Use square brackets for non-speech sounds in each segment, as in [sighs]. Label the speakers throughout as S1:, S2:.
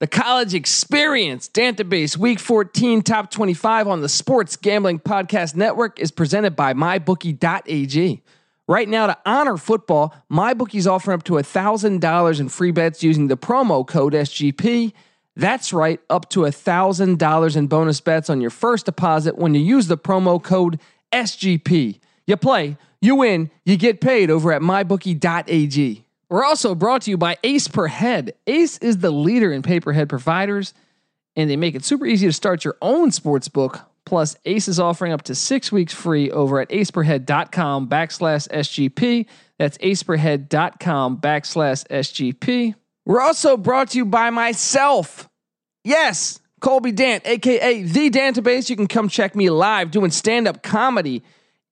S1: The college experience database week 14 top 25 on the Sports Gambling Podcast Network is presented by mybookie.ag. Right now, to honor football, MyBookie's offering up to $1,000 in free bets using the promo code SGP. That's right, up to $1,000 in bonus bets on your first deposit when you use the promo code SGP. You play, you win, you get paid over at mybookie.ag. We're also brought to you by Ace Per Head. Ace is the leader in paper head providers, and they make it super easy to start your own sports book. Plus, Ace is offering up to six weeks free over at aceperhead.com backslash SGP. That's aceperhead.com backslash SGP. We're also brought to you by myself. Yes, Colby Dant, aka The Dantabase. You can come check me live doing stand up comedy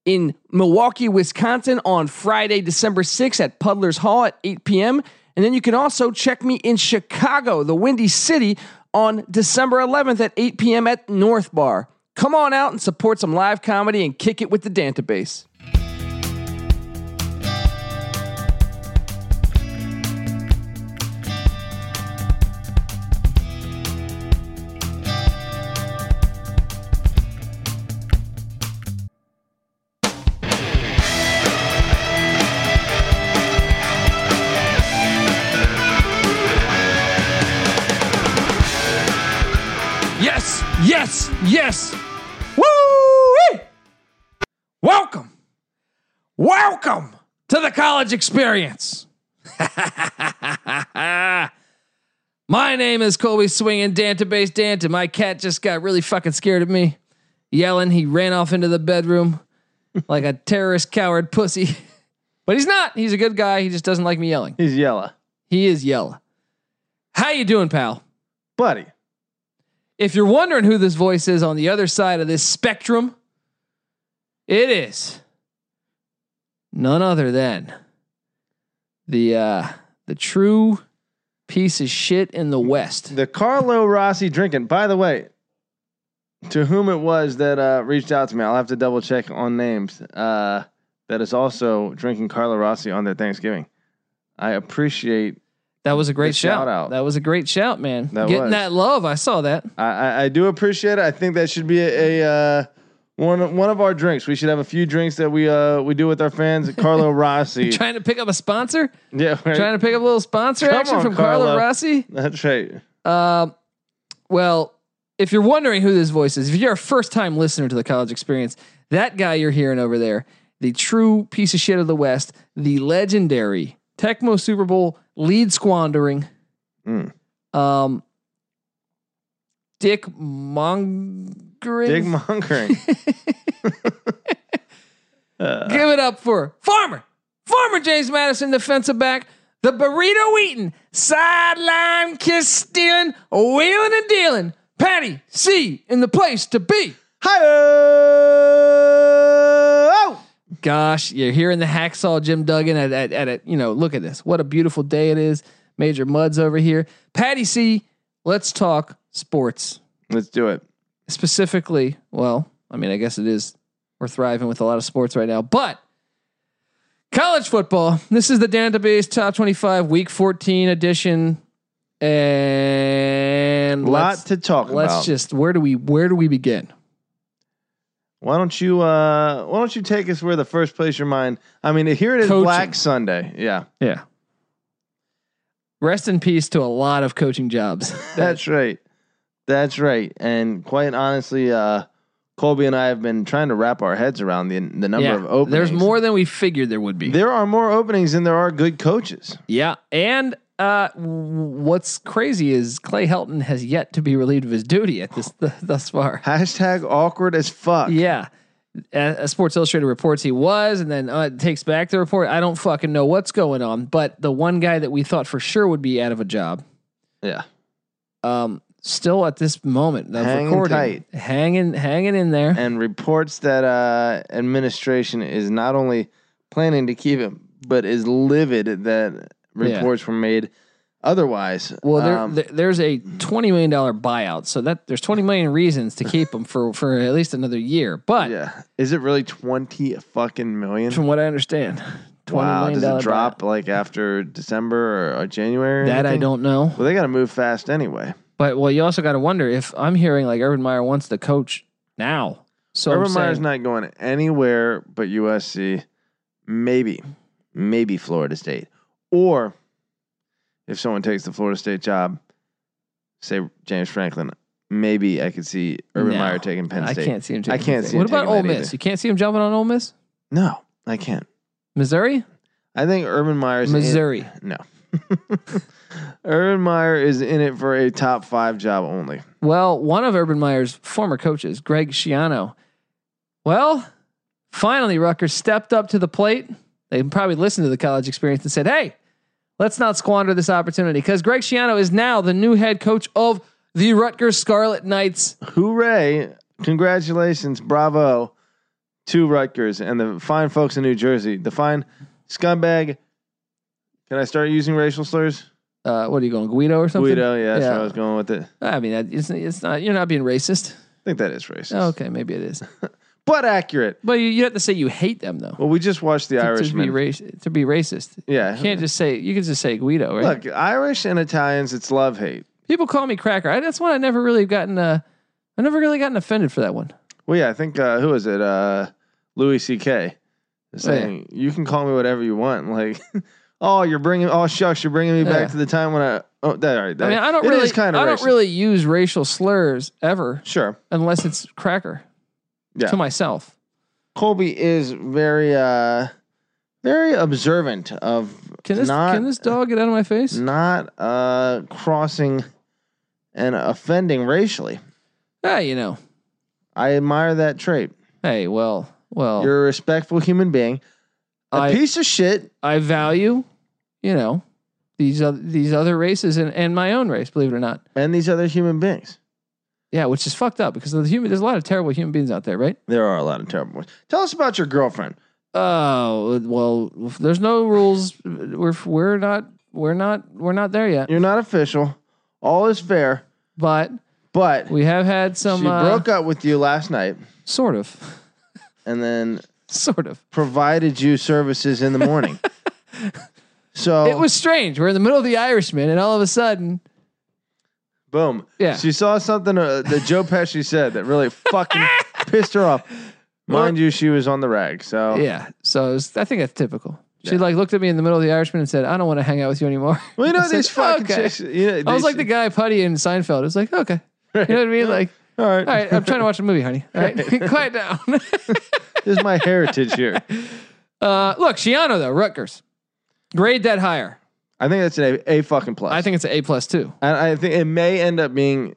S1: in Milwaukee, Wisconsin on Friday, December 6th at Puddler's Hall at 8 p.m. And then you can also check me in Chicago, the Windy City, on December 11th at 8 p.m. at North Bar. Come on out and support some live comedy and kick it with the Dantabase. Yes, yes, yes. Woo! Welcome. Welcome to the college experience. [laughs] My name is Colby Swinging Dantabase Danton. My cat just got really fucking scared of me, yelling. He ran off into the bedroom [laughs] like a terrorist coward pussy. [laughs] But he's not. He's a good guy. He just doesn't like me yelling.
S2: He's yellow.
S1: He is yellow. How you doing, pal?
S2: Buddy,
S1: If you're wondering who this voice is on the other side of this spectrum, it is none other than the uh, the true piece of shit in the West.
S2: the Carlo Rossi drinking. By the way, to whom it was that uh, reached out to me, I'll have to double check on names. Uh, that is also drinking Carlo Rossi on their Thanksgiving. I appreciate.
S1: That was a great
S2: Good
S1: shout.
S2: shout out.
S1: That was a great shout, man.
S2: That
S1: Getting
S2: was.
S1: that love, I saw that.
S2: I, I, I do appreciate it. I think that should be a, a uh, one of- one of our drinks. We should have a few drinks that we uh we do with our fans. Carlo Rossi.
S1: Trying to pick up a sponsor.
S2: yeah, right.
S1: Trying to pick up a little sponsor
S2: Come
S1: action
S2: on,
S1: from Carlo,
S2: Carlo.
S1: Rossi.
S2: That's right.
S1: Um, well, if you're wondering who this voice is, if you're a first time listener to the college experience, that guy you're hearing over there, the true piece of shit of the West, the legendary Tecmo Super Bowl lead squandering,
S2: Mm.
S1: um, Dick Mongering. [laughs]
S2: Dig mongering.
S1: Give it up for Farmer, Farmer James Madison, defensive back, the burrito eating, sideline kiss stealing, wheeling and dealing. Patty C in the place to be.
S2: Hi. Oh.
S1: Gosh, you're hearing the hacksaw Jim Duggan at at, at it. You know, look at this. What a beautiful day it is. Major Muds over here. Patty C, let's talk sports.
S2: Let's do it.
S1: specifically, well, I mean, I guess it is. We're thriving with a lot of sports right now, but college football. This is the database top 25 week 14 edition. And
S2: lot
S1: let's,
S2: to talk
S1: let's
S2: about.
S1: just, where do we, where do we begin?
S2: why don't you uh why don't you take us where the first place your mind I mean here it is
S1: Coaching.
S2: Black Sunday. Yeah.
S1: Yeah. Rest in peace to a lot of coaching jobs. [laughs]
S2: That's right. That's right. And quite honestly, uh Colby and I have been trying to wrap our heads around the the number
S1: Yeah.
S2: of openings.
S1: There's more than we figured there would be.
S2: there are more openings than there are good coaches.
S1: Yeah, and uh, w- what's crazy is Clay Helton has yet to be relieved of his duty at this [laughs] th- thus far.
S2: Hashtag awkward as fuck.
S1: Yeah, Uh, uh, Sports Illustrated reports he was, and then uh, it takes back the report. I don't fucking know what's going on, but the one guy that we thought for sure would be out of a job,
S2: Yeah.
S1: um, still at this moment of
S2: Hanging
S1: recording,
S2: tight.
S1: hanging, hanging in there.
S2: And reports that uh administration is not only planning to keep him, but is livid that
S1: Yeah.
S2: reports were made otherwise.
S1: Well, there,
S2: Um,
S1: there, there's a twenty million dollar buyout, so that there's twenty million reasons to keep him for for
S2: [laughs]
S1: at least another year. But
S2: Yeah. Is it really 20 fucking million?
S1: from what I understand, twenty million
S2: Wow, does
S1: dollar
S2: it
S1: buy-
S2: drop like after December or, or January? or
S1: That I
S2: anything?
S1: don't know.
S2: Well, they got to move fast anyway.
S1: But well, you also got to wonder if I'm hearing like Urban Meyer wants the coach now. So
S2: Urban
S1: I'm saying,
S2: Meyer's not going anywhere but USC, maybe, maybe Florida State, or if someone takes the Florida State job, say James Franklin, maybe I could see Urban
S1: No,
S2: Meyer taking Penn
S1: I
S2: State.
S1: can't see him.
S2: I
S1: taking
S2: can't
S1: Penn
S2: see
S1: What
S2: him
S1: about
S2: taking
S1: Ole
S2: that
S1: Miss?
S2: either.
S1: You can't see him jumping on Ole Miss,
S2: No, I can't.
S1: Missouri,
S2: I think Urban Meyer's in-
S1: Missouri.
S2: no. [laughs] Urban Meyer is in it for a top five job only.
S1: Well, one of Urban Meyer's former coaches, Greg Schiano. Well, finally, Rutgers stepped up to the plate. They probably listened to the college experience and said, hey, let's not squander this opportunity because Greg Schiano is now the new head coach of the Rutgers Scarlet Knights.
S2: Hooray! Congratulations, bravo to Rutgers and the fine folks in New Jersey. The fine scumbag. Can I start using racial slurs?
S1: Uh, what are you going, Guido or something?
S2: Guido, yeah, that's where
S1: Yeah.
S2: I was going with it. I
S1: I mean, that- it's, it's not, you're not being racist.
S2: think that is racist,
S1: Oh, Okay, maybe it is.
S2: but accurate.
S1: But you, you have to say you hate them, though.
S2: Well, we just watched The
S1: to, to, be
S2: Irishman.
S1: raci- to be racist.
S2: yeah,
S1: You can't just say, you can just say Guido, right?
S2: look, Irish and Italians, it's love hate.
S1: People call me cracker. I, that's one I never really gotten. Uh, I never really gotten offended for that one.
S2: Well, yeah, I think uh, who is it? Uh, Louis C.K. is
S1: Oh, yeah.
S2: saying you can call me whatever you want. [laughs] Like, oh, you're bringing, oh shucks, you're bringing me
S1: Yeah.
S2: back to the time when I. Oh, that, all right. That,
S1: I mean, I don't
S2: it
S1: really,
S2: is kind of
S1: I
S2: racist.
S1: don't really use racial slurs ever,
S2: Sure.
S1: unless it's cracker
S2: Yeah.
S1: to myself.
S2: Colby is very, uh, very observant of
S1: Can this
S2: not
S1: can this dog get out of my face?
S2: not uh, crossing and offending racially.
S1: Hey, Ah, you know.
S2: I admire that trait.
S1: Hey, well, well,
S2: You're a respectful human being. A
S1: Oh. I-
S2: piece of shit.
S1: I value, you know, these other these other races and, and my own race. Believe it or not.
S2: And these other human beings.
S1: Yeah, which is fucked up because the human, there's a lot of terrible human beings out there, right?
S2: There are a lot of terrible ones. Tell us about your girlfriend.
S1: Oh well, there's no rules. We're we're not we're not we're not there yet.
S2: You're not official. All is fair,
S1: But
S2: but
S1: we have had some
S2: she
S1: uh,
S2: broke up with you last night
S1: sort of, [laughs]
S2: and then
S1: sort of.
S2: provided you services in the morning.
S1: [laughs]
S2: so
S1: It was strange. We're in the middle of the Irishman, and all of a sudden,
S2: boom.
S1: Yeah.
S2: She saw something uh, that Joe Pesci said that
S1: [laughs]
S2: really fucking pissed her off. Mind you, she was on the rag. So
S1: yeah. So it was, I think that's typical. She
S2: Oh. Yeah.
S1: like looked at me in the middle of the Irishman and said, "I don't want to hang out with you
S2: [laughs]
S1: anymore."
S2: well,
S1: [laughs]
S2: you
S1: I
S2: know
S1: said,
S2: these fucking
S1: "Okay."
S2: chicks. You know,
S1: I was
S2: these-
S1: like the guy Putty in Seinfeld. It was like, okay, you know what I mean? Like,
S2: all right,
S1: [laughs] all right, I'm trying to watch a movie, honey. All
S2: [laughs]
S1: right, [laughs] quiet down.
S2: this is my heritage here.
S1: uh, look, Shiano though, Rutgers, grade that higher.
S2: I think that's an a, a fucking plus.
S1: I think it's an A plus too. [laughs]
S2: And I think it may end up being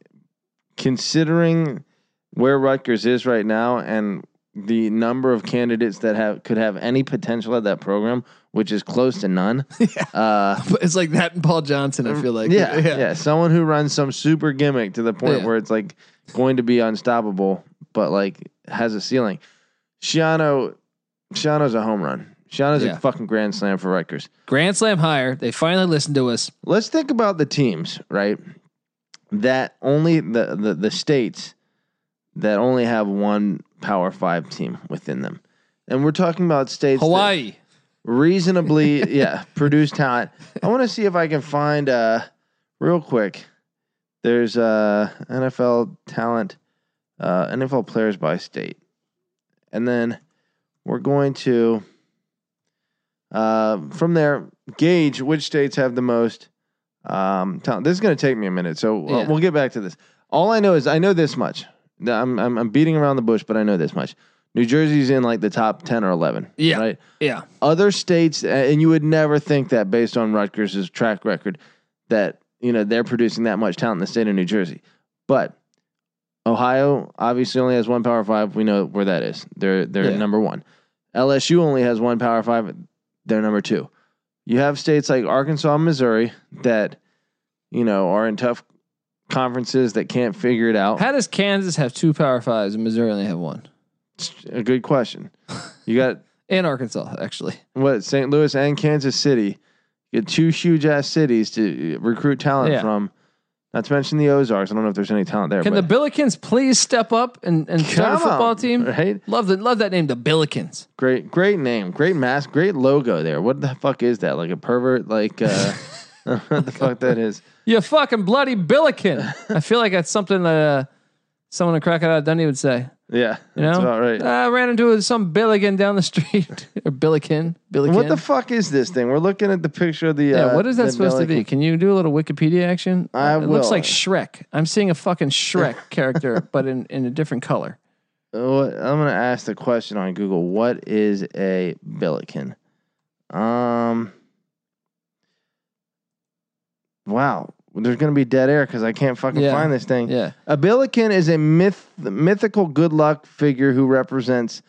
S2: considering where Rutgers is right now and the number of candidates that have could have any potential at that program, which is close to
S1: [laughs]
S2: none. Uh,
S1: But it's like that and Paul Johnson. I feel like
S2: yeah, yeah, Someone who runs some super gimmick to the point
S1: Yeah.
S2: where it's like going to be unstoppable, but like has a ceiling. Shiano, Shiano's a home run. Shiano's
S1: Yeah.
S2: a fucking grand slam for Rutgers.
S1: Grand Slam higher. They finally listened to us.
S2: let's think about the teams, right? That only the, the the states that only have one Power Five team within them, and we're talking about states that
S1: Hawaii.
S2: reasonably, yeah, produce talent. I want to see if I can find uh real quick. There's uh NFL talent, uh NFL players by state, and then we're going to uh from there gauge which states have the most um talent. This is going to take me a minute, so uh,
S1: Yeah.
S2: we'll get back to this. All I know is I know this much. I'm, I'm I'm beating around the bush, but I know this much. New Jersey's in like the top ten or eleven.
S1: Yeah.
S2: right
S1: Yeah.
S2: other states, and you would never think that based on Rutgers' track record that you know they're producing that much talent in the state of New Jersey. But Ohio obviously only has one Power Five. We know where that is. They're they're
S1: Yeah.
S2: number one. LSU only has one Power Five. They're number two. You have states like Arkansas, and Missouri that you know are in tough conferences that can't figure it out.
S1: How does Kansas have two Power Fives and Missouri only have one?
S2: It's a good question. You got
S1: And Arkansas, actually.
S2: what St. Louis and Kansas City, you get two huge ass cities to uh, recruit talent
S1: Yeah.
S2: from, Not to mention the Ozarks. I don't know if there's any talent there.
S1: Can
S2: but
S1: the Billikens please step up and, and [laughs] start a
S2: Come on,
S1: football team?
S2: right?
S1: Love the love that name, the Billikens.
S2: Great, great name, great mask, great logo there. What the fuck is that? Like a pervert?
S1: [laughs]
S2: Like uh, [laughs] what the fuck that is?
S1: You fucking bloody
S2: [laughs]
S1: Billiken. I feel like that's something that uh, someone in Crocodile Dundee would say.
S2: Yeah,
S1: You know,
S2: that's about right.
S1: I ran into some Billigan down the street [laughs] or Billiken. Billiken.
S2: what the fuck is this thing? We're looking at the picture of the.
S1: yeah,
S2: uh,
S1: what is that
S2: the
S1: supposed to be?
S2: Billiken-
S1: Can you do a little Wikipedia action?
S2: I
S1: it looks
S2: will.
S1: like Shrek. I'm seeing a fucking Shrek
S2: [laughs]
S1: character, but in, in a different color.
S2: Uh, what- I'm gonna ask the question on Google. What is a Billiken? Um. Wow, there's gonna be dead air because I can't fucking
S1: Yeah.
S2: find this thing.
S1: Yeah.
S2: A Billiken is a myth, mythical good luck figure who represents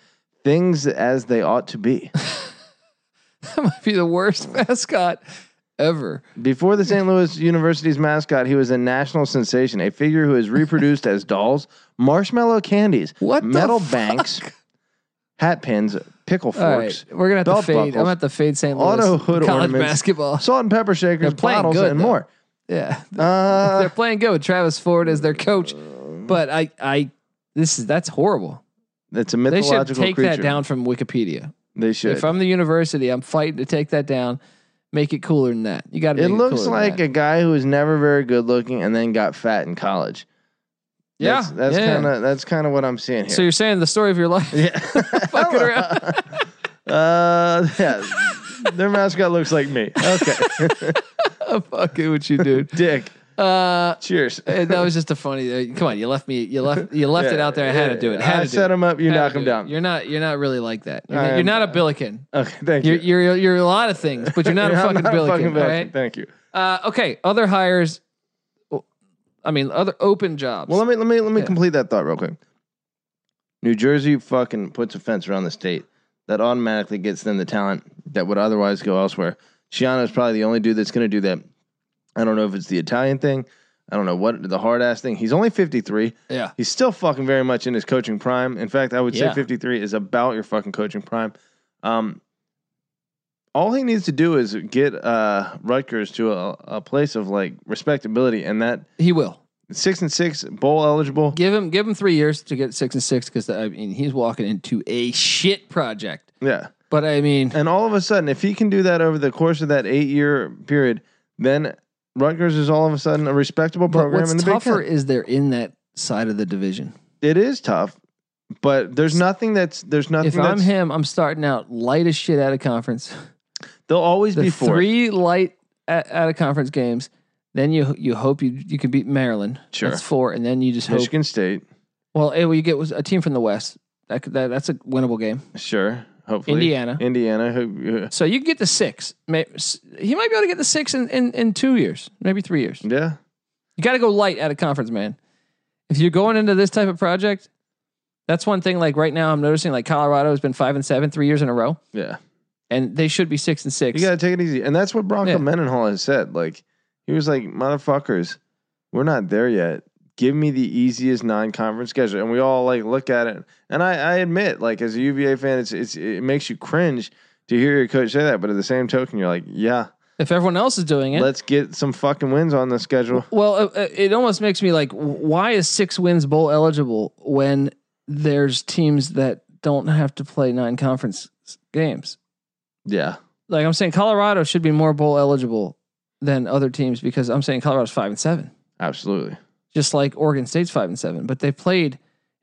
S2: things as they ought
S1: [laughs]
S2: to be.
S1: That might be the worst [laughs] mascot ever.
S2: Before the St. Louis University's mascot, he was a national sensation, a figure who is reproduced as dolls, marshmallow candies,
S1: What the [laughs]
S2: metal
S1: fuck?
S2: banks, hat pins, pickle
S1: All
S2: forks,
S1: right, we're gonna have to
S2: belt
S1: fade. I'm
S2: buckles,
S1: gonna have to fade St. Louis
S2: auto hood
S1: college
S2: ornaments. [laughs]
S1: basketball.
S2: salt and pepper shakers,
S1: They're playing
S2: bottles,
S1: good,
S2: and
S1: though.
S2: more.
S1: Yeah, [laughs]
S2: Uh,
S1: they're playing good with Travis Ford as their coach, but I, I, this is that's horrible.
S2: it's a
S1: They should
S2: mythological
S1: take
S2: creature.
S1: that down from Wikipedia.
S2: They should.
S1: If I'm the university, I'm fighting to take that down, make it cooler than that. You got to.
S2: It looks like a guy who was never very good looking and then got fat in college.
S1: yeah,
S2: That's- that's
S1: yeah.
S2: kind of that's kind of what I'm seeing
S1: So
S2: here. [laughs]
S1: you're saying the story of your life? [laughs]
S2: yeah,
S1: Fucking around. [laughs]
S2: uh, yeah. Their mascot looks like me.
S1: [laughs]
S2: Okay,
S1: Fucking what you dude.
S2: Dick.
S1: Uh,
S2: Cheers.
S1: and that was just a funny. uh, Come on, you left me. You left. You left it out there. I had to do it. Had
S2: I
S1: to do
S2: set
S1: it.
S2: him up. You
S1: Had to
S2: knock
S1: do
S2: him
S1: it.
S2: down.
S1: You're not. You're not really like that. You're,
S2: I
S1: not,
S2: am
S1: you're not a
S2: not.
S1: billiken.
S2: okay, thank
S1: You're,
S2: you.
S1: you're you're a lot of things, but
S2: [laughs]
S1: you're not a
S2: I'm
S1: fucking
S2: not
S1: billiken. all
S2: Billiken.
S1: right?
S2: Thank you.
S1: Uh, okay, other hires. well, I mean, other open jobs.
S2: Well, let me let me let me
S1: Yeah.
S2: complete that thought real quick. New Jersey fucking puts a fence around the state that automatically gets them the talent that would otherwise go elsewhere. Shiano is probably the only dude that's going to do that. I don't know if it's the Italian thing. I don't know what the hard ass thing. He's only 53.
S1: yeah,
S2: He's still fucking very much in his coaching prime. In fact, I would
S1: Yeah.
S2: say 53 is about your fucking coaching prime. Um, all he needs to do is get uh, Rutgers to a, a place of like respectability, and that
S1: he will
S2: six and six bowl eligible.
S1: give him give him three years to get six and six because I mean he's walking into a shit project.
S2: Yeah.
S1: But I mean,
S2: And all of a sudden, if he can do that over the course of that eight year period, then Rutgers is all of a sudden a respectable
S1: but
S2: program
S1: what's
S2: in the
S1: tougher
S2: Big
S1: is they're in that side of the division.
S2: Ten. It is tough, but there's nothing that's there's nothing
S1: If I'm
S2: that's
S1: him, I'm starting out light as shit out of conference.
S2: they'll always
S1: The
S2: be four.
S1: three light at, out of conference games. Then you you hope you you can beat Maryland.
S2: Sure.
S1: that's four, and then you just hope.
S2: Michigan State,
S1: Well, eh, well, you get a team from the West. That, could- that that's a winnable game.
S2: sure. Hopefully,
S1: Indiana.
S2: Indiana. Who, who-
S1: So you can get the six. May- s- He might be able to get the six in, in, in two years, maybe three years.
S2: yeah,
S1: You got to go light at a conference, man. If you're going into this type of project, that's one thing. Like right now, I'm noticing like Colorado has been five and seven three years in a row,
S2: yeah.
S1: and they should be six and six.
S2: You gotta take it easy, and that's what Bronco
S1: Yeah.
S2: Mendenhall has said. Like he was like, "Motherfuckers, we're not there yet. Give me the easiest non-conference schedule." And we all like look at it, and I, I admit, like as a UVA fan, it's, it's it makes you cringe to hear your coach say that, but at the same token, you're like, "Yeah,
S1: if everyone else is doing it,
S2: let's get some fucking wins on the schedule."
S1: well, uh, uh, it almost makes me like, w- why is six wins bowl eligible when there's teams that don't have to play nine conference s- games?
S2: Yeah,
S1: like I'm saying, Colorado should be more bowl eligible than other teams because I'm saying Colorado's five and seven,
S2: absolutely.
S1: just like Oregon State's five and seven. But they played.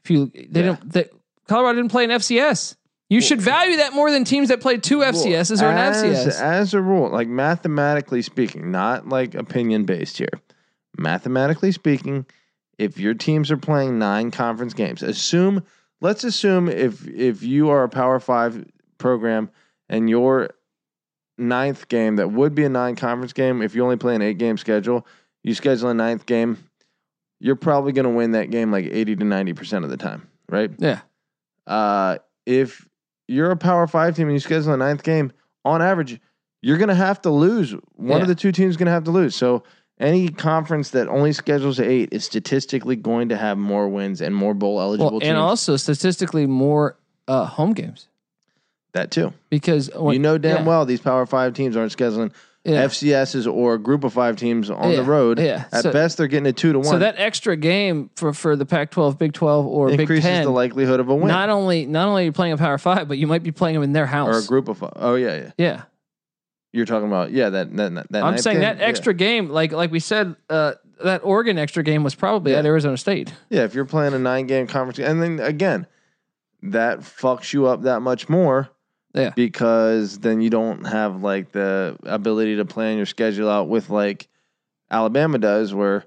S1: If you they
S2: Yeah.
S1: don't, they, Colorado didn't play an FCS. You should value that more than teams that played two FCSs or an
S2: as,
S1: FCS.
S2: As a rule, like mathematically speaking, not like opinion based here. Mathematically speaking, if your teams are playing nine conference games, assume let's assume if if you are a Power Five program and your ninth game that would be a nine conference game, if you only play an eight game schedule, you schedule a ninth game, you're probably going to win that game like eighty to ninety percent of the time, right?
S1: yeah,
S2: Uh, if you're a Power Five team and you schedule a ninth game, on average, you're going to have to lose. One
S1: Yeah.
S2: of the two teams going to have to lose. So any conference that only schedules eight is statistically going to have more wins and more bowl eligible
S1: well,
S2: teams.
S1: and also statistically more uh, home games
S2: that too.
S1: because when,
S2: you know damn
S1: yeah.
S2: well these Power Five teams aren't scheduling
S1: Yeah.
S2: FCSs or group of five teams on
S1: Yeah,
S2: the road.
S1: yeah.
S2: At
S1: So-
S2: best, they're getting a two to one.
S1: So that extra game for, for the Pac-12, Big 12, or Big
S2: increases
S1: 10,
S2: the likelihood of a win
S1: not only not only are you playing a Power Five, but you might be playing them in their
S2: or a
S1: house.
S2: group of five. Oh yeah, yeah.
S1: Yeah,
S2: You're talking about yeah that that that. that
S1: I'm
S2: night
S1: saying
S2: thing?
S1: that
S2: Yeah.
S1: extra game, like like we said, uh, that Oregon extra game was probably
S2: Yeah.
S1: at Arizona State.
S2: Yeah, if you're playing a nine game conference, and then again, that fucks you up that much more.
S1: Yeah.
S2: Because then you don't have like the ability to plan your schedule out with like Alabama does, where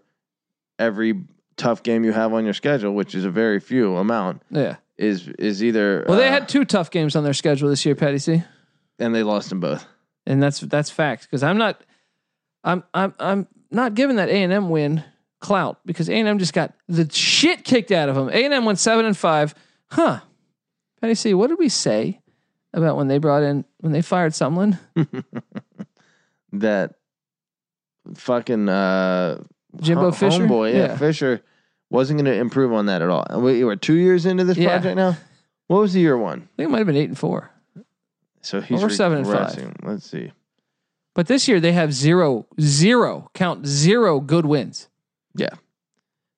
S2: every tough game you have on your schedule, which is a very few amount,
S1: Yeah.
S2: is is either
S1: Well, they
S2: uh,
S1: had two tough games on their schedule this year, Patty C,
S2: and they lost them both.
S1: and that's that's fact. Because I'm not, I'm I'm I'm not giving that A and M win clout because A and M just got the shit kicked out of them. A and M went seven and five, huh? Patty C, what did we say about when they brought in when they fired Sumlin?
S2: That fucking uh,
S1: Jimbo
S2: hom-
S1: Fisher?
S2: homeboy, yeah,
S1: Yeah.
S2: Fisher wasn't going to improve on that at all. And we were two years into this
S1: Yeah.
S2: project now. What was the year one?
S1: I think it might have been eight and four.
S2: So he's
S1: we're seven and five.
S2: regressing. Let's see.
S1: But this year they have zero, zero, count zero good wins.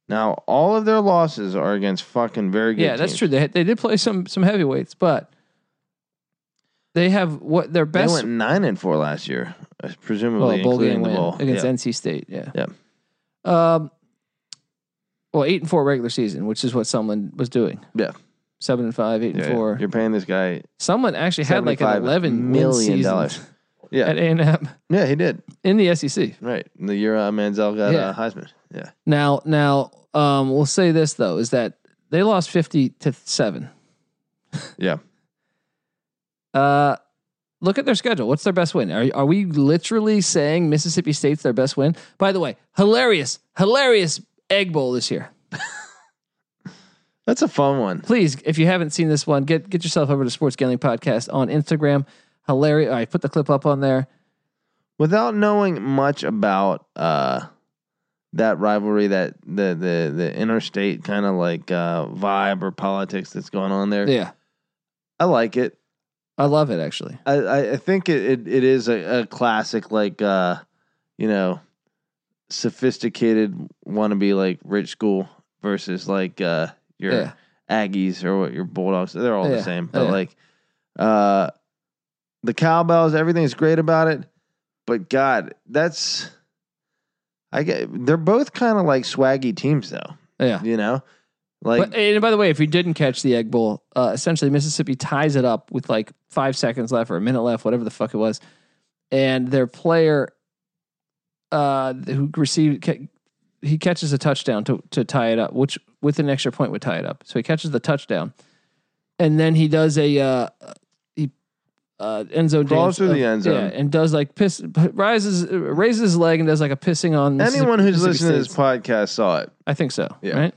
S2: Now all of their losses are against fucking very good.
S1: yeah, that's
S2: teams.
S1: true. They they did play some some heavyweights, but they have what their
S2: They
S1: best
S2: went nine and four last year, uh,
S1: well,
S2: presumably
S1: bowl game
S2: including the
S1: win
S2: bowl.
S1: against
S2: yeah.
S1: NC State. Yeah.
S2: Yeah.
S1: Um. Well, eight and four regular season, which is what Sumlin was doing.
S2: Yeah.
S1: Seven and five, eight
S2: Yeah,
S1: and
S2: yeah.
S1: four.
S2: You're paying this guy.
S1: Sumlin actually had like an
S2: $75
S1: eleven
S2: million
S1: million
S2: dollars.
S1: dollars
S2: Yeah,
S1: [laughs] at A and M
S2: yeah, he did.
S1: in the E SEC.
S2: Right, the year uh, Manziel got
S1: Yeah.
S2: uh, Heisman. Yeah,
S1: Now, now, um, we'll say this though is that they lost fifty to seven.
S2: Yeah.
S1: Uh, look at their schedule. What's their best win? Are are we literally saying Mississippi State's their best win? By the way, hilarious, hilarious Egg Bowl this year.
S2: that's a fun one.
S1: Please, if you haven't seen this one, get get yourself over to Sports Gambling Podcast on Instagram. Hilarious. I put the clip up on there.
S2: Without knowing much about uh, that rivalry, that the the the interstate kind of like uh, vibe or politics that's going on there,
S1: Yeah,
S2: I like it.
S1: I love it actually.
S2: I- I, I think it, it, it is a, a classic, like, uh, you know, sophisticated wannabe, like, rich school versus, like, uh, your
S1: Yeah,
S2: Aggies or what your Bulldogs. They're all
S1: Yeah.
S2: the same. But,
S1: Yeah.
S2: like, uh, the cowbells, everything's great about it. But, God, that's. I get, they're both kind of like swaggy teams, though,
S1: yeah.
S2: you know? Like,
S1: but, and by the way, if you didn't catch the Egg Bowl, uh, essentially Mississippi ties it up with like five seconds left or a minute left, whatever the fuck it was, and their player uh, who received ca- he catches a touchdown to to tie it up, which with an extra point would tie it up. So he catches the touchdown, and then he does a uh, he uh, end zone dance
S2: Crawls through the
S1: of-
S2: end zone.
S1: yeah, and does like piss rises raises his leg and does like a pissing on Mississi-
S2: anyone who's
S1: Mississippi
S2: listening to
S1: State's-
S2: this podcast saw it.
S1: I think so.
S2: Yeah.
S1: Right.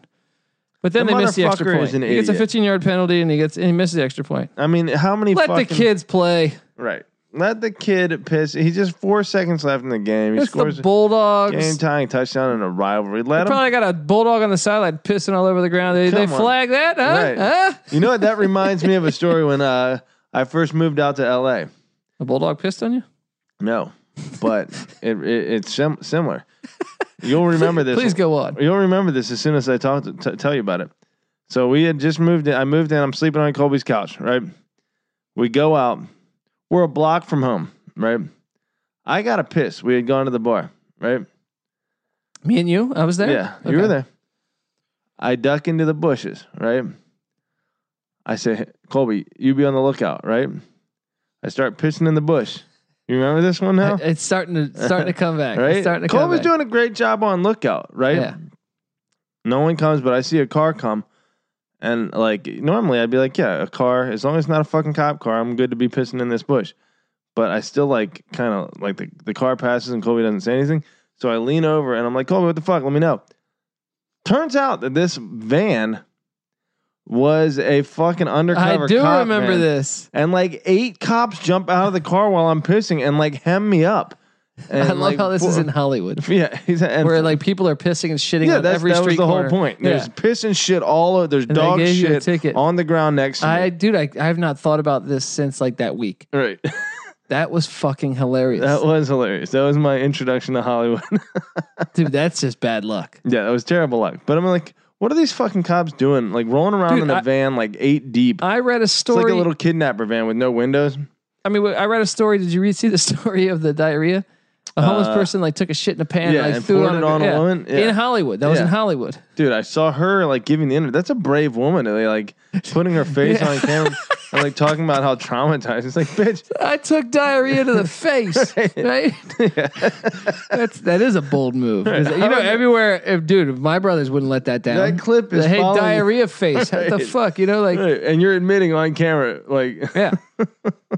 S1: But then
S2: The
S1: they missed the extra
S2: motherfucker
S1: point.
S2: is an
S1: he gets a
S2: idiot.
S1: 15 yard penalty and he gets and he misses the extra point.
S2: I mean, how many
S1: Let
S2: fucking
S1: the kids play.
S2: Right. Let the kid piss. He's just four seconds left in the game. He
S1: It's the
S2: scores a
S1: Bulldogs.
S2: game tying touchdown in a rivalry.
S1: They
S2: Let him.
S1: probably got a bulldog on the sideline pissing all over the ground. They, they
S2: Come on.
S1: flag that, huh?
S2: Right.
S1: Huh?
S2: You know what? That reminds me of a story when uh, I first moved out to LA.
S1: A bulldog pissed on you.
S2: No,
S1: [laughs]
S2: but it, it, it's sim- similar. You'll remember this.
S1: Please go on.
S2: You'll remember this as soon as I talk to, t- tell you about it. So we had just moved in. I moved in. I'm sleeping on Colby's couch, right? We go out. We're a block from home, right? I got a piss. We had gone to the bar, right?
S1: Me and you. I was there.
S2: Yeah, you
S1: Okay.
S2: were there. I duck into the bushes, right? I say, "Hey, Colby, you be on the lookout, right? I start pissing in the bush. You remember this one now?
S1: I- It's starting to it's starting to come back.
S2: [laughs] right?
S1: It's starting to come
S2: Colby's
S1: back.
S2: doing a great job on lookout, right?
S1: Yeah.
S2: No one comes, but I see a car come. And like normally I'd be like, yeah, a car, as long as it's not a fucking cop car, I'm good to be pissing in this bush. But I still like kind of like the, the car passes and Colby doesn't say anything. So I lean over and I'm like, Colby, what the fuck? Let me know. Turns out that this van was a fucking undercover.
S1: I do
S2: cop
S1: remember
S2: van.
S1: this.
S2: And like eight cops jump out of the car while I'm pissing and like hem me up. And
S1: [laughs] I love
S2: like,
S1: how this
S2: four-
S1: is in Hollywood,
S2: [laughs] yeah, he's and
S1: where like people are pissing and shitting
S2: yeah,
S1: on
S2: that's,
S1: every
S2: that
S1: street
S2: was the
S1: corner.
S2: whole point.
S1: Yeah.
S2: There's piss and shit all over. There's
S1: And they
S2: dog
S1: gave you a
S2: shit
S1: ticket.
S2: on the ground next to
S1: I
S2: me.
S1: [laughs] dude, I, I have not thought about this since like that week.
S2: Right.
S1: That was fucking hilarious,
S2: That was hilarious. That was my introduction to Hollywood. [laughs]
S1: dude. That's just bad luck.
S2: yeah, that was terrible luck. But I'm like, what are these fucking cops doing? Like rolling around
S1: Dude,
S2: in a
S1: I-
S2: van like eight deep.
S1: I read a
S2: it's
S1: story.
S2: like a little kidnapper van with no windows.
S1: I mean, I read a story. Did you read see the [laughs] story of the diarrhea? A homeless
S2: Uh,
S1: person like took a shit in a pan,
S2: yeah,
S1: like
S2: and
S1: threw it on,
S2: poured it
S1: a,
S2: on a
S1: yeah.
S2: woman? Yeah.
S1: in Hollywood. That was in
S2: Yeah.
S1: Hollywood.
S2: Dude, I saw her like giving the interview. That's a brave woman. They like putting her
S1: [laughs]
S2: face
S1: Yeah.
S2: on camera and like talking about how traumatized. It's like, bitch,
S1: [laughs] I took diarrhea to the
S2: [laughs]
S1: face. Right? That's that is a bold move. 'Cause, You know, everywhere, if, dude, if my brothers wouldn't let that down.
S2: that clip is
S1: the, hey,
S2: following-
S1: diarrhea face. What the
S2: Right.
S1: fuck? You know, like
S2: Right, and you're admitting on camera, like, [laughs]
S1: yeah.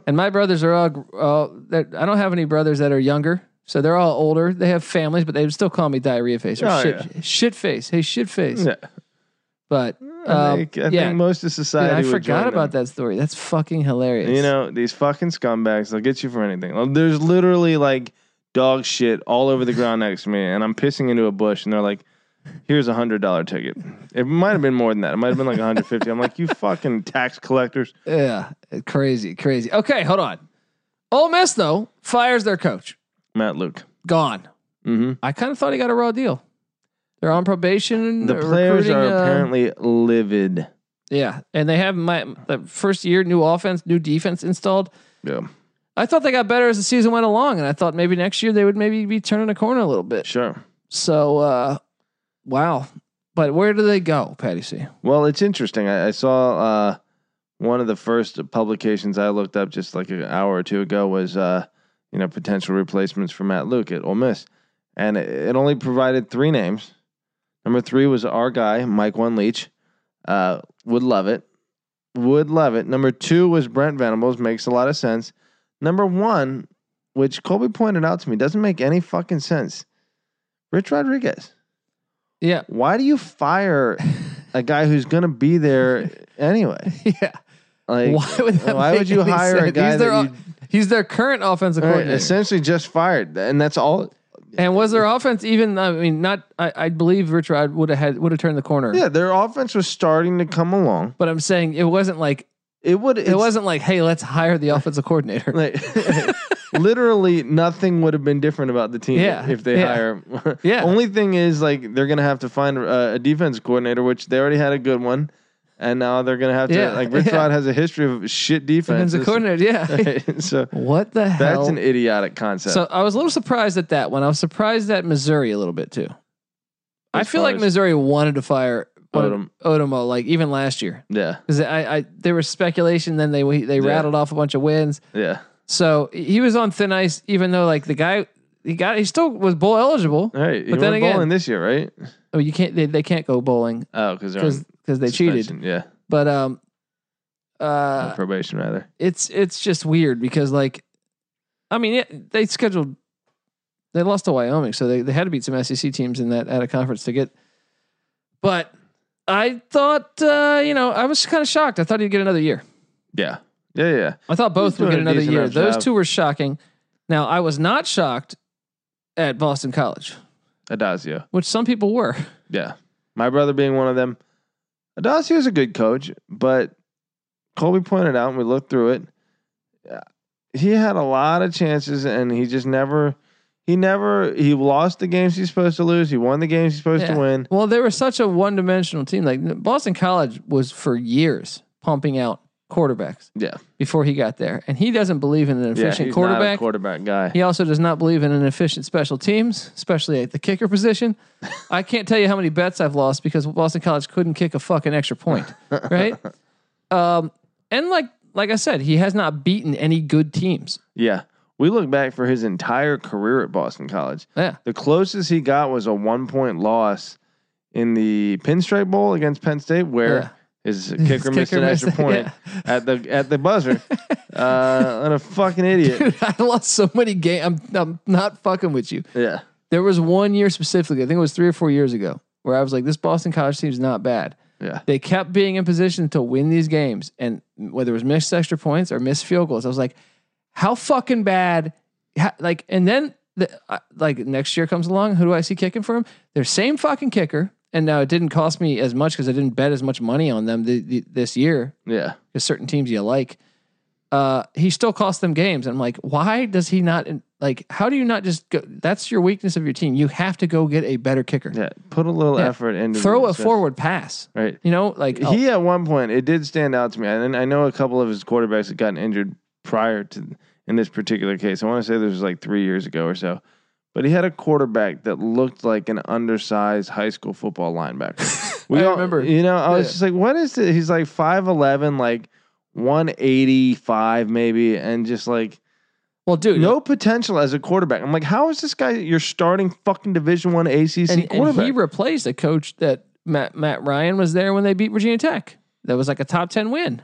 S1: and my brothers are all. gr- all they're- I don't have any brothers that are younger, so they're all older. They have families, but they would still call me diarrhea face or
S2: Oh,
S1: shit shit face. Hey, shit face.
S2: yeah.
S1: But
S2: I
S1: um,
S2: think, I
S1: yeah,
S2: think most of
S1: Dude,
S2: society.
S1: I
S2: would
S1: forgot
S2: join
S1: about
S2: them.
S1: that story. That's fucking hilarious.
S2: You know these fucking scumbags. They'll get you for anything. Like, There's literally like dog shit all over the ground next to me, and I'm pissing into a bush, and they're like, "Here's a hundred dollar ticket." It might have been more than that. It might have been like 150. I'm like, "You fucking tax collectors."
S1: Yeah, Uh, crazy, crazy. Okay, hold on. Ole Miss though fires their coach.
S2: Matt Luke.
S1: Gone.
S2: hmm
S1: I kind of thought he got a raw deal. They're on probation.
S2: The
S1: they're
S2: players
S1: recruiting,
S2: are
S1: uh,
S2: apparently livid.
S1: yeah, and they have my the first year new offense, new defense installed.
S2: Yeah,
S1: I thought they got better as the season went along, and I thought maybe next year they would maybe be turning a corner a little bit.
S2: sure.
S1: So, uh, wow. But where do they go, Patty C?
S2: Well, it's interesting. I, I saw uh, one of the first publications I looked up just like an hour or two ago was, uh, you know, potential replacements for Matt Luke at Ole Miss, and it, it only provided three names. Number three was our guy Mike One Leach. Uh, would love it. Would love it. Number two was Brent Venables. Makes a lot of sense. Number one, which Colby pointed out to me, doesn't make any fucking sense. Rich Rodriguez.
S1: Yeah, [laughs]
S2: Why do you fire a guy who's going to be there anyway?
S1: yeah.
S2: Like,
S1: why would that
S2: why
S1: make
S2: would you
S1: any
S2: hire a
S1: sense?
S2: guy
S1: He's
S2: that
S1: their
S2: you-
S1: he's their current offensive
S2: All right,
S1: coordinator.
S2: essentially just fired, and that's all.
S1: And was their offense even? I mean, not. I, I believe Richard would have had would have turned the corner.
S2: Yeah, their offense was starting to come along.
S1: But I'm saying it wasn't like
S2: It would.
S1: it wasn't like, hey, let's hire the offensive coordinator.
S2: [laughs] like [laughs] literally nothing would have been different about the team
S1: Yeah,
S2: if they
S1: yeah.
S2: hire. [laughs]
S1: Yeah.
S2: Only thing is like they're gonna have to find uh, a, a defense coordinator, which they already had a good one, and now they're gonna have to
S1: Yeah,
S2: like Rich
S1: yeah.
S2: Rod has a history of shit defense.
S1: Offensive
S2: [laughs]
S1: coordinator, yeah.
S2: so
S1: what the hell?
S2: that's an idiotic concept.
S1: so I was a little surprised at that one. I was surprised at Missouri a little bit too. I
S2: As
S1: feel
S2: far
S1: like
S2: as-
S1: Missouri wanted to fire Odom,
S2: Odom.
S1: Odomo like even last year
S2: yeah,
S1: because I, I there was speculation. Then they they
S2: Yeah.
S1: rattled off a bunch of wins.
S2: yeah.
S1: So he was on thin ice, even though like the guy he got he still was bowl eligible.
S2: All right, you
S1: But then
S2: went
S1: again-
S2: bowling this year, right?
S1: Oh, you can't they, they can't go bowling
S2: Oh, because they're
S1: because
S2: on
S1: they cheated.
S2: suspension. Yeah,
S1: But um,
S2: on
S1: uh,
S2: probation rather.
S1: it's it's just weird because like, I mean it, they scheduled they lost to Wyoming, so they they had to beat some SEC teams in that at a conference to get. But I thought uh, you know I was kind of shocked. I thought he'd get another year.
S2: Yeah, yeah, yeah.
S1: I thought both
S2: He's
S1: would
S2: doing
S1: get
S2: a
S1: another
S2: decent
S1: year.
S2: enough
S1: Those
S2: job.
S1: two were shocking. Now I was not shocked at Boston College.
S2: Adazio.
S1: which some people were. [laughs]
S2: Yeah. My brother being one of them. Adazio is a good coach, but Colby pointed out, and we looked through it. uh, He had a lot of chances, and he just never. He never. He lost the games he's supposed to lose. He won the games he's supposed
S1: Yeah.
S2: to win.
S1: Well, they were such a one-dimensional team. Like Boston College was for years pumping out quarterbacks
S2: Yeah,
S1: before he got there, and he doesn't believe in an
S2: yeah.
S1: efficient
S2: He's not a
S1: quarterback.
S2: quarterback guy.
S1: he also does not believe in an efficient special teams, especially at the kicker
S2: [laughs]
S1: position. I can't tell you how many bets I've lost because Boston College couldn't kick a fucking extra point,
S2: [laughs]
S1: right? Um, and like like I said, he has not beaten any good teams.
S2: Yeah, we look back for his entire career at Boston College.
S1: Yeah, [laughs]
S2: The closest he got was a one point loss in the Pinstripe Bowl against Penn State, where
S1: Yeah.
S2: his
S1: [laughs]
S2: kicker missed an extra
S1: missed-
S2: point
S1: yeah.
S2: at the at
S1: [laughs]
S2: the buzzer. uh, and a fucking idiot.
S1: Dude, I lost so many games. I'm I'm not fucking with you.
S2: yeah,
S1: There was one year specifically, I think it was three or four years ago, where I was like, this Boston College team's not bad.
S2: yeah,
S1: They kept being in position to win these games. And whether it was missed extra points or missed field goals, I was like, how fucking bad? how- like, and then the, uh, like next year comes along, who do I see kicking for him? Their same fucking kicker. And now it didn't cost me as much because I didn't bet as much money on them th- th- this year
S2: yeah.
S1: because certain teams you like. uh, he still cost them games. And I'm like, why does he not like? How do you not just go? That's your weakness of your team. You have to go get a better kicker.
S2: Yeah, put a little
S1: Yeah.
S2: effort into
S1: Throw
S2: the
S1: a
S2: discussion.
S1: forward pass.
S2: Right.
S1: You know, like oh,
S2: He at one point it did stand out to me, and I know a couple of his quarterbacks had gotten injured prior to in this particular case. I want to say this was like three years ago or so, but he had a quarterback that looked like an undersized high school football
S1: [laughs]
S2: linebacker.
S1: I remember.
S2: You know, I was
S1: Yeah.
S2: just like, what is it? He's like five eleven, like one eighty five maybe, and just like
S1: well, dude,
S2: no potential as a quarterback. I'm like, how is this guy your starting fucking Division One
S1: and,
S2: ACC
S1: and
S2: quarterback?
S1: he replaced a coach that Matt Matt Ryan was there when they beat Virginia Tech. That was like a top ten win.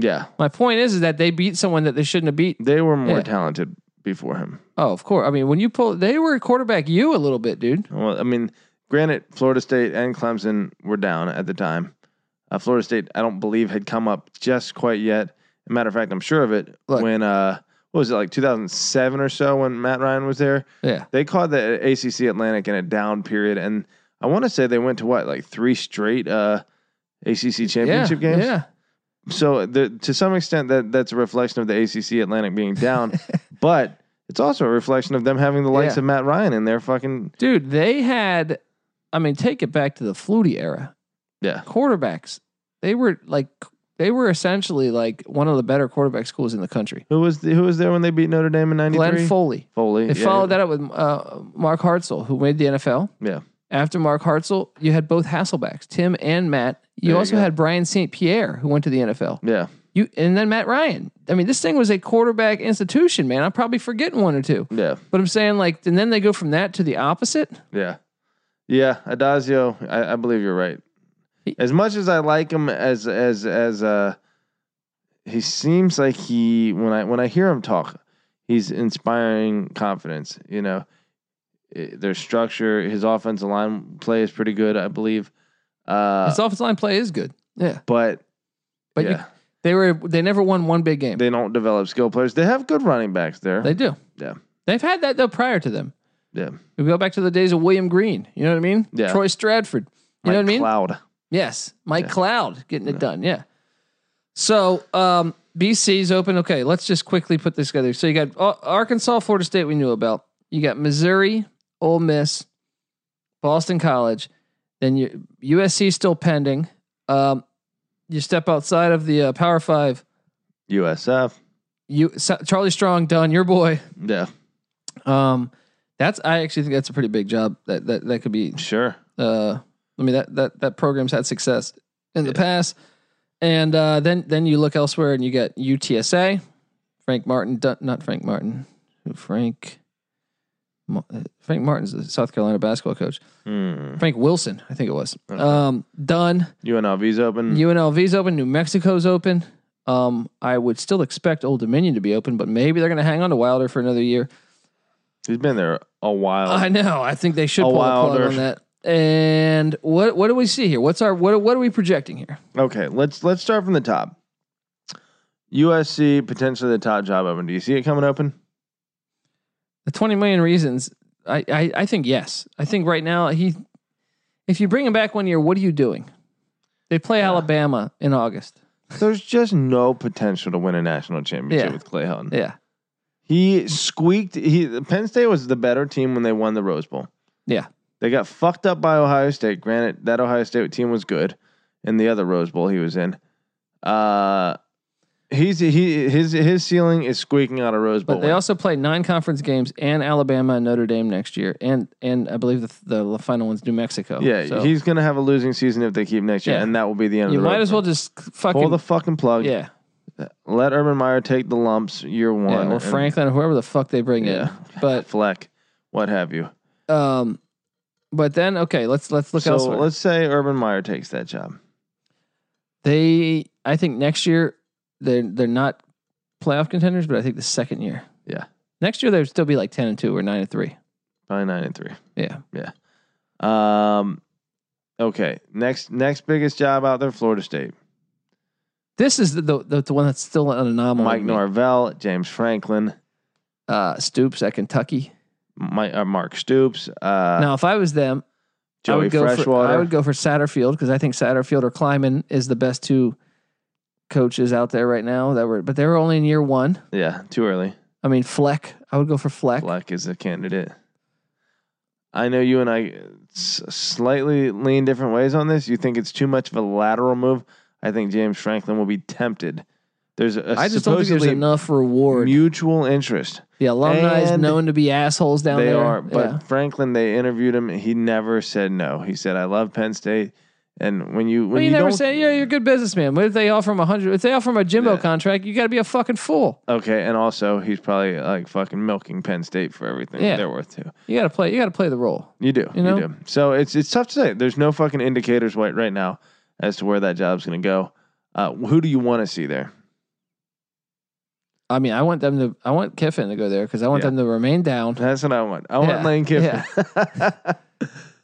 S2: yeah,
S1: My point is, is that they beat someone that they shouldn't have beat.
S2: they were more
S1: Yeah.
S2: talented before him.
S1: Oh, of course. I mean, when you pull, they were quarterback you a little bit, dude.
S2: Well, I mean, granted, Florida State and Clemson were down at the time. Uh, Florida State, I don't believe, had come up just quite yet. matter of fact, I'm sure of it.
S1: Look.
S2: When uh, what was it like 2007 or so when Matt Ryan was there?
S1: Yeah.
S2: They caught the ACC Atlantic in a down period, and I want to say they went to what like three straight uh, ACC championship
S1: yeah,
S2: games.
S1: Yeah.
S2: So the, to some extent, that that's a reflection of the ACC Atlantic
S1: [laughs]
S2: being down, but it's also a reflection of them having the likes
S1: Yeah.
S2: of Matt Ryan in their fucking
S1: Dude, they had, I mean, take it back to the Flutie era.
S2: yeah.
S1: Quarterbacks, they were like, they were essentially like one of the better quarterback schools in the country.
S2: Who was the, who was there when they beat Notre Dame in '93?
S1: Glenn Foley.
S2: Foley.
S1: They followed that up with uh, Mark Hartzell, who made the NFL.
S2: Yeah.
S1: After Mark Hartzell, you had both Hasselbacks, Tim and Matt. You
S2: There you
S1: also
S2: go.
S1: had Brian St. Pierre, who went to the NFL.
S2: Yeah.
S1: You and then Matt Ryan. I mean, this thing was a quarterback institution, man. I'm probably forgetting one or two.
S2: Yeah.
S1: But I'm saying like, and then they go from that to the opposite.
S2: Yeah. Yeah. Adazio. I, I believe you're right. As much as I like him, as as as uh, he seems like he when I when I hear him talk, he's inspiring confidence. You know, Eh, their structure, his offensive line play is pretty good, I believe. Uh,
S1: His offensive line play is good. Yeah,
S2: but
S1: but you,
S2: yeah,
S1: they were they never won one big game. They,
S2: they don't develop skill players. They have good running backs there.
S1: do.
S2: Yeah.
S1: they've had that though prior to them.
S2: yeah.
S1: We go back to the days of William Green. You know what I mean?
S2: Yeah.
S1: Troy Stradford. You
S2: Mike
S1: know what I mean?
S2: Cloud.
S1: Yes, Mike
S2: Yeah.
S1: Cloud getting it done. Yeah. So um, BC's open. Okay, let's just quickly put this together. So you got uh, Arkansas, Florida State, we knew about. You got Missouri, Ole Miss, Boston College. Then you, USC still pending. Um, you step outside of the uh, Power Five.
S2: USF.
S1: You Sa- Charlie Strong done your boy.
S2: Yeah.
S1: Um, that's I actually think that's a pretty big job. That that that could be
S2: Sure.
S1: uh, I mean that that that program's had success in the past, and uh, then then you look elsewhere and you get UTSA, Frank Martin, Dun- not Frank Martin, Frank Ma- uh, Frank Martin's the South Carolina basketball coach,
S2: Hmm.
S1: Frank Wilson, I think it was. Um, Dunn,
S2: UNLV's open.
S1: UNLV's open, New Mexico's open. Um, I would still expect Old Dominion to be open, but maybe they're going to hang on to Wilder for another year.
S2: He's been there a while.
S1: I know. I think they should
S2: A
S1: pull the plug
S2: Wilder.
S1: on that. And what what do we see here? What's our what what are we projecting here?
S2: okay, let's let's start from the top. USC potentially the top job open. Do you see it coming open?
S1: The twenty million reasons. I I, I think yes. I think right now he, if you bring him back one year, what are you doing? They play Alabama in August.
S2: There's just no potential to win a national championship
S1: Yeah.
S2: with Clay Helton.
S1: Yeah,
S2: He squeaked. He Penn State was the better team when they won the Rose Bowl.
S1: Yeah.
S2: they got fucked up by Ohio State. Granted, that Ohio State team was good in the other Rose Bowl he was in. Uh, he's he his his ceiling is squeaking out a Rose Bowl.
S1: but they
S2: win.
S1: also play nine conference games and Alabama and Notre Dame next year, and and I believe the the final one's New Mexico.
S2: Yeah,
S1: So
S2: he's gonna have a losing season if they keep next year,
S1: Yeah.
S2: and that will be the end.
S1: you
S2: of the
S1: might
S2: road
S1: as
S2: for
S1: well
S2: him.
S1: just
S2: pull
S1: fucking
S2: the fucking plug.
S1: yeah,
S2: let Urban Meyer take the lumps year one.
S1: yeah, or
S2: and
S1: Franklin or whoever the fuck they bring
S2: Yeah.
S1: in. But
S2: Fleck, what have you?
S1: Um, but then okay, let's let's look
S2: so
S1: elsewhere.
S2: let's say Urban Meyer takes that job.
S1: they, I think next year they're they're not playoff contenders, but I think the second year,
S2: Yeah.
S1: next year they'd still be like ten and two or nine and three.
S2: Probably nine and three.
S1: Yeah,
S2: Um, okay. Next, next biggest job out there, Florida State.
S1: this is the the, the, the one that's still an anomaly.
S2: Mike
S1: to me.
S2: Norvell, James Franklin,
S1: uh, Stoops at Kentucky.
S2: Mike, uh, Mark Stoops, uh,
S1: now, if I was them, I
S2: Joey
S1: would go
S2: Freshwater.
S1: for I would go for Satterfield because I think Satterfield or Kleiman is the best two coaches out there right now that were, but they were only in year one.
S2: Yeah, too early.
S1: I mean, Fleck. I would go for Fleck.
S2: Black is a candidate. I know you and I uh, s- slightly lean different ways on this. You think it's too much of a lateral move. I think James Franklin will be tempted. There's a
S1: I just don't think there's
S2: supposedly
S1: enough reward.
S2: mutual interest.
S1: the alumni is
S2: and
S1: known to be assholes down
S2: they
S1: there.
S2: are, but
S1: Yeah.
S2: Franklin, they interviewed him. He never said no. He said, "I love Penn State." And when you when
S1: Well, you,
S2: you,
S1: never
S2: don't
S1: say, yeah, you're a good businessman. What if they offer him a hundred? If they offer him a Jimbo
S2: Yeah.
S1: contract, you got to be a fucking fool.
S2: okay, and also he's probably like fucking milking Penn State for everything
S1: Yeah.
S2: they're worth too.
S1: You got to play. You got to play the role.
S2: You do.
S1: You
S2: You,
S1: know?
S2: do. So it's it's tough to say. There's no fucking indicators right right now as to where that job's going to go. Uh, who do you want to see there?
S1: I mean, I want them to. I want Kiffin to go there because I want
S2: Yeah.
S1: them to remain down.
S2: That's what I want. I
S1: Yeah,
S2: want Lane [laughs] Kiffin. Yeah.
S1: [laughs]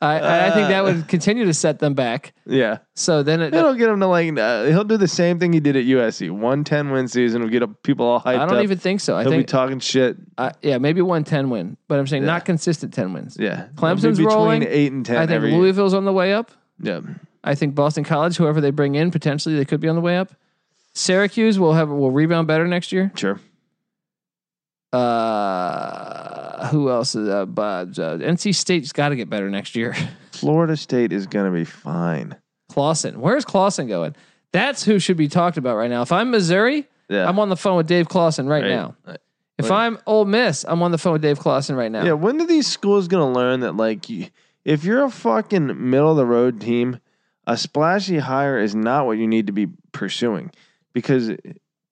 S1: I, I- I think that
S2: Uh.
S1: would continue to set them back. So then it,
S2: It'll get him to like uh, he'll do the same thing he did at USC. One ten win season will get people all hyped
S1: I don't
S2: up.
S1: even think so. I
S2: he'll
S1: think,
S2: be talking shit.
S1: I, yeah, maybe one 10 win, but I'm saying
S2: Yeah.
S1: not consistent 10 wins.
S2: Yeah.
S1: Clemson's
S2: It'll be between
S1: rolling.
S2: eight and ten
S1: I think
S2: every
S1: Louisville's on the way up.
S2: Yeah.
S1: I think Boston College, whoever they bring in, potentially they could be on the way up. Syracuse will have will rebound better next year.
S2: Sure.
S1: Uh, who else? Is, uh, but, uh, NC State's got to get better next year. [laughs]
S2: Florida State is gonna be fine.
S1: Clausen, where's Clausen going? That's who should be talked about right now. If I'm Missouri,
S2: Yeah.
S1: I'm on the phone with Dave Clausen right,
S2: Right. Uh,
S1: now.
S2: Right.
S1: If
S2: Right.
S1: I'm Ole Miss, I'm on the phone with Dave Clausen right now.
S2: Yeah, when are these schools gonna learn that like you, if you're a fucking middle of the road team, a splashy hire is not what you need to be pursuing because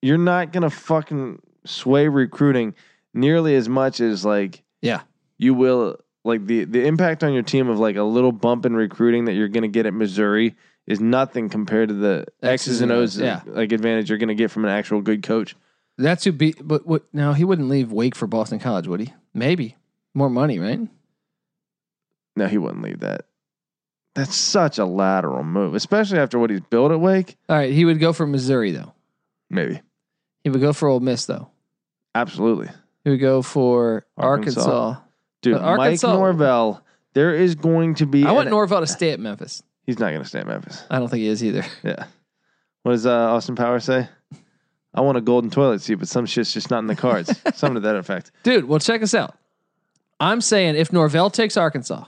S2: you're not gonna fucking sway recruiting nearly as much as like
S1: Yeah.
S2: you will like the the impact on your team of like a little bump in recruiting that you're gonna get at Missouri is nothing compared to the X's and O's
S1: yeah.
S2: like advantage you're gonna get from an actual good coach.
S1: That's who beat, but what? No, he wouldn't leave Wake for Boston College, would he? Maybe more money, right?
S2: No, he wouldn't leave that. That's such a lateral move, especially after what he's built at Wake.
S1: All right, he would go for Missouri though.
S2: Maybe.
S1: He would go for Ole Miss though.
S2: Absolutely.
S1: He would go for
S2: Arkansas.
S1: Arkansas.
S2: Dude,
S1: But Arkansas-
S2: Mike Norvell, there is going to be
S1: I want
S2: an-
S1: Norvell to stay at Memphis.
S2: he's not gonna stay at Memphis.
S1: I don't think he is either. [laughs]
S2: Yeah. What does uh, Austin Power say? I want a golden toilet seat, but some shit's just not in the cards.
S1: [laughs]
S2: Something to that effect.
S1: Dude, well, check us out. I'm saying if Norvell takes Arkansas,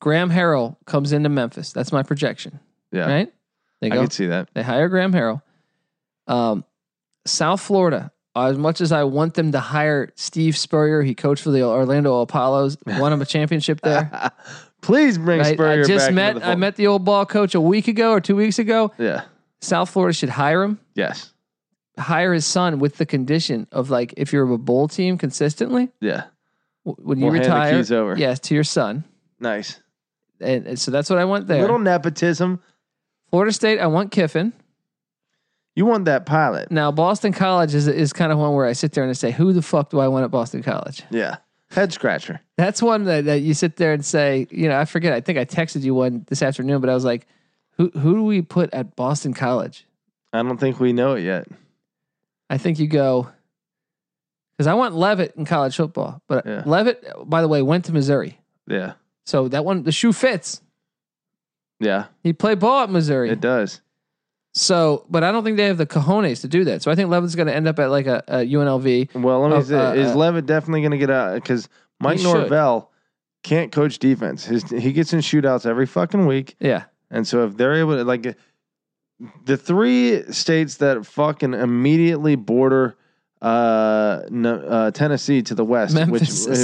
S1: Graham Harrell comes into Memphis. That's my projection,
S2: Yeah.
S1: right? They
S2: I
S1: go.
S2: could see that.
S1: They hire Graham Harrell. Um, South Florida, as much as I want them to hire Steve Spurrier, he coached for the Orlando
S2: [laughs]
S1: Apollos, won him a championship there.
S2: Please bring
S1: right?
S2: Spurrier
S1: I just met
S2: back into the
S1: I
S2: fold.
S1: met the old ball coach a week ago or two weeks ago.
S2: Yeah.
S1: South Florida should hire him,
S2: Yes.
S1: hire his son with the condition of like if you're a bowl team consistently,
S2: Yeah.
S1: w- when you
S2: We'll hand the
S1: retire,
S2: keys over.
S1: yes, to your son.
S2: Nice.
S1: And, and so that's what I want there.
S2: Little nepotism.
S1: Florida State, I want Kiffin.
S2: You want that pilot.
S1: Now Boston College is is kind of one where I sit there and I say, who the fuck do I want at Boston College?
S2: Yeah. Head scratcher.
S1: That's one that, that you sit there and say, you know, I forget. I think I texted you one this afternoon, but I was like, who who do we put at Boston College?
S2: I don't think we know it yet.
S1: I think you go because I want Levitt in college football, but
S2: Yeah.
S1: Levitt, by the way, went to Missouri,
S2: Yeah.
S1: so that one the shoe fits.
S2: Yeah.
S1: He played ball at Missouri,
S2: It does.
S1: so but I don't think they have the cojones to do that. So I think Levitt's going to end up at like a, a UNLV.
S2: Well, let me
S1: Oh,
S2: say,
S1: uh,
S2: is
S1: uh,
S2: Levitt definitely going to get out? Because Mike
S1: He should.
S2: Norvell can't coach defense. His, he gets in shootouts every fucking week.
S1: Yeah,
S2: And so if they're able to, like, the three states that fucking immediately border uh, no, uh, Tennessee to the west,
S1: Memphis,
S2: which,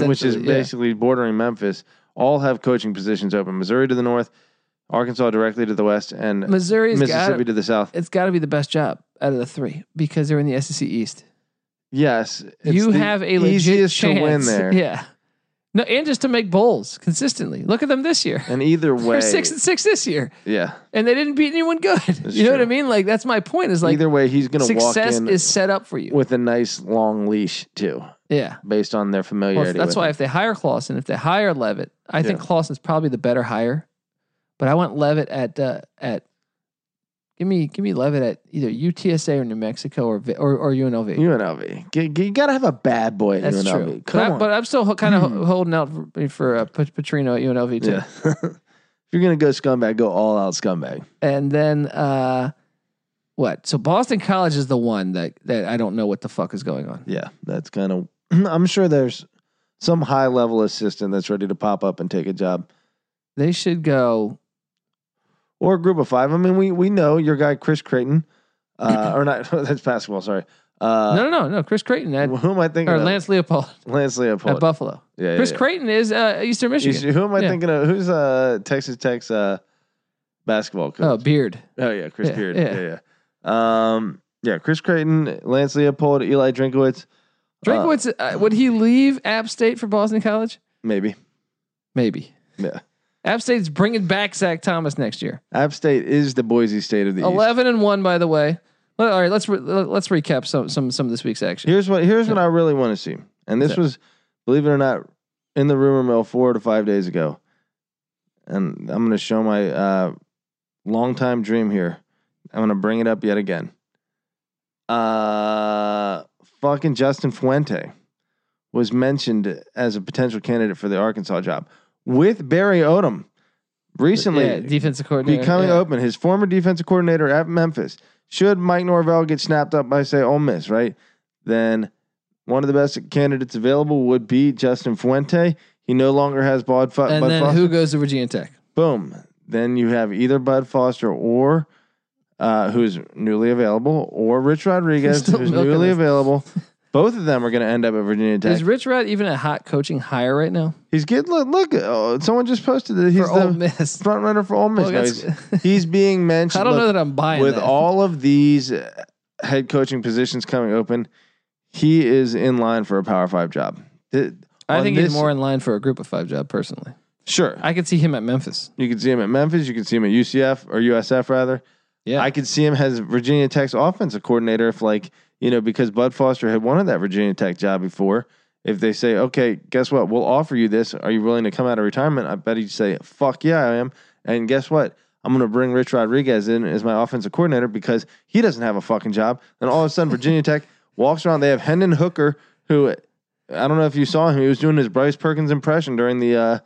S2: which is
S1: essentially, yeah.
S2: basically bordering Memphis, all have coaching positions open. Missouri to the north, Arkansas directly to the west, and
S1: Missouri's got
S2: Mississippi to the south.
S1: it's got to be the best job out of the three because they're in the SEC East.
S2: Yes, it's
S1: you
S2: the
S1: have a legit
S2: easiest
S1: chance.
S2: to win there,
S1: Yeah. No, and just to make bowls consistently. Look at them this year.
S2: and either way,
S1: [laughs] They're six and six this year,
S2: yeah.
S1: and they didn't beat anyone good. you know what
S2: true.
S1: I mean? Like that's my point. Is like
S2: Either way, he's going to walk
S1: success
S2: in
S1: is set up for you.
S2: with a nice long leash too,
S1: yeah.
S2: based on their
S1: Well,
S2: familiarity.
S1: that's
S2: with
S1: why
S2: him.
S1: if they hire Clausen, if they hire Levitt, I think
S2: Yeah.
S1: Clausen's probably the better hire. But I want Levitt at uh, at give me give me Levitt at either UTSA or New Mexico or Vi- or, or UNLV.
S2: UNLV, G- g- you got to have a bad boy at
S1: That's
S2: UNLV.
S1: true. But,
S2: Come
S1: I,
S2: on, Hmm.
S1: but I'm still kind of holding out for, for uh, Pat- Petrino at UNLV too.
S2: yeah. [laughs] if you're going to go scumbag, go all out scumbag.
S1: And then uh, What? So Boston College is the one that that I don't know what the fuck is going on.
S2: Yeah, that's kind of. [clears throat] I'm sure there's some high level assistant that's ready to pop up and take a job
S1: They should go.
S2: or a group of five. I mean, we we know your guy Chris Creighton,
S1: [clears throat]
S2: uh, or not. [laughs] that's basketball. Sorry. Uh,
S1: no, no, no, no. Chris Creighton at,
S2: who am I thinking
S1: or
S2: of?
S1: Lance Leopold
S2: Lance
S1: at
S2: Leopold.
S1: Buffalo.
S2: yeah,
S1: Chris
S2: yeah,
S1: Creighton is uh, Eastern
S2: yeah. You
S1: Michigan.
S2: see- Who am I
S1: Yeah.
S2: thinking of? Who's uh Texas Tech's uh basketball coach?
S1: Oh, Beard.
S2: Oh yeah, Chris
S1: Yeah,
S2: Beard.
S1: yeah.
S2: Yeah. yeah, Um, yeah, Chris Creighton, Lance Leopold, Eli Drinkowitz,
S1: Drinkwitz, uh, would he leave App State for Boston College?
S2: maybe.
S1: Maybe.
S2: Yeah.
S1: App State's bringing back Zach Thomas next year.
S2: App State is the Boise State of the East.
S1: Eleven and one, by the way. Well, all right, let's re- let's recap some some some of this week's action.
S2: Here's what here's what I really want to see. And this
S1: Okay.
S2: was, believe it or not, in the rumor mill four to five days ago. And I'm gonna show my uh longtime dream here. I'm gonna bring it up yet again. Uh fucking Justin Fuente was mentioned as a potential candidate for the Arkansas job with Barry Odom recently
S1: yeah, defensive coordinator
S2: becoming
S1: yeah.
S2: open. His former defensive coordinator at Memphis. Should Mike Norvell get snapped up by say Ole Miss, right? Then one of the best candidates available would be Justin Fuente. He no longer has Bud, Fo-
S1: And
S2: Bud
S1: then
S2: Foster.
S1: who goes to Virginia Tech?
S2: Boom. Then you have either Bud Foster or uh, who's newly available, or Rich Rodriguez,
S1: [laughs] Still
S2: who's
S1: milking
S2: newly
S1: this. [laughs]
S2: available. Both of them are going to end up at Virginia Tech.
S1: Is Rich Rod even a hot coaching hire right now
S2: He's good. Look, look oh, someone just posted that he's
S1: for Ole
S2: [laughs] the
S1: Miss?
S2: front runner for Ole Miss.
S1: Well,
S2: No,
S1: that's- [laughs]
S2: he's, he's being mentioned.
S1: I don't
S2: Look,
S1: know that I'm buying
S2: with
S1: that.
S2: all of these uh, head coaching positions coming open, he is in line for a Power Five job. Th-
S1: I
S2: on
S1: think he's
S2: this-
S1: more in line for a Group of Five job personally.
S2: Sure,
S1: I could see him at Memphis.
S2: you can see him at Memphis. You can see him at UCF or USF rather.
S1: Yeah.
S2: I could see him as Virginia Tech's offensive coordinator if, like, you know, because Bud Foster had wanted that Virginia Tech job before. If they say, okay, guess what? We'll offer you this. Are you willing to come out of retirement? I bet he'd say, fuck yeah, I am. And guess what? I'm going to bring Rich Rodriguez in as my offensive coordinator because he doesn't have a fucking job. And all of a sudden, Virginia Tech walks around. They have Hendon Hooker, who I don't know if you saw him. He was doing his Bryce Perkins impression during the uh,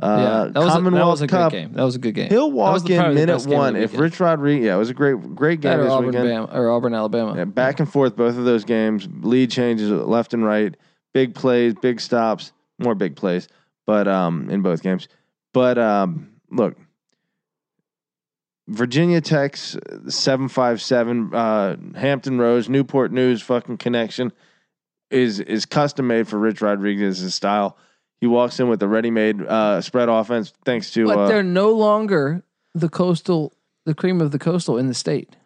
S2: uh,
S1: that was a,
S2: Commonwealth
S1: that was a
S2: Cup.
S1: good game. That was a good game.
S2: He'll walk
S1: the-
S2: in
S1: probably the
S2: minute
S1: best game of
S2: one
S1: the
S2: if
S1: weekend.
S2: Rich Rodriguez. Yeah, it was a great, great game
S1: That or
S2: this
S1: Auburn,
S2: weekend.
S1: Bama, or Auburn, Alabama.
S2: Yeah, back and forth, both of those games. Lead changes left and right. Big plays, big stops, more big plays, but um, in both games. But um, look, Virginia Tech's seven five seven, uh, Hampton Roads, Newport News, fucking connection is is custom made for Rich Rodriguez's style. He walks in with a ready made uh, spread offense, thanks to
S1: but
S2: uh,
S1: they're no longer the coastal, the cream of the coastal in the state.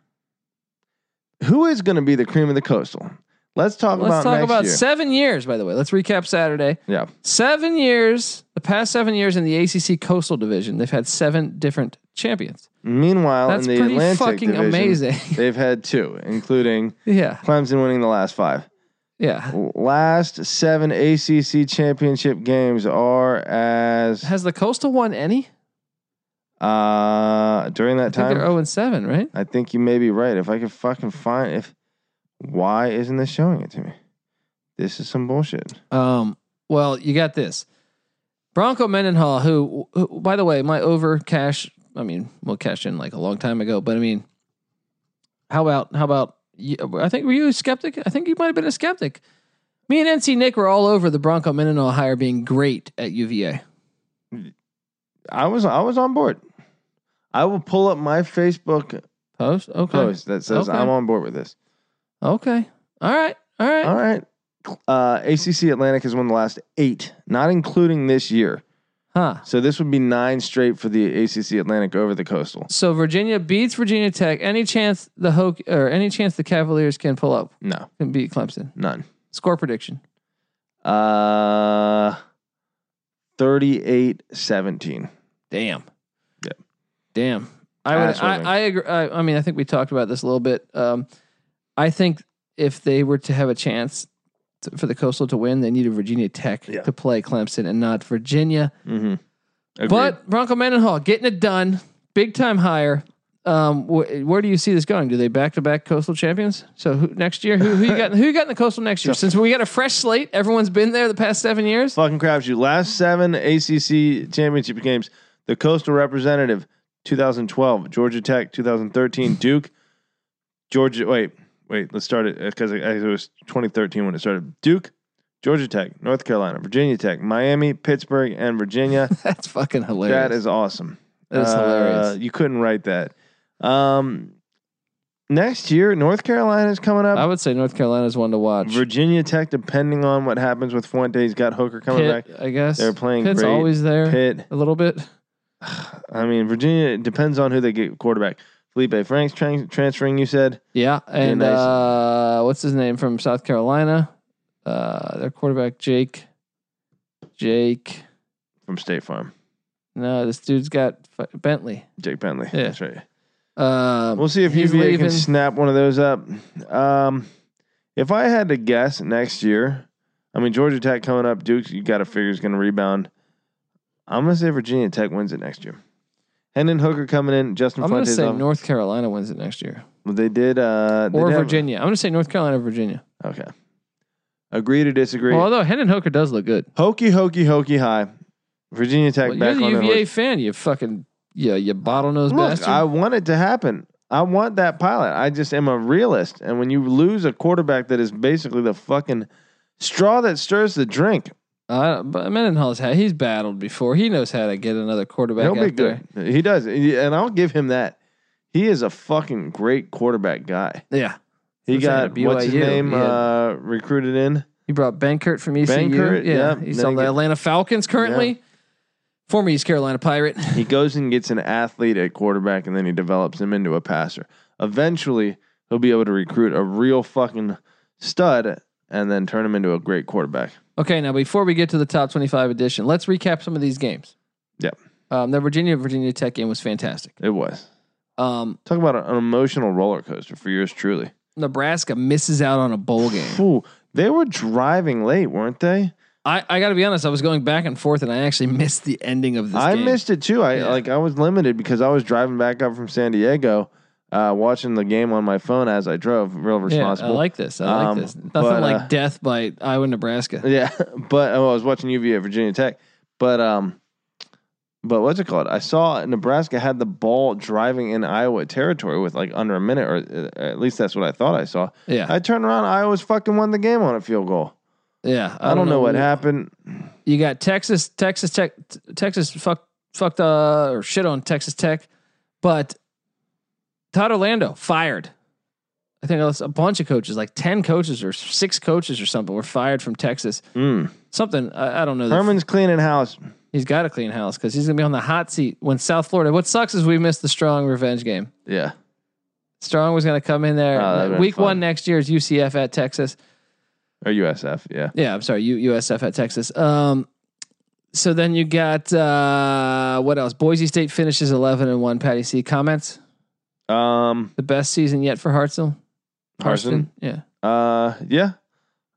S2: who is going to be the cream of the coastal? Let's talk
S1: Let's
S2: about
S1: talk
S2: next
S1: about
S2: year.
S1: seven years. By the way, let's recap Saturday.
S2: yeah,
S1: Seven years, the past seven years in the ACC Coastal Division, they've had seven different champions.
S2: Meanwhile,
S1: That's
S2: in the
S1: pretty
S2: Atlantic
S1: fucking
S2: division,
S1: amazing. [laughs]
S2: they've had two, including
S1: yeah,
S2: Clemson winning the last five.
S1: yeah.
S2: Last seven ACC championship games are as
S1: Has the coastal won any?
S2: uh, during
S1: I think
S2: that
S1: they're
S2: time.
S1: zero and seven, right?
S2: I think you may be right. If I could fucking find if why isn't this showing it to me? This is some bullshit.
S1: Um, well, you got this. Bronco Mendenhall, who, who, by the way, my over cash, I mean, well, cashed in like a long time ago, but I mean, how about, how about, you- I think, were you a skeptic? I think you might have been a skeptic. Me and NC Nick were all over the Bronco Mendenhall hire being great at UVA.
S2: I was I was on board. I will pull up my Facebook
S1: Post? Okay.
S2: post that says
S1: Okay.
S2: I'm on board with this.
S1: Okay. All right. All right.
S2: [laughs] All right. Uh, ACC Atlantic has won the last eight, not including this year.
S1: Huh.
S2: So this would be nine straight for the ACC Atlantic over the Coastal.
S1: So Virginia beats Virginia Tech. Any chance the Hoke or any chance the Cavaliers can pull up
S2: No,
S1: and beat Clemson?
S2: none.
S1: Score prediction.
S2: Uh, 38 17.
S1: Damn.
S2: Yeah.
S1: Damn. I would.
S2: Ass
S1: I,
S2: whipping.
S1: I agree. I, I mean, I think we talked about this a little bit. Um, I think if they were to have a chance to, for the Coastal to win, they needed Virginia Tech
S2: Yeah.
S1: to play Clemson and not Virginia.
S2: Mm-hmm.
S1: But Bronco Mendenhall getting it done, big time hire. Um, wh- where do you see this going? Do they back to back Coastal champions? So who, next year, who, who you got? Who you got in the Coastal next
S2: [laughs]
S1: year? Since we got a fresh slate, everyone's been there the past seven years.
S2: fucking crapshoot. Last seven ACC championship games,
S1: [laughs]
S2: the Coastal representative 2012, Georgia Tech 2013, Duke Georgia. Wait, wait. Let's start it because it it was 2013 when it started. Duke, Georgia Tech, North Carolina, Virginia Tech, Miami, Pittsburgh, and Virginia.
S1: That's fucking hilarious.
S2: that is awesome.
S1: That is
S2: Uh,
S1: hilarious.
S2: You couldn't write that. Um, next year, North Carolina is coming up.
S1: I would say North Carolina's one to watch.
S2: Virginia Tech, depending on what happens with Fuentes, got Hooker coming
S1: Pitt,
S2: back.
S1: I guess.
S2: They're playing
S1: Pitt's
S2: great.
S1: always there
S2: Pitt.
S1: a little bit.
S2: I mean, Virginia it depends on who they get quarterback. Felipe Franks tran- transferring. You said
S1: Yeah, and
S2: nice.
S1: uh, what's his name from South Carolina? Uh, their quarterback Jake. Jake.
S2: from State Farm,
S1: No, this dude's got f- Bentley.
S2: Jake Bentley.
S1: Yeah.
S2: That's right.
S1: Um,
S2: We'll see if
S1: he's
S2: UVA
S1: leaving.
S2: can snap one of those up. Um, if I had to guess next year, I mean Georgia Tech coming up, Duke, you got to figure is going to rebound. I'm going to say Virginia Tech wins it next year. Hendon Hooker coming in, Justin
S1: I'm going to
S2: Fuentes.
S1: say
S2: off.
S1: North Carolina wins it next year,
S2: they did. Uh, they
S1: or
S2: did have-
S1: Virginia. I'm going to say North Carolina, Virginia.
S2: Okay. Agree to disagree.
S1: Well, although Hendon Hooker does look good.
S2: hokey, hokey, hokey high. Virginia Tech
S1: Well, you're
S2: back
S1: the
S2: on their
S1: UVA
S2: horse.
S1: fan, you fucking yeah, you bottlenose
S2: Look,
S1: bastard.
S2: I want it to happen. I want that pilot. I just am a realist. And when you lose a quarterback that is basically the fucking straw that stirs the drink,
S1: uh, but Mendenhall's had he's battled before. He knows how to get another quarterback.
S2: he'll be
S1: out there.
S2: good. He does. And I'll give him that. He is a fucking great quarterback guy.
S1: Yeah,
S2: He
S1: I'm saying
S2: got
S1: at
S2: what's his
S1: BYU,
S2: name
S1: he had-
S2: uh, recruited in.
S1: He brought Bankert from ECU.
S2: Bankert,
S1: yeah,
S2: yeah.
S1: he's
S2: Then
S1: on
S2: he
S1: the
S2: get-
S1: Atlanta Falcons currently. Former East Carolina
S2: [laughs]
S1: Pirate.
S2: He goes and gets an athlete at quarterback, and then he develops him into a passer. Eventually, he'll be able to recruit a real fucking stud, and then turn him into a great quarterback.
S1: Okay, now before we get to the top twenty-five edition, let's recap some of these games.
S2: Yep.
S1: Um, the Virginia Virginia Tech game was fantastic.
S2: It was
S1: Um,
S2: talk about an emotional roller coaster for yours truly.
S1: Nebraska misses out on a
S2: [sighs]
S1: bowl game.
S2: Phew, they were driving late, weren't they?
S1: I, I got to be honest. I was going back and forth, and I actually [laughs] missed the ending of this.
S2: I
S1: game.
S2: missed it too. I
S1: Yeah.
S2: like I was limited because I was driving back up from San Diego, uh, watching the game on my phone as I drove. Real
S1: Yeah,
S2: responsible.
S1: I like this. I like
S2: Um,
S1: this. Nothing
S2: but,
S1: like
S2: uh,
S1: death by Iowa, Nebraska.
S2: [laughs] Yeah, but oh, I was watching UVA at Virginia Tech, but um, but what's it called? I saw Nebraska had the ball driving in Iowa territory with like under a minute, or uh, at least that's what I thought I saw.
S1: Yeah,
S2: I turned around, Iowa's fucking won the game on a field goal.
S1: yeah.
S2: I, don't, know, what happened.
S1: You got Texas, Texas Tech, Texas fuck, fucked uh, or shit on Texas Tech, but Todd Orlando fired. I think that's a bunch of coaches, like ten coaches or six coaches or something, were fired from Texas.
S2: Mm.
S1: Something I, I don't know. the-
S2: Herman's cleaning house.
S1: he's got to clean house because he's gonna be on the hot seat when South Florida. What sucks is we missed the strong revenge game.
S2: Yeah,
S1: Strong was gonna come in there.
S2: Oh, that'd have been
S1: Week
S2: fun.
S1: one next year is UCF at Texas.
S2: or USF. Yeah,
S1: Yeah, I'm sorry, U- USF at Texas. Um, so then you got uh, what else? Boise State finishes 11 and one. Patty C comments
S2: um,
S1: the best season yet for Hartsel.
S2: Harson.
S1: yeah.
S2: Uh, yeah,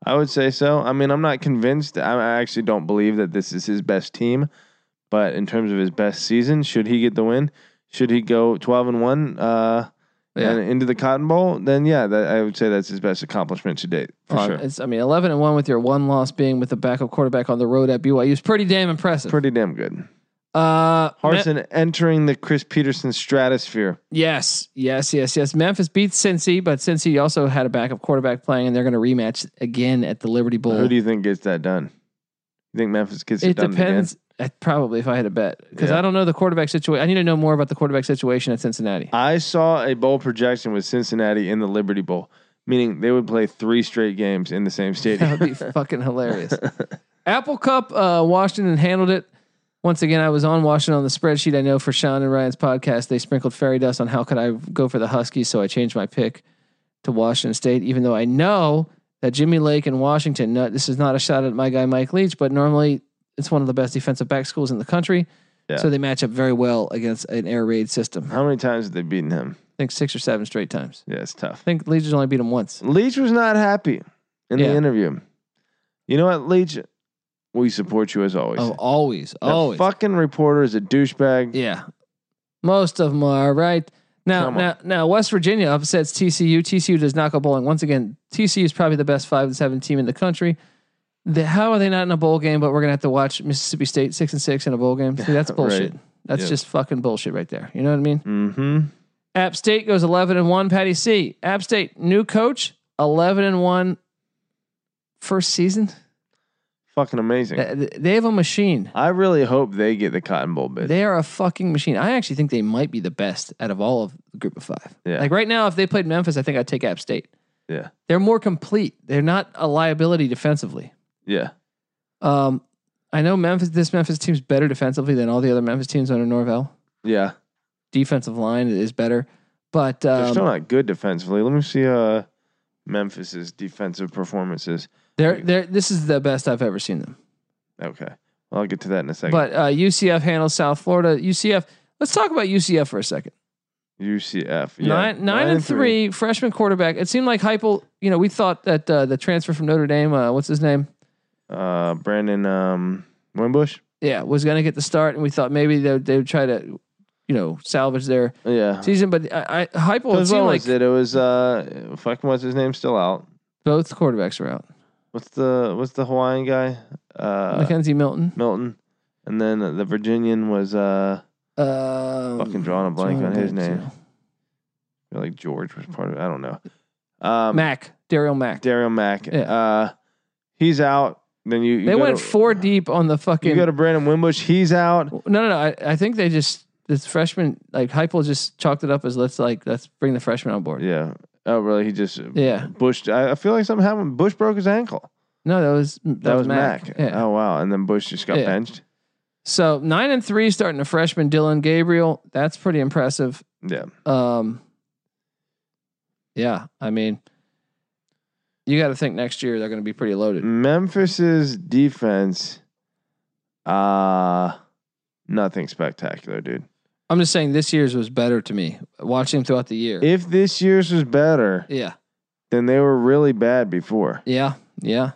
S2: I would say so. I mean, I'm not convinced. I, I actually don't believe that this is his best team. But in terms of his best season, should he get the win? Should he go 12 and one uh,
S1: Yeah.
S2: and into the Cotton Bowl? Then yeah, that, I would say that's his best accomplishment to date for
S1: Um,
S2: sure.
S1: It's I mean 11 and one with your one loss being with the backup quarterback on the road at BYU is pretty damn impressive.
S2: Pretty damn good.
S1: uh,
S2: Harson entering the Chris Peterson stratosphere.
S1: Yes, yes, yes, yes. Memphis beats Cincy, but Cincy also had a backup quarterback playing, and they're going to rematch again at the Liberty Bowl.
S2: Who do you think gets that done? You think Memphis gets it,
S1: it
S2: done
S1: depends.
S2: again?
S1: uh, Probably, if I had a bet, because
S2: Yeah.
S1: I don't know the quarterback situation. I need to know more about the quarterback situation at Cincinnati.
S2: [laughs]
S1: [laughs]
S2: I saw a bowl projection with Cincinnati in the Liberty Bowl, meaning they would play three straight games in the same
S1: [laughs]
S2: stadium.
S1: That would be fucking
S2: [laughs]
S1: hilarious. Apple Cup, uh, Washington handled it. Once again, I was on Washington on the spreadsheet. I know for Sean and Ryan's podcast, they sprinkled fairy dust on how could I go for the Huskies. So I changed my pick to Washington State, even though I know that Jimmy Lake and Washington, no, this is not a shot at my guy Mike Leach, but normally it's one of the best defensive back schools in the country.
S2: Yeah.
S1: So they match up very well against an air raid system. I
S2: How many times have they beaten him?
S1: think six or seven straight times.
S2: Yeah, it's tough.
S1: I think Leach's only beat him once.
S2: Leach was not happy in
S1: Yeah.
S2: the interview. You know what, Leach? We support you as always.
S1: Oh, always,
S2: That
S1: always.
S2: fucking reporter is a douchebag.
S1: Yeah. Most of them are right. Now,
S2: Come
S1: now, now, West Virginia upsets TCU. TCU does not go bowling. Once again, TCU is probably the best five and seven team in the country. The, how are they not in a bowl game? But we're gonna have to watch Mississippi State six and six in a bowl game. See, that's
S2: [laughs] Right.
S1: bullshit. That's
S2: Yeah.
S1: just fucking bullshit right there. You know what I mean?
S2: Mm-hmm.
S1: App State goes 11 and 1. Patty C. App State, new coach, 11 and 1 first season.
S2: Fucking amazing.
S1: Th- th- They have a machine.
S2: I really hope they get the Cotton Bowl bid.
S1: They are a fucking machine. I actually think they might be the best out of all of the group of five.
S2: Yeah.
S1: Like right now, if they played Memphis, I think I'd take App State.
S2: yeah.
S1: They're more complete. They're not a liability defensively.
S2: Yeah.
S1: Um, I know Memphis. This Memphis team's better defensively than all the other Memphis teams under Norvell.
S2: Yeah.
S1: Defensive line is better, but
S2: They're
S1: um,
S2: still not good defensively. Let me see uh Memphis's defensive performances.
S1: they're, they're, this is the best I've ever seen them.
S2: Okay. Well, I'll get to that in a second.
S1: But uh, UCF handles South Florida. UCF. Let's talk about UCF for a second.
S2: UCF. Yeah.
S1: nine, nine, and three, freshman quarterback. It seemed like Heupel. You know, we thought that uh, the transfer from Notre Dame. Uh, what's his name?
S2: Uh Brandon um Wimbush.
S1: Yeah, was going to get the start, and we thought maybe they would- they would try to, you know, salvage their
S2: Yeah.
S1: season. But I, I Heupel. It
S2: Because what
S1: seemed like
S2: was it? It was uh fucking what's his name still out.
S1: both quarterbacks were out.
S2: What's the what's the Hawaiian guy? Uh
S1: Mackenzie Milton.
S2: Milton. And then the Virginian was uh
S1: Um,
S2: fucking drawing a blank
S1: drawing
S2: on
S1: a
S2: his
S1: blank,
S2: name. I feel like George was part of it. I don't know. Um
S1: Mac, Daryl Mac.
S2: Daryl Mack.
S1: Yeah.
S2: Uh he's out. Then you, you
S1: they
S2: go
S1: went
S2: to,
S1: four deep on the fucking.
S2: You go to Brandon Wimbush, he's out.
S1: no, no, no. I, I think they just this freshman like Heupel just chalked it up as let's like let's bring the freshman on board.
S2: Yeah. Oh, really? He just
S1: Yeah.
S2: Bush. I, I feel like something happened. Bush broke his ankle.
S1: No, that was that,
S2: That, was Mac.
S1: Mac. Yeah.
S2: Oh wow! And then Bush just got
S1: Yeah.
S2: benched.
S1: So nine and three starting a freshman Dylan Gabriel. That's pretty impressive.
S2: Yeah.
S1: Um. Yeah, I mean, you got to think next year they're going to be pretty loaded.
S2: Memphis's defense. Uh nothing spectacular, dude.
S1: I'm just saying this year's was better to me watching throughout the year.
S2: If this year's was better,
S1: yeah.
S2: then they were really bad before.
S1: Yeah, yeah.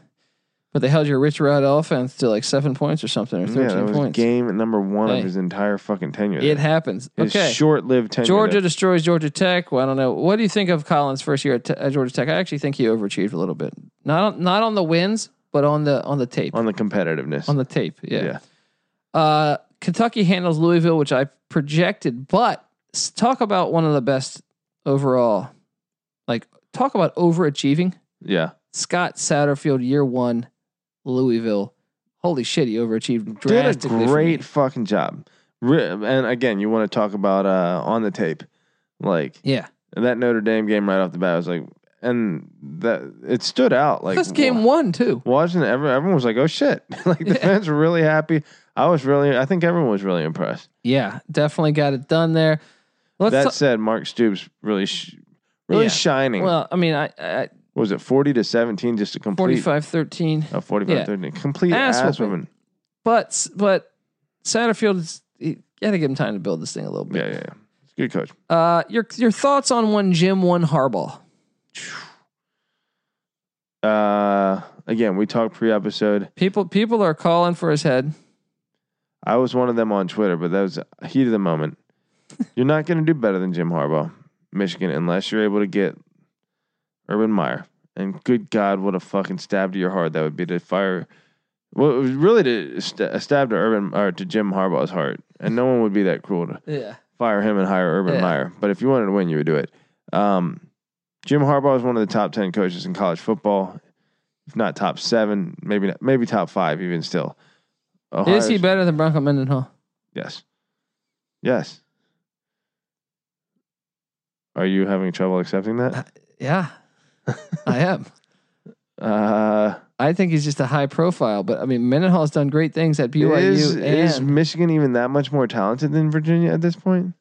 S1: But they held your Rich Rod offense to like seven points or something or
S2: Yeah,
S1: thirteen
S2: that was
S1: points.
S2: game number one
S1: Hey.
S2: of his entire fucking tenure.
S1: It
S2: there.
S1: happens.
S2: his
S1: okay.
S2: short-lived [laughs] tenure.
S1: Georgia
S2: there.
S1: destroys Georgia Tech. Well, I don't know. What do you think of Collins' first year at, Te- at Georgia Tech? I actually think he overachieved a little bit. Not on, not on the wins, but on the on the tape.
S2: on the competitiveness.
S1: On the tape. Yeah.
S2: yeah.
S1: Uh, Kentucky handles Louisville, which I projected, but s- talk about one of the best overall. Like talk about overachieving.
S2: Yeah.
S1: Scott Satterfield, year one, Louisville. Holy shit, he overachieved
S2: did a
S1: drastically. for
S2: great
S1: me.
S2: fucking job. Re- And again, you want to talk about uh, on the tape, like
S1: Yeah.
S2: that Notre Dame game right off the bat was like, and that it stood out. Like
S1: That's game
S2: wa-
S1: one, too.
S2: watching it, every, everyone was like, "Oh shit!" [laughs] like the
S1: Yeah.
S2: fans were really happy. I was really, I think everyone was really impressed.
S1: Yeah, definitely got it done there. Let's
S2: that
S1: talk-
S2: said, Mark Stoops really, sh- really
S1: Yeah.
S2: shining.
S1: well, I mean, I, I
S2: What was it forty to seventeen just to complete?
S1: 45 13,
S2: Oh, 45
S1: Yeah.
S2: 13. Complete
S1: Ass
S2: ass,
S1: whooping.
S2: woman.
S1: but, s- but Satterfield, is- you got to give him time to build this thing a little
S2: Yeah,
S1: bit.
S2: yeah, yeah. It's a good coach.
S1: Uh, your, your thoughts on one Jim, one Harbaugh?
S2: Uh, again, we talked pre-episode.
S1: People, people are calling for his head.
S2: I was one of them on Twitter, but that was a heat of
S1: [laughs]
S2: the moment. you're not going to do better than Jim Harbaugh, Michigan, unless you're able to get Urban Meyer. And good God, what a fucking stab to your heart that would be to fire. Well, it was really to st- a stab to Urban or to Jim Harbaugh's heart, and no one would be that cruel to
S1: Yeah.
S2: fire him and hire Urban
S1: Yeah.
S2: Meyer. But if you wanted to win, you would do it. Um, Jim Harbaugh is one of the top ten coaches in college football, if not top seven, maybe not, maybe top five even still.
S1: Is he
S2: Ohio's-
S1: better than Bronco Mendenhall?
S2: Yes. Yes. Are you having trouble
S1: [laughs]
S2: accepting that?
S1: Yeah, I am.
S2: Uh,
S1: I think he's just a high profile, but I mean, Mendenhall's done great things at BYU.
S2: is, is
S1: and-
S2: Michigan even that much more talented than Virginia at this point?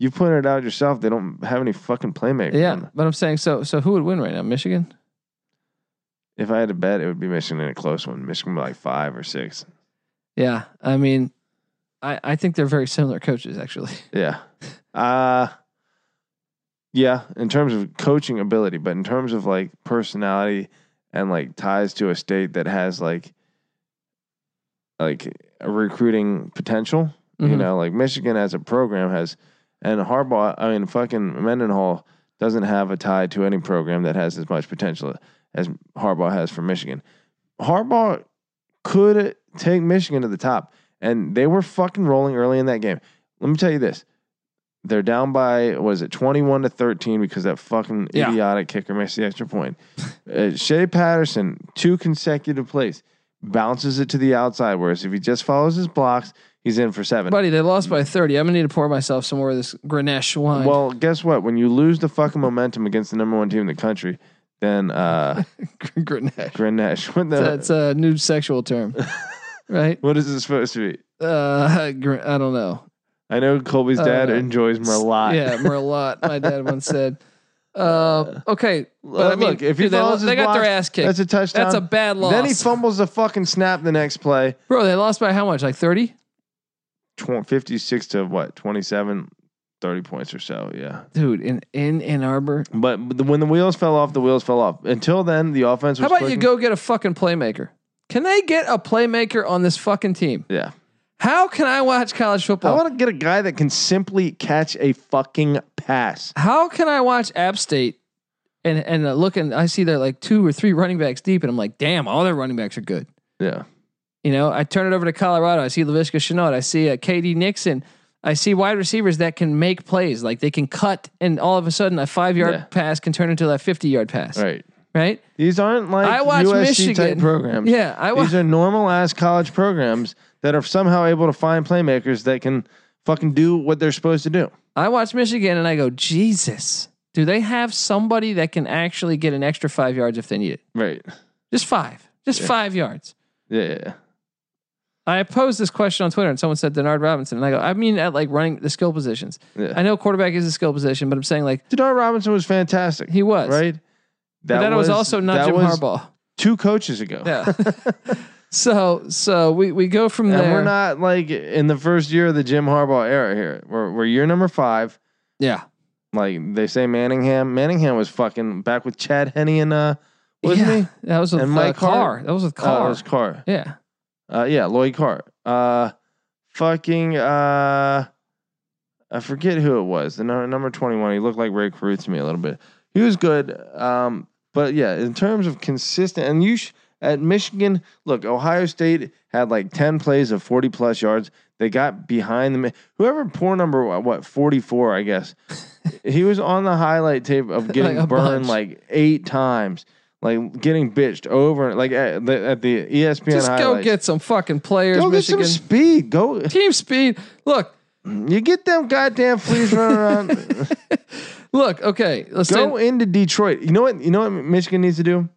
S2: You pointed out yourself they don't have any fucking playmakers.
S1: yeah, but I'm saying so. So who would win right now? Michigan?
S2: If I had to bet, it would be Michigan in a close one. Michigan by like five or six.
S1: Yeah, I mean, I I think they're very similar coaches actually.
S2: Yeah. Uh yeah, in terms of coaching ability, but in terms of like personality and like ties to a state that has like like a recruiting potential, you
S1: Mhm.
S2: know, like Michigan as a program has and Harbaugh, I mean fucking Mendenhall doesn't have a tie to any program that has as much potential as Harbaugh has for Michigan. Harbaugh could take Michigan to the top and they were fucking rolling early in that game. Let me tell you this. They're down by was it twenty one to thirteen because that fucking
S1: Yeah.
S2: idiotic kicker makes the extra point. uh, Shea Patterson, two consecutive plays, bounces it to the outside. Whereas if he just follows his blocks, he's in for seven.
S1: Buddy, they lost by 30. I'm going to need to pour myself some more of this Grenache wine.
S2: well, guess what? When you lose the fucking momentum against the number one team in the country,
S1: [laughs]
S2: then uh,
S1: [laughs] Grenache.
S2: Grenache. [laughs] What, the-
S1: That's a new sexual
S2: [laughs]
S1: term, right?
S2: what is this supposed to be?
S1: Uh, [laughs] gr- I don't know.
S2: I know Colby's dad
S1: Uh,
S2: enjoys Merlot.
S1: Yeah,
S2: [laughs]
S1: Merlot. My dad once said. Uh, okay, but I mean,
S2: Look, if he
S1: dude, they,
S2: follows his
S1: they got their
S2: blocks,
S1: ass kicked.
S2: That's a touchdown.
S1: That's a bad loss.
S2: Then he fumbles the fucking snap the next play.
S1: Bro, they lost by how much? Like 30?
S2: Tw- 56 to what? 27, 30 points or so. Yeah.
S1: Dude, in in Ann Arbor.
S2: But the, when the wheels fell off, the wheels fell off. Until then, the offense was
S1: How about you
S2: clicking.
S1: go get a fucking playmaker? Can they get a playmaker on this fucking team?
S2: Yeah.
S1: How can I watch college
S2: I
S1: football?
S2: want to get a guy that can simply catch a fucking pass.
S1: how can I watch App State and and uh, look and I see they're like two or three running backs deep, and I'm like, damn, all their running backs are good.
S2: Yeah.
S1: You know, I turn it over to Colorado. I see Lavisca Chenault. I see uh, KD Nixon. I see wide receivers that can make plays, like they can cut, and all of a sudden, a five yard
S2: Yeah.
S1: pass can turn into a fifty yard pass.
S2: Right.
S1: right?
S2: These aren't like
S1: I watch
S2: USC type
S1: Michigan.
S2: programs.
S1: Yeah, I
S2: These
S1: was.
S2: are normal ass college programs that are somehow able to find playmakers that can fucking do what they're supposed to do.
S1: I watch Michigan, and I go, Jesus, do they have somebody that can actually get an extra five yards if they need it?
S2: Right.
S1: Just five, just five yards.
S2: Yeah, yeah, yeah.
S1: I posed this question on Twitter, and someone said Denard Robinson, and I go, I mean, at like running the skill positions.
S2: Yeah.
S1: I know quarterback is a skill position, but I'm saying like
S2: Denard Robinson was fantastic.
S1: he was
S2: right.
S1: But that was, also not
S2: that
S1: Jim
S2: was [laughs]
S1: Harbaugh.
S2: Two coaches ago.
S1: Yeah. so so we we go from
S2: And
S1: there.
S2: we're not like in the first year of the Jim Harbaugh era here. We're we're year number five.
S1: yeah.
S2: Like they say, Manningham. Manningham was fucking back with Chad Henney and uh, wasn't
S1: yeah.
S2: he?
S1: That was with
S2: And
S1: and
S2: Mike Hart-
S1: Carr. That was with
S2: Uh, it
S1: Carr.
S2: was Carr.
S1: yeah.
S2: Uh, yeah, Lloyd Carr. Uh, fucking. Uh, I forget who it was. The number, number twenty-one. He looked like Ray Carew to me a little bit. He was good. Um, but yeah, in terms of consistent, and you sh- at Michigan, look, Ohio State had like ten plays of forty-plus yards. They got behind them. Whoever poor number what forty-four,
S1: [laughs]
S2: I guess. he was on the highlight tape of getting
S1: Like a bunch.
S2: burned like eight times. Like getting bitched over, like at the, at the E ESPN.
S1: Just go
S2: highlights.
S1: get some fucking players,
S2: Go
S1: Michigan.
S2: get some speed. Go.
S1: Team speed. Look,
S2: You get them goddamn fleas running
S1: [laughs]
S2: around.
S1: look, okay. Let's
S2: go
S1: say,
S2: into Detroit. You know what? You know what Michigan needs to do?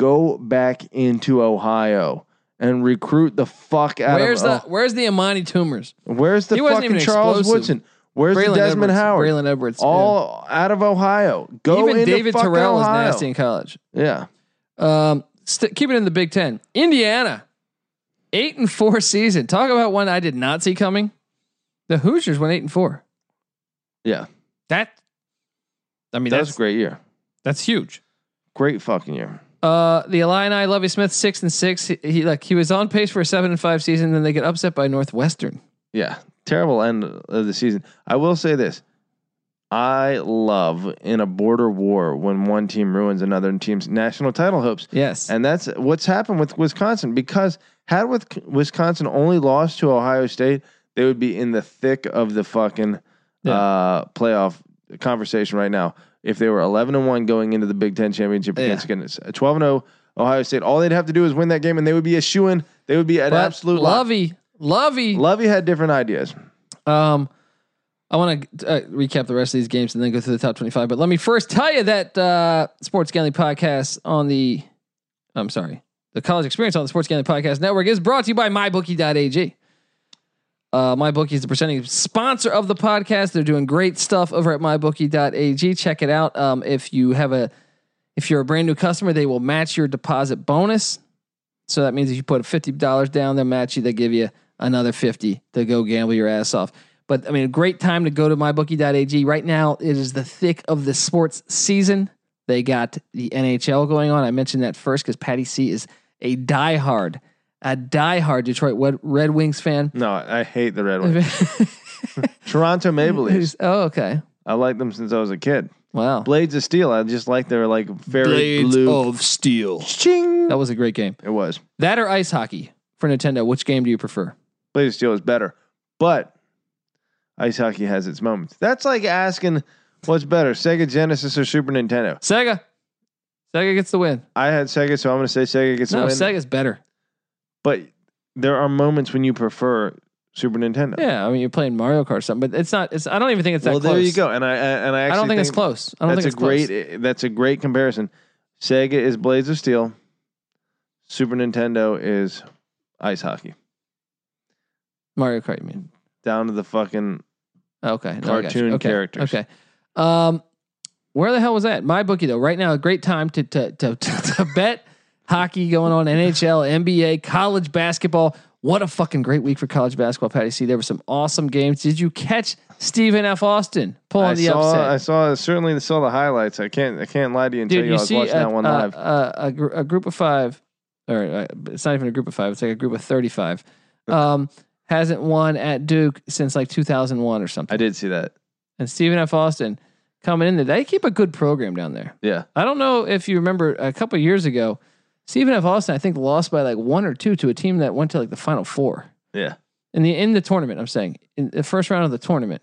S2: Go back into Ohio and recruit the fuck out
S1: where's
S2: of.
S1: the where's the Imani tumors?
S2: oh, where's the
S1: he wasn't
S2: fucking
S1: even
S2: Charles
S1: explosive.
S2: Woodson? Where's the Desmond
S1: Edwards.
S2: Howard?
S1: Braylon Edwards. yeah.
S2: All out of Ohio. Go
S1: even
S2: into
S1: David
S2: fucking
S1: Terrell was
S2: Ohio.
S1: nasty in college.
S2: Yeah.
S1: Um, st- keep it in the Big Ten. Indiana, eight and four season. Talk about one I did not see coming. The Hoosiers went eight and four.
S2: Yeah.
S1: That, I mean,
S2: That
S1: that's
S2: was a great year.
S1: that's huge.
S2: Great fucking year.
S1: Uh, the Illini, Lovey Smith, six and six. He, he like he was on pace for a seven and five season. Then they get upset by Northwestern.
S2: Yeah, terrible end of the season. I will say this: I love in a border war when one team ruins another team's national title hopes,
S1: Yes,
S2: and that's what's happened with Wisconsin. Because had with Wisconsin only lost to Ohio State, they would be in the thick of the fucking
S1: Yeah.
S2: uh, playoff conversation right now. If they were eleven and one going into the Big Ten championship
S1: Yeah.
S2: against against a twelve and zero Ohio State, all they'd have to do is win that game, and they would be a shoe in. They would be an
S1: But
S2: absolute love.
S1: Lovey, Lovey.
S2: Lovey had different ideas.
S1: Um, I want to uh, recap the rest of these games and then go through the top 25. But let me first tell you that uh, Sports Gambling Podcast on the, I'm sorry, the College Experience on the Sports Gambling Podcast Network is brought to you by MyBookie.ag. Uh, MyBookie is the presenting sponsor of the podcast. They're doing great stuff over at MyBookie.ag. Check it out. Um, if you have a, if you're a brand new customer, they will match your deposit bonus. So that means if you put fifty dollars down, they'll match you. They give you another fifty to go gamble your ass off. But I mean, a great time to go to mybookie.ag right now. It is the thick of the sports season. They got the NHL going on. I mentioned that first because Patty C is a diehard, a diehard Detroit Wed- Red Wings fan. [laughs]
S2: No, I hate the Red Wings. Toronto Maple Leafs.
S1: Who's- oh, okay.
S2: I liked them since I was a kid.
S1: Wow.
S2: Blades of Steel. I just like their like very blue.
S1: of Steel.
S2: Ching.
S1: That was a great game.
S2: It was
S1: That or ice hockey for Nintendo. Which game do you prefer?
S2: Blades of Steel is better, but ice hockey has its moments. That's like asking what's better, Sega Genesis or Super Nintendo.
S1: Sega. Sega gets the win.
S2: I had Sega, so I'm going to say Sega gets
S1: no,
S2: the win.
S1: Sega's better.
S2: But there are moments when you prefer Super Nintendo.
S1: Yeah, I mean you're playing Mario Kart or something, but it's not. It's I don't even think it's that
S2: well,
S1: close.
S2: there you go. And I and
S1: I
S2: I actually
S1: don't think, it's close. I don't
S2: that's
S1: think it's
S2: a great. eh,
S1: Close.
S2: That's a great comparison. Sega is Blades of Steel. Super Nintendo is ice hockey.
S1: Mario Kart, you mean?
S2: Down to the fucking
S1: Okay, no, I got you.
S2: cartoon
S1: okay.
S2: characters.
S1: Okay. Um, where the hell was that? My bookie though. Right now, a great time to to to, [laughs] to, to bet hockey going on, NHL, NBA, college basketball. What a fucking great week for college basketball, Patty. See, there were some awesome games. Did you catch Stephen F. Austin pulling
S2: I
S1: the
S2: saw.
S1: upset?
S2: I saw. Certainly saw the highlights. I can't. I can't lie to you and tell
S1: Dude,
S2: you, I
S1: you
S2: was
S1: see uh,
S2: watching
S1: a,
S2: that one
S1: a-
S2: live.
S1: a- a gr- a group of five, or uh, it's not even a group of five. It's like a group of thirty-five. Um, hasn't won at Duke since like two thousand one or something.
S2: I did see that.
S1: and Stephen F. Austin coming in there. They keep a good program down there.
S2: Yeah.
S1: I don't know if you remember a couple years ago, Stephen F. Austin, I think, lost by like one or two to a team that went to like the final four
S2: Yeah.
S1: in the in the tournament. I'm saying in the first round of the tournament.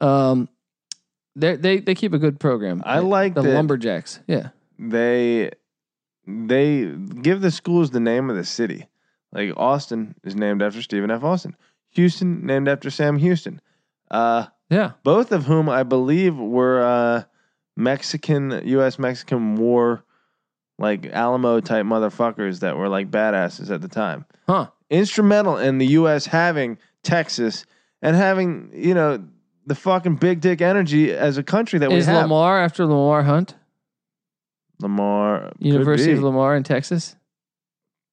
S1: Um, they they they keep a good program.
S2: I like
S1: the
S2: that-
S1: Lumberjacks. Yeah,
S2: They. They give the schools the name of the city. Like Austin is named after Stephen F. Austin. Houston named after Sam Houston. Uh,
S1: yeah.
S2: both of whom I believe were uh, Mexican U.S. Mexican War, like Alamo type motherfuckers that were like badasses at the time.
S1: Huh.
S2: Instrumental in the U.S. having Texas and having you know the fucking big dick energy as a country that
S1: Is
S2: we have.
S1: Lamar after Lamar Hunt,
S2: Lamar could
S1: University of
S2: be.
S1: Lamar in Texas?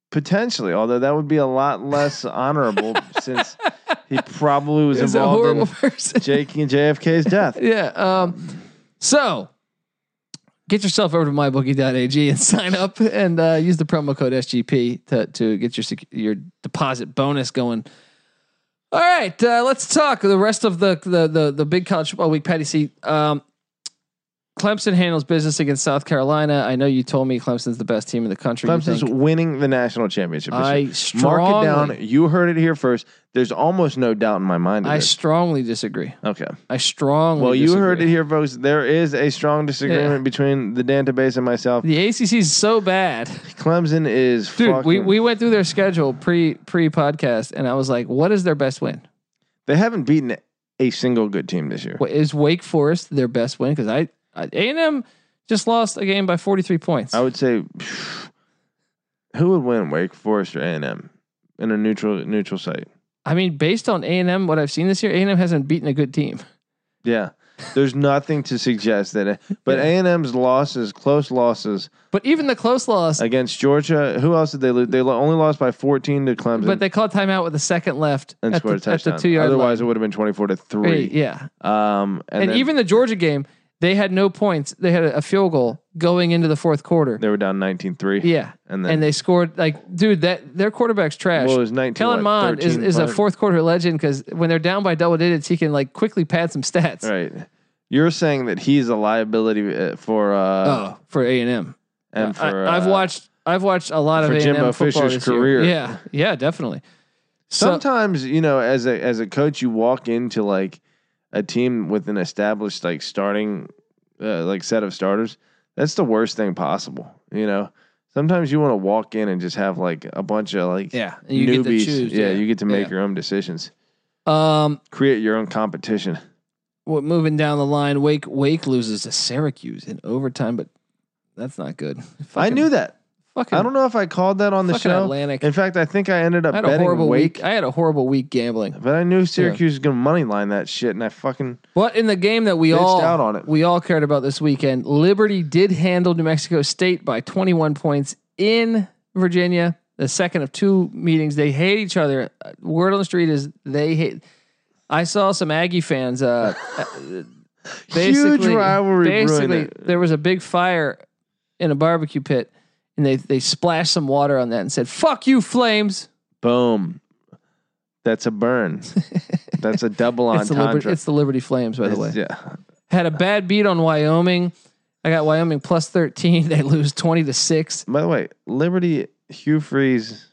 S2: potentially, although that would be a lot
S1: [laughs]
S2: less honorable since he probably was
S1: He's a
S2: involved
S1: horrible [laughs]
S2: in
S1: person.
S2: Jake and
S1: [laughs]
S2: JFK's death.
S1: yeah. Um, so get yourself over to mybookie.ag and [laughs] sign up and uh, use the promo code SGP to, to get your sec- your deposit bonus going. All right, uh, let's talk the rest of the the the, the big college football week. Patty C. Um, Clemson handles business against South Carolina. I know you told me Clemson's the best team in the country. you
S2: Clemson's
S1: think.
S2: winning the national championship. this year.
S1: I
S2: Mark it
S1: strongly,
S2: down. You heard it here first. There's almost no doubt in my mind. Of
S1: I
S2: it.
S1: strongly disagree.
S2: okay.
S1: I strongly.
S2: Well, you heard
S1: disagree.
S2: it here, folks. There is a strong disagreement
S1: Yeah.
S2: between the database and myself.
S1: The ACC is so bad.
S2: Clemson is
S1: Dude,
S2: fucking.
S1: we, we went through their schedule pre pre podcast, and I was like, "What is their best win?
S2: they haven't beaten a single good team this year.
S1: What is Wake Forest their best win? Because I A and M just lost a game by forty three points.
S2: I would say, [sighs] who would win, Wake Forest or A and M, in a neutral neutral site?
S1: I mean, based on A and M, what I've seen this year, A and M hasn't beaten a good team.
S2: Yeah. There's nothing to suggest that, it, but
S1: Yeah.
S2: A and M's losses, close losses
S1: But even the close loss,
S2: against Georgia. Who else did they lose? They lo- only lost by 14 to Clemson.
S1: but they called timeout with a second left
S2: and
S1: at,
S2: scored
S1: the,
S2: a
S1: at
S2: touchdown.
S1: the two yard
S2: Otherwise,
S1: line.
S2: it would have been twenty four to
S1: Right,
S2: three.
S1: yeah,
S2: Um, and,
S1: and,
S2: then
S1: even the Georgia game, they had no points. They had a, a field goal going into the fourth quarter.
S2: they were down 19-3.
S1: Yeah,
S2: and then
S1: and they scored like, dude, that their quarterback's trash.
S2: well, it was nineteen.
S1: Kellen
S2: what,
S1: Mond is,
S2: 13
S1: is a
S2: points?
S1: fourth quarter legend because when they're down by double digits, he can like quickly pad some stats.
S2: Right, you're saying that he's a liability uh, for uh
S1: Oh, for A and M.
S2: and for
S1: I've
S2: uh,
S1: watched I've watched a lot of
S2: for
S1: A and
S2: Jimbo
S1: M football
S2: Fisher's
S1: this
S2: career.
S1: year. Yeah, yeah, definitely. So,
S2: Sometimes you know, as a as a coach, you walk into like a team with an established like starting uh, like set of starters. That's the worst thing possible. You know, sometimes you want to walk in and just have like a bunch of like
S1: yeah, and you
S2: newbies.
S1: get to choose.
S2: yeah, you get to make
S1: Yeah.
S2: your own decisions.
S1: Um,
S2: create your own competition.
S1: what moving down the line? Wake Wake loses to Syracuse in overtime, but that's not good.
S2: I
S1: Fucking-
S2: knew that.
S1: Fucking,
S2: I don't know if I called that on the
S1: fucking
S2: show.
S1: Atlantic.
S2: In fact, I think I ended up
S1: I had a
S2: betting
S1: horrible
S2: Wake,
S1: week. I had a horrible week gambling.
S2: but I knew Syracuse was going to money line that shit, and I fucking
S1: But in the game that we
S2: bitched
S1: all
S2: out on it.
S1: we all cared about this weekend. Liberty did handle New Mexico State by 21 points in Virginia. The second of two meetings, they hate each other. Uh, Word on the street is they hate. I saw some Aggie fans. Uh, uh,
S2: [laughs] Huge
S1: basically-
S2: rivalry brewing
S1: Basically,
S2: there.
S1: there was a big fire in a barbecue pit, and they they splashed some water on that and said, "Fuck you, flames."
S2: Boom. That's
S1: [laughs]
S2: a burn. That's a double
S1: It's the, Liberty,
S2: entendre.
S1: it's the Liberty Flames, by the
S2: It's-
S1: way.
S2: yeah.
S1: Had a bad beat on Wyoming. I got Wyoming plus 13. [laughs] They lose 20 to 6.
S2: By the way, Liberty Hugh Freeze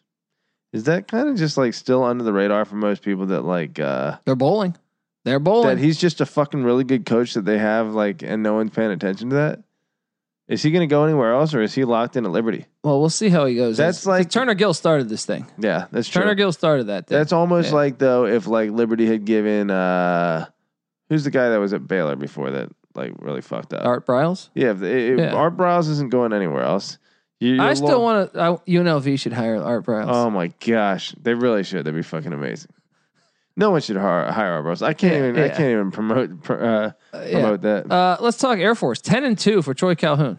S2: is that kind of just like still under the radar for most people that like uh
S1: They're bowling. They're bowling.
S2: that he's just a fucking really good coach that they have, like, and no one's paying attention to that? Is he going to go anywhere else, or is he locked in at Liberty?
S1: well, we'll see how he goes.
S2: That's
S1: It's-
S2: like-
S1: Turner Gill started this thing.
S2: Yeah, that's true.
S1: Turner Gill started that. Thing.
S2: that's almost
S1: Yeah.
S2: like though if like Liberty had given uh, who's the guy that was at Baylor before that like really fucked up?
S1: Art Briles.
S2: yeah, if, if
S1: Yeah.
S2: Art Briles isn't going anywhere else. You,
S1: I
S2: you're
S1: still
S2: lo-
S1: want to. UNLV should hire Art Briles.
S2: Oh my gosh, they really should. That'd be fucking amazing. No one should hire, hire Art Briles. I can't
S1: Yeah,
S2: even. I
S1: yeah.
S2: can't even promote pr- uh,
S1: Uh, yeah.
S2: promote that.
S1: Uh, let's talk Air Force. Ten and two for Troy Calhoun.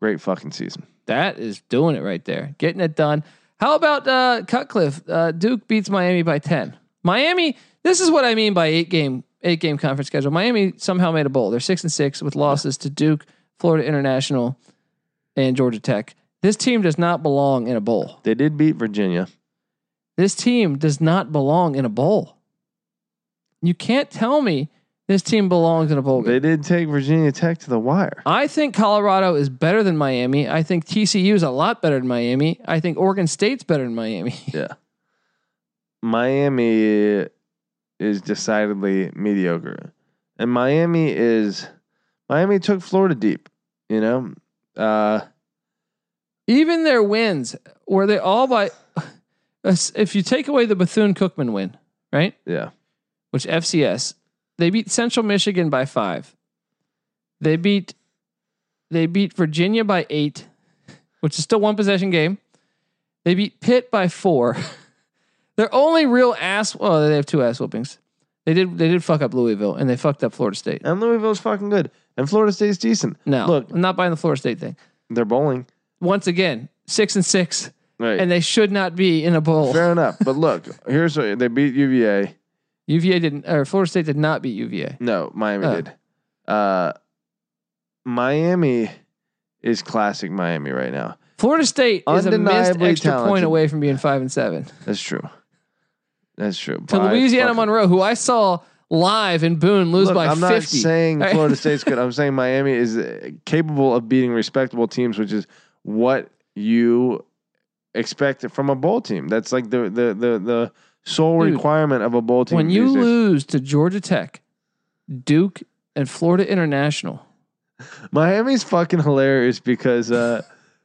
S2: Great fucking season.
S1: That is doing it right there, getting it done. How about uh, Cutcliffe? Uh, Duke beats Miami by ten. Miami. This is what I mean by eight game eight game conference schedule. Miami somehow made a bowl. They're six and six with losses to Duke, Florida International, and Georgia Tech. This team does not belong in a bowl.
S2: They did beat Virginia.
S1: This team does not belong in a bowl. You can't tell me this team belongs in a bowl game.
S2: They did take Virginia Tech to the wire.
S1: I think Colorado is better than Miami. I think TCU is a lot better than Miami. I think Oregon State's better than Miami. [laughs]
S2: Yeah. Miami is decidedly mediocre. And Miami is Miami took Florida deep, you know? Uh
S1: Even their wins were they all by [sighs] if you take away the Bethune Cookman win, right?
S2: yeah.
S1: Which FCS, they beat Central Michigan by 5. They beat they beat Virginia by 8, which is still one possession game. They beat Pitt by 4. [laughs] Their only real ass oh, they have two ass whoopings. They did they did fuck up Louisville and they fucked up Florida State.
S2: And Louisville's fucking good. And Florida State's decent.
S1: No.
S2: Look.
S1: I'm not buying the Florida State thing.
S2: They're bowling.
S1: Once again, 6 and 6
S2: Right.
S1: and they should not be in a bowl.
S2: Fair enough. But look, here's what they beat UVA.
S1: UVA didn't, or Florida State did not beat UVA.
S2: No, Miami
S1: Oh.
S2: did. Uh Miami is classic Miami right now.
S1: Florida State is a missed
S2: Undeniably
S1: extra point
S2: talented.
S1: away from being five and seven.
S2: That's true. That's true.
S1: To
S2: By
S1: Louisiana
S2: fucking-
S1: Monroe, who I saw live in Boone lose
S2: Look,
S1: by
S2: I'm not
S1: fifty.
S2: saying
S1: All right.
S2: Florida
S1: [laughs]
S2: State's good. I'm saying Miami is uh, capable of beating respectable teams, which is what you expect from a bowl team. That's like the the the, the sole
S1: Dude,
S2: requirement of a bowl team.
S1: when you
S2: these days.
S1: lose to Georgia Tech, Duke, and Florida International,
S2: Miami's fucking hilarious because
S1: [laughs]
S2: uh,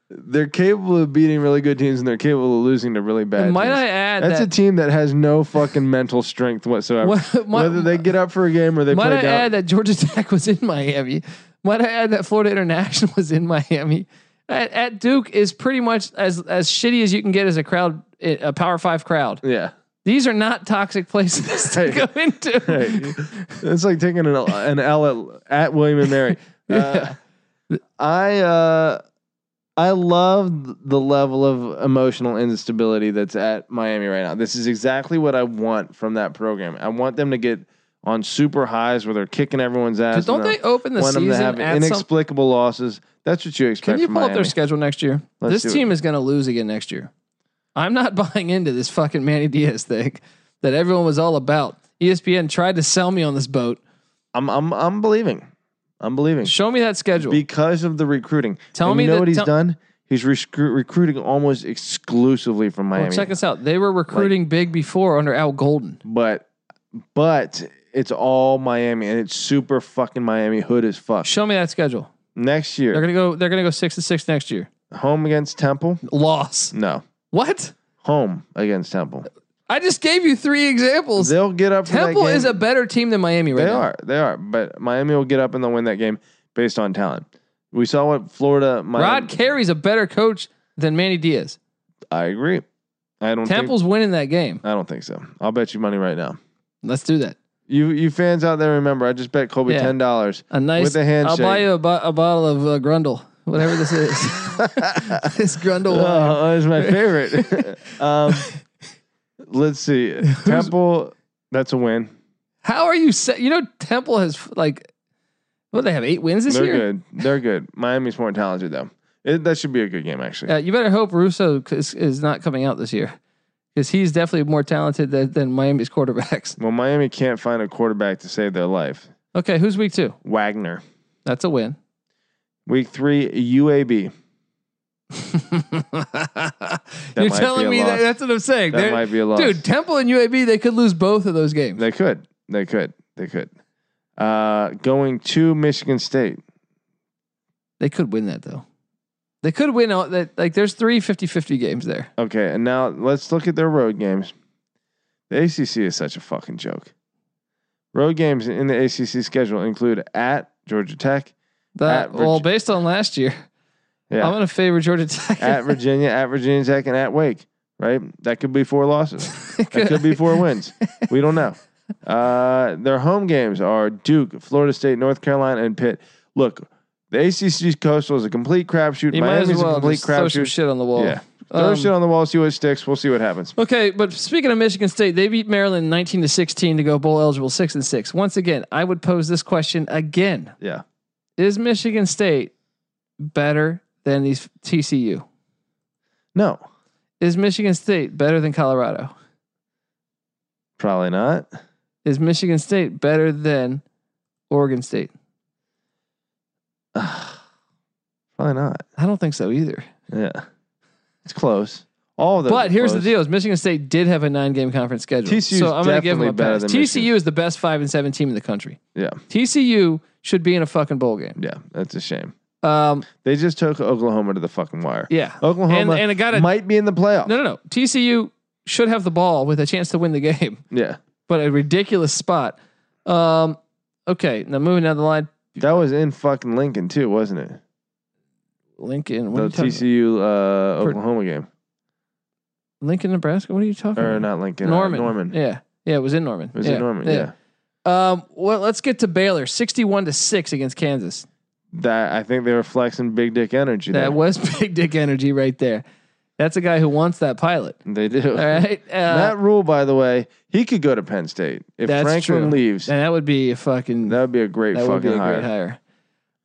S2: they're capable of beating really good teams and they're capable of losing to really bad.
S1: and might
S2: teams.
S1: I add
S2: That's a
S1: that
S2: team that has no fucking mental strength
S1: [laughs]
S2: whatsoever.
S1: what- might-
S2: Whether they get up for a game or they
S1: might
S2: play
S1: I
S2: down.
S1: add that Georgia [laughs] Tech was in Miami. Might I add that Florida International [laughs] was in Miami. At, at Duke is pretty much as as shitty as you can get as a crowd, eh, a Power Five crowd.
S2: yeah.
S1: These are not toxic places [laughs] to
S2: Right.
S1: go into.
S2: Hey, it's like taking an, L- an L at, at William
S1: [laughs]
S2: and Mary. Uh, I uh, I love the level of emotional instability that's at Miami right now. This is exactly what I want from that program. I want them to get on super highs where they're kicking everyone's
S1: But
S2: ass.
S1: don't
S2: and I
S1: they open the
S2: want them
S1: season
S2: to have
S1: at some?
S2: inexplicable losses? That's what you expect
S1: Can you
S2: from
S1: pull up
S2: Miami.
S1: their schedule next year?
S2: Let's do
S1: this
S2: it.
S1: team is going to lose again next year. I'm not [laughs] buying into this fucking Manny Diaz thing that everyone was all about. E ESPN tried to sell me on this boat.
S2: I'm I'm I'm believing. I'm believing.
S1: Show me that schedule.
S2: because of the recruiting.
S1: Tell
S2: And
S1: me
S2: you know
S1: that-
S2: what he's
S1: tell-
S2: done. He's recru- recruiting almost exclusively from
S1: Well,
S2: Miami.
S1: check us out. They were recruiting big before under Al Golden.
S2: but but it's all Miami, and it's super fucking Miami hood as fuck.
S1: Show me that schedule.
S2: Next
S1: They're
S2: year,
S1: gonna go. They're gonna go six to six next year.
S2: home against Temple.
S1: Loss.
S2: No,
S1: What?
S2: home against Temple.
S1: I just gave you three examples.
S2: They'll get up. for that
S1: Temple
S2: game.
S1: is a better team than Miami right
S2: They
S1: now.
S2: are. They are. But Miami will get up and they'll win that game based on talent. We saw what Florida. Miami,
S1: Rod Carey's a better coach than Manny Diaz.
S2: I agree. I don't.
S1: Temple's winning that game.
S2: Think, I don't think so. I'll bet you money right now.
S1: Let's do that.
S2: You you fans out there remember? I just bet Colby
S1: Yeah.
S2: ten dollars.
S1: A nice.
S2: With a handshake.
S1: I'll buy you a, bo- a bottle of uh, Grundle, whatever this
S2: [laughs]
S1: is. this Grundle wine.
S2: Oh, that's my favorite. [laughs] um, let's [laughs] see. Temple, that's a win.
S1: How are you set? You know, Temple has like, what they have eight wins this
S2: They're
S1: year.
S2: good. They're good. Miami's more talented though. It, that should be a good game actually.
S1: Uh, you better hope Russo is, is not coming out this year because he's definitely more talented than, than Miami's quarterbacks. [laughs]
S2: Well, Miami can't find a quarterback to save their life.
S1: Okay, who's week two?
S2: Wagner.
S1: That's a win. [laughs]
S2: Week three, UAB.
S1: You're
S2: might be
S1: telling
S2: a
S1: me that,
S2: loss.
S1: that's what I'm saying.
S2: That
S1: They're-
S2: might be a loss.
S1: Dude, Temple and UAB, they could lose both of those games.
S2: They could. They could. They could. Uh, going to Michigan State.
S1: They could win that though. They could win all that. Like there's three 50-50 games there.
S2: Okay, and now let's look at their road games. The ACC is such a fucking joke. Road games in the ACC schedule include at Georgia Tech,
S1: That
S2: At
S1: well,
S2: Virgi-
S1: based on last year, [laughs]
S2: yeah,
S1: I'm going to favor Georgia [laughs] Tech.
S2: at Virginia, at Virginia Tech, and at Wake. Right? That could be four losses.
S1: [laughs]
S2: That could be four wins. We don't know. Uh, their home games are Duke, Florida State, North Carolina, and Pitt. Look, the ACC Coastal is a complete crapshoot.
S1: You might
S2: Miami's
S1: as
S2: a
S1: well
S2: complete
S1: just throw some
S2: crapshoot.
S1: shit on the wall.
S2: Yeah. Throw
S1: Um,
S2: shit on the wall, see what sticks. We'll see what happens.
S1: Okay, but speaking of Michigan State, they beat Maryland 19 to 16 to go bowl eligible 6 and 6. Once again, I would pose this question again.
S2: Yeah.
S1: Is Michigan State better than these TCU?
S2: No,
S1: Is Michigan State better than Colorado?
S2: probably not.
S1: Is Michigan State better than Oregon State?
S2: Probably not.
S1: I don't think so either.
S2: Yeah. It's close. All of those.
S1: But
S2: are
S1: here's the
S2: close.
S1: deal: is Michigan State did have a nine-game conference schedule,
S2: TCU 's
S1: so I'm going to give them a
S2: definitely better
S1: pass.
S2: than
S1: TCU
S2: Michigan.
S1: is the best five and seven team in the country.
S2: Yeah.
S1: TCU should be in a fucking bowl game.
S2: Yeah, that's a shame.
S1: Um,
S2: They just took Oklahoma to the fucking wire.
S1: yeah,
S2: Oklahoma
S1: and and it got a
S2: might be in the playoff.
S1: no, no, no. TCU should have the ball with a chance to win the game, [laughs]
S2: Yeah.
S1: but a ridiculous spot. Um, okay, now moving down the line,
S2: That was in fucking Lincoln too, wasn't it?
S1: Lincoln. What are you
S2: The
S1: talking about?
S2: TCU uh,
S1: For-
S2: Oklahoma game.
S1: Lincoln, Nebraska. What are you talking
S2: Or
S1: about?
S2: not Lincoln. uh,
S1: Norman.
S2: Norman.
S1: Yeah, yeah, it was in Norman.
S2: It was it Norman? yeah.
S1: Um, well, let's get to Baylor, sixty-one to six against Kansas.
S2: That I think they were flexing big dick energy.
S1: [laughs] That
S2: there. [laughs]
S1: was big dick energy right there. That's a guy who wants that pilot.
S2: they do.
S1: All right. [laughs] Uh,
S2: that rule, by the way, he could go to Penn State if
S1: That's
S2: Franklin
S1: true.
S2: leaves.
S1: and that would be a fucking
S2: That would be a great
S1: that would be
S2: fucking
S1: a great
S2: hire.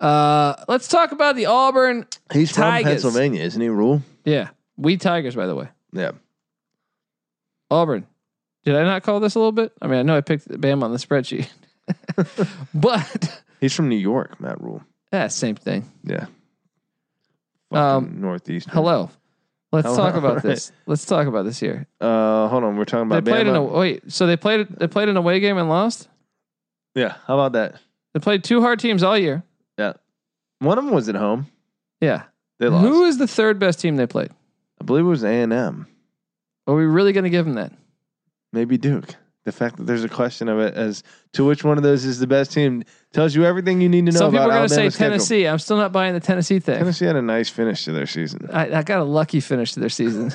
S1: hire. Uh, let's talk about the Auburn.
S2: He's from
S1: Tigers.
S2: Pennsylvania, isn't he? Rule.
S1: Yeah, we Tigers, by the way.
S2: Yeah.
S1: Auburn. Did I not call this a little bit? I mean, I know I picked Bam on the spreadsheet, [laughs] but [laughs]
S2: He's from New York, Matt Rule.
S1: yeah, same thing.
S2: Yeah.
S1: Um,
S2: Fucking Northeast.
S1: Hello. Let's
S2: Hello,
S1: talk about
S2: [laughs] right.
S1: this. Let's talk about this here.
S2: Uh, hold on. We're talking
S1: They
S2: about
S1: played in a
S2: Bama.
S1: wait. So they played they played an away game and lost.
S2: yeah. How about that?
S1: They played two hard teams all year.
S2: One of them was at home.
S1: Yeah.
S2: They lost.
S1: Who is the third best team they played?
S2: I believe it was A and M.
S1: Are we really going to give them that?
S2: Maybe Duke. The fact that there's a question of it as to which one of those is the best team tells you everything you need to know
S1: Some people
S2: about
S1: are going to say
S2: Alabama's schedule.
S1: Tennessee. I'm still not buying the Tennessee thing.
S2: Tennessee had a nice finish to their season.
S1: I, I got a lucky finish to their
S2: [laughs]
S1: season.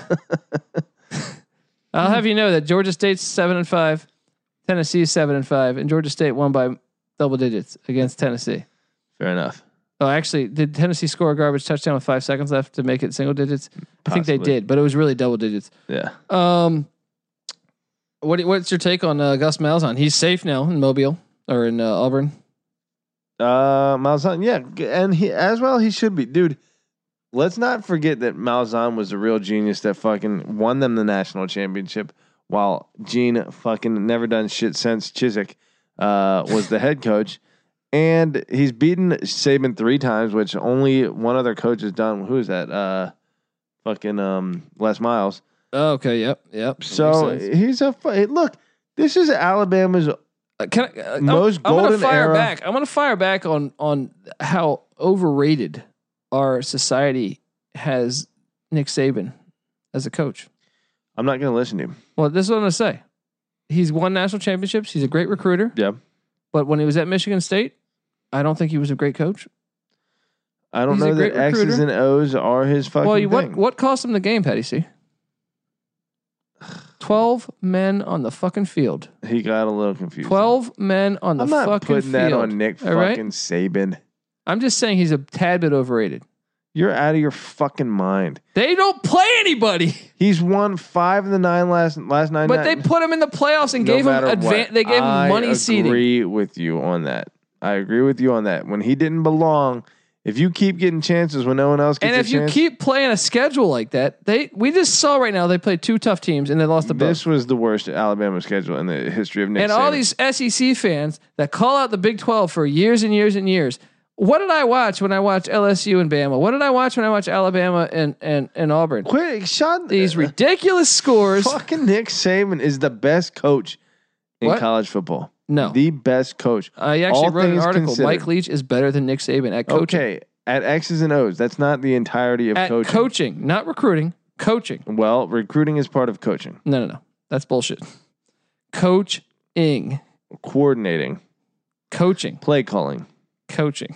S1: [laughs] I'll have you know that Georgia State's seven and five, Tennessee is seven and five, and Georgia State won by double digits against Tennessee.
S2: Fair enough.
S1: Oh, actually, did Tennessee score a garbage touchdown with five seconds left to make it single digits? I think they
S2: Possibly.
S1: did, but it was really double digits.
S2: Yeah.
S1: Um, what what's your take on uh, Gus Malzahn? He's safe now in Mobile or in uh, Auburn.
S2: Uh, Malzahn, yeah, g- and he as well. He should be, dude. Let's not forget that Malzahn was a real genius that fucking won them the national championship, while Gene fucking never done shit since Chiswick uh, was the head coach, and he's beaten Saban three times, which only one other coach has done. Who is that? Uh, fucking um, Les Miles.
S1: Oh, okay, yep, yep.
S2: So
S1: Makes sense.
S2: he's a fu- hey, look. This is Alabama's
S1: Uh, can I, uh, I'm-
S2: Most
S1: I'm, gonna
S2: golden
S1: fire
S2: era-
S1: back. I'm gonna fire back on on how overrated our society has Nick Saban as a coach.
S2: I'm not going to listen to him.
S1: Well, this is what I'm gonna say. He's won national championships. He's a great recruiter.
S2: Yeah.
S1: But when he was at Michigan State, I don't think he was a great coach.
S2: I don't
S1: He's a
S2: know
S1: great
S2: that X's
S1: recruiter.
S2: and O's are his fucking
S1: well, you, what
S2: thing.
S1: what cost him the game, Patty C? Twelve men on the fucking field.
S2: He got a little confused.
S1: Twelve men on the
S2: I'm not
S1: fucking
S2: putting
S1: field.
S2: that on Nick
S1: All
S2: fucking
S1: right?
S2: Saban.
S1: I'm just saying he's a tad bit overrated.
S2: You're out of your fucking mind.
S1: They don't play anybody,
S2: He's won five of the nine last last nine.
S1: but they put him in the playoffs and gave him advan- They gave him money
S2: I
S1: seeding.
S2: agree with you on that. I agree with you on that. When he didn't belong, if you keep getting chances when no one else gets
S1: And
S2: a
S1: if you
S2: chance,
S1: keep playing a schedule like that, they we just saw right now they played two tough teams and they lost the both.
S2: this was the worst Alabama schedule in the history of Nick.
S1: And all
S2: Saban.
S1: these SEC fans that call out the Big Twelve for years and years and years. What did I watch when I watched LSU and Bama? What did I watch when I watched Alabama and and and Auburn?
S2: quick
S1: [laughs]
S2: shot
S1: These
S2: [laughs]
S1: ridiculous scores.
S2: Fucking Nick Saban is the best coach in
S1: What?
S2: college football.
S1: No.
S2: The best coach.
S1: I actually
S2: all
S1: wrote an
S2: things
S1: article.
S2: considered.
S1: Mike Leach is better than Nick Saban at coaching.
S2: Okay, at X's and O's. That's not the entirety of
S1: at coaching.
S2: coaching.
S1: not recruiting. Coaching.
S2: well, recruiting is part of coaching.
S1: No, no, no. That's bullshit. Coaching.
S2: Coordinating,
S1: Coaching.
S2: play calling.
S1: Coaching.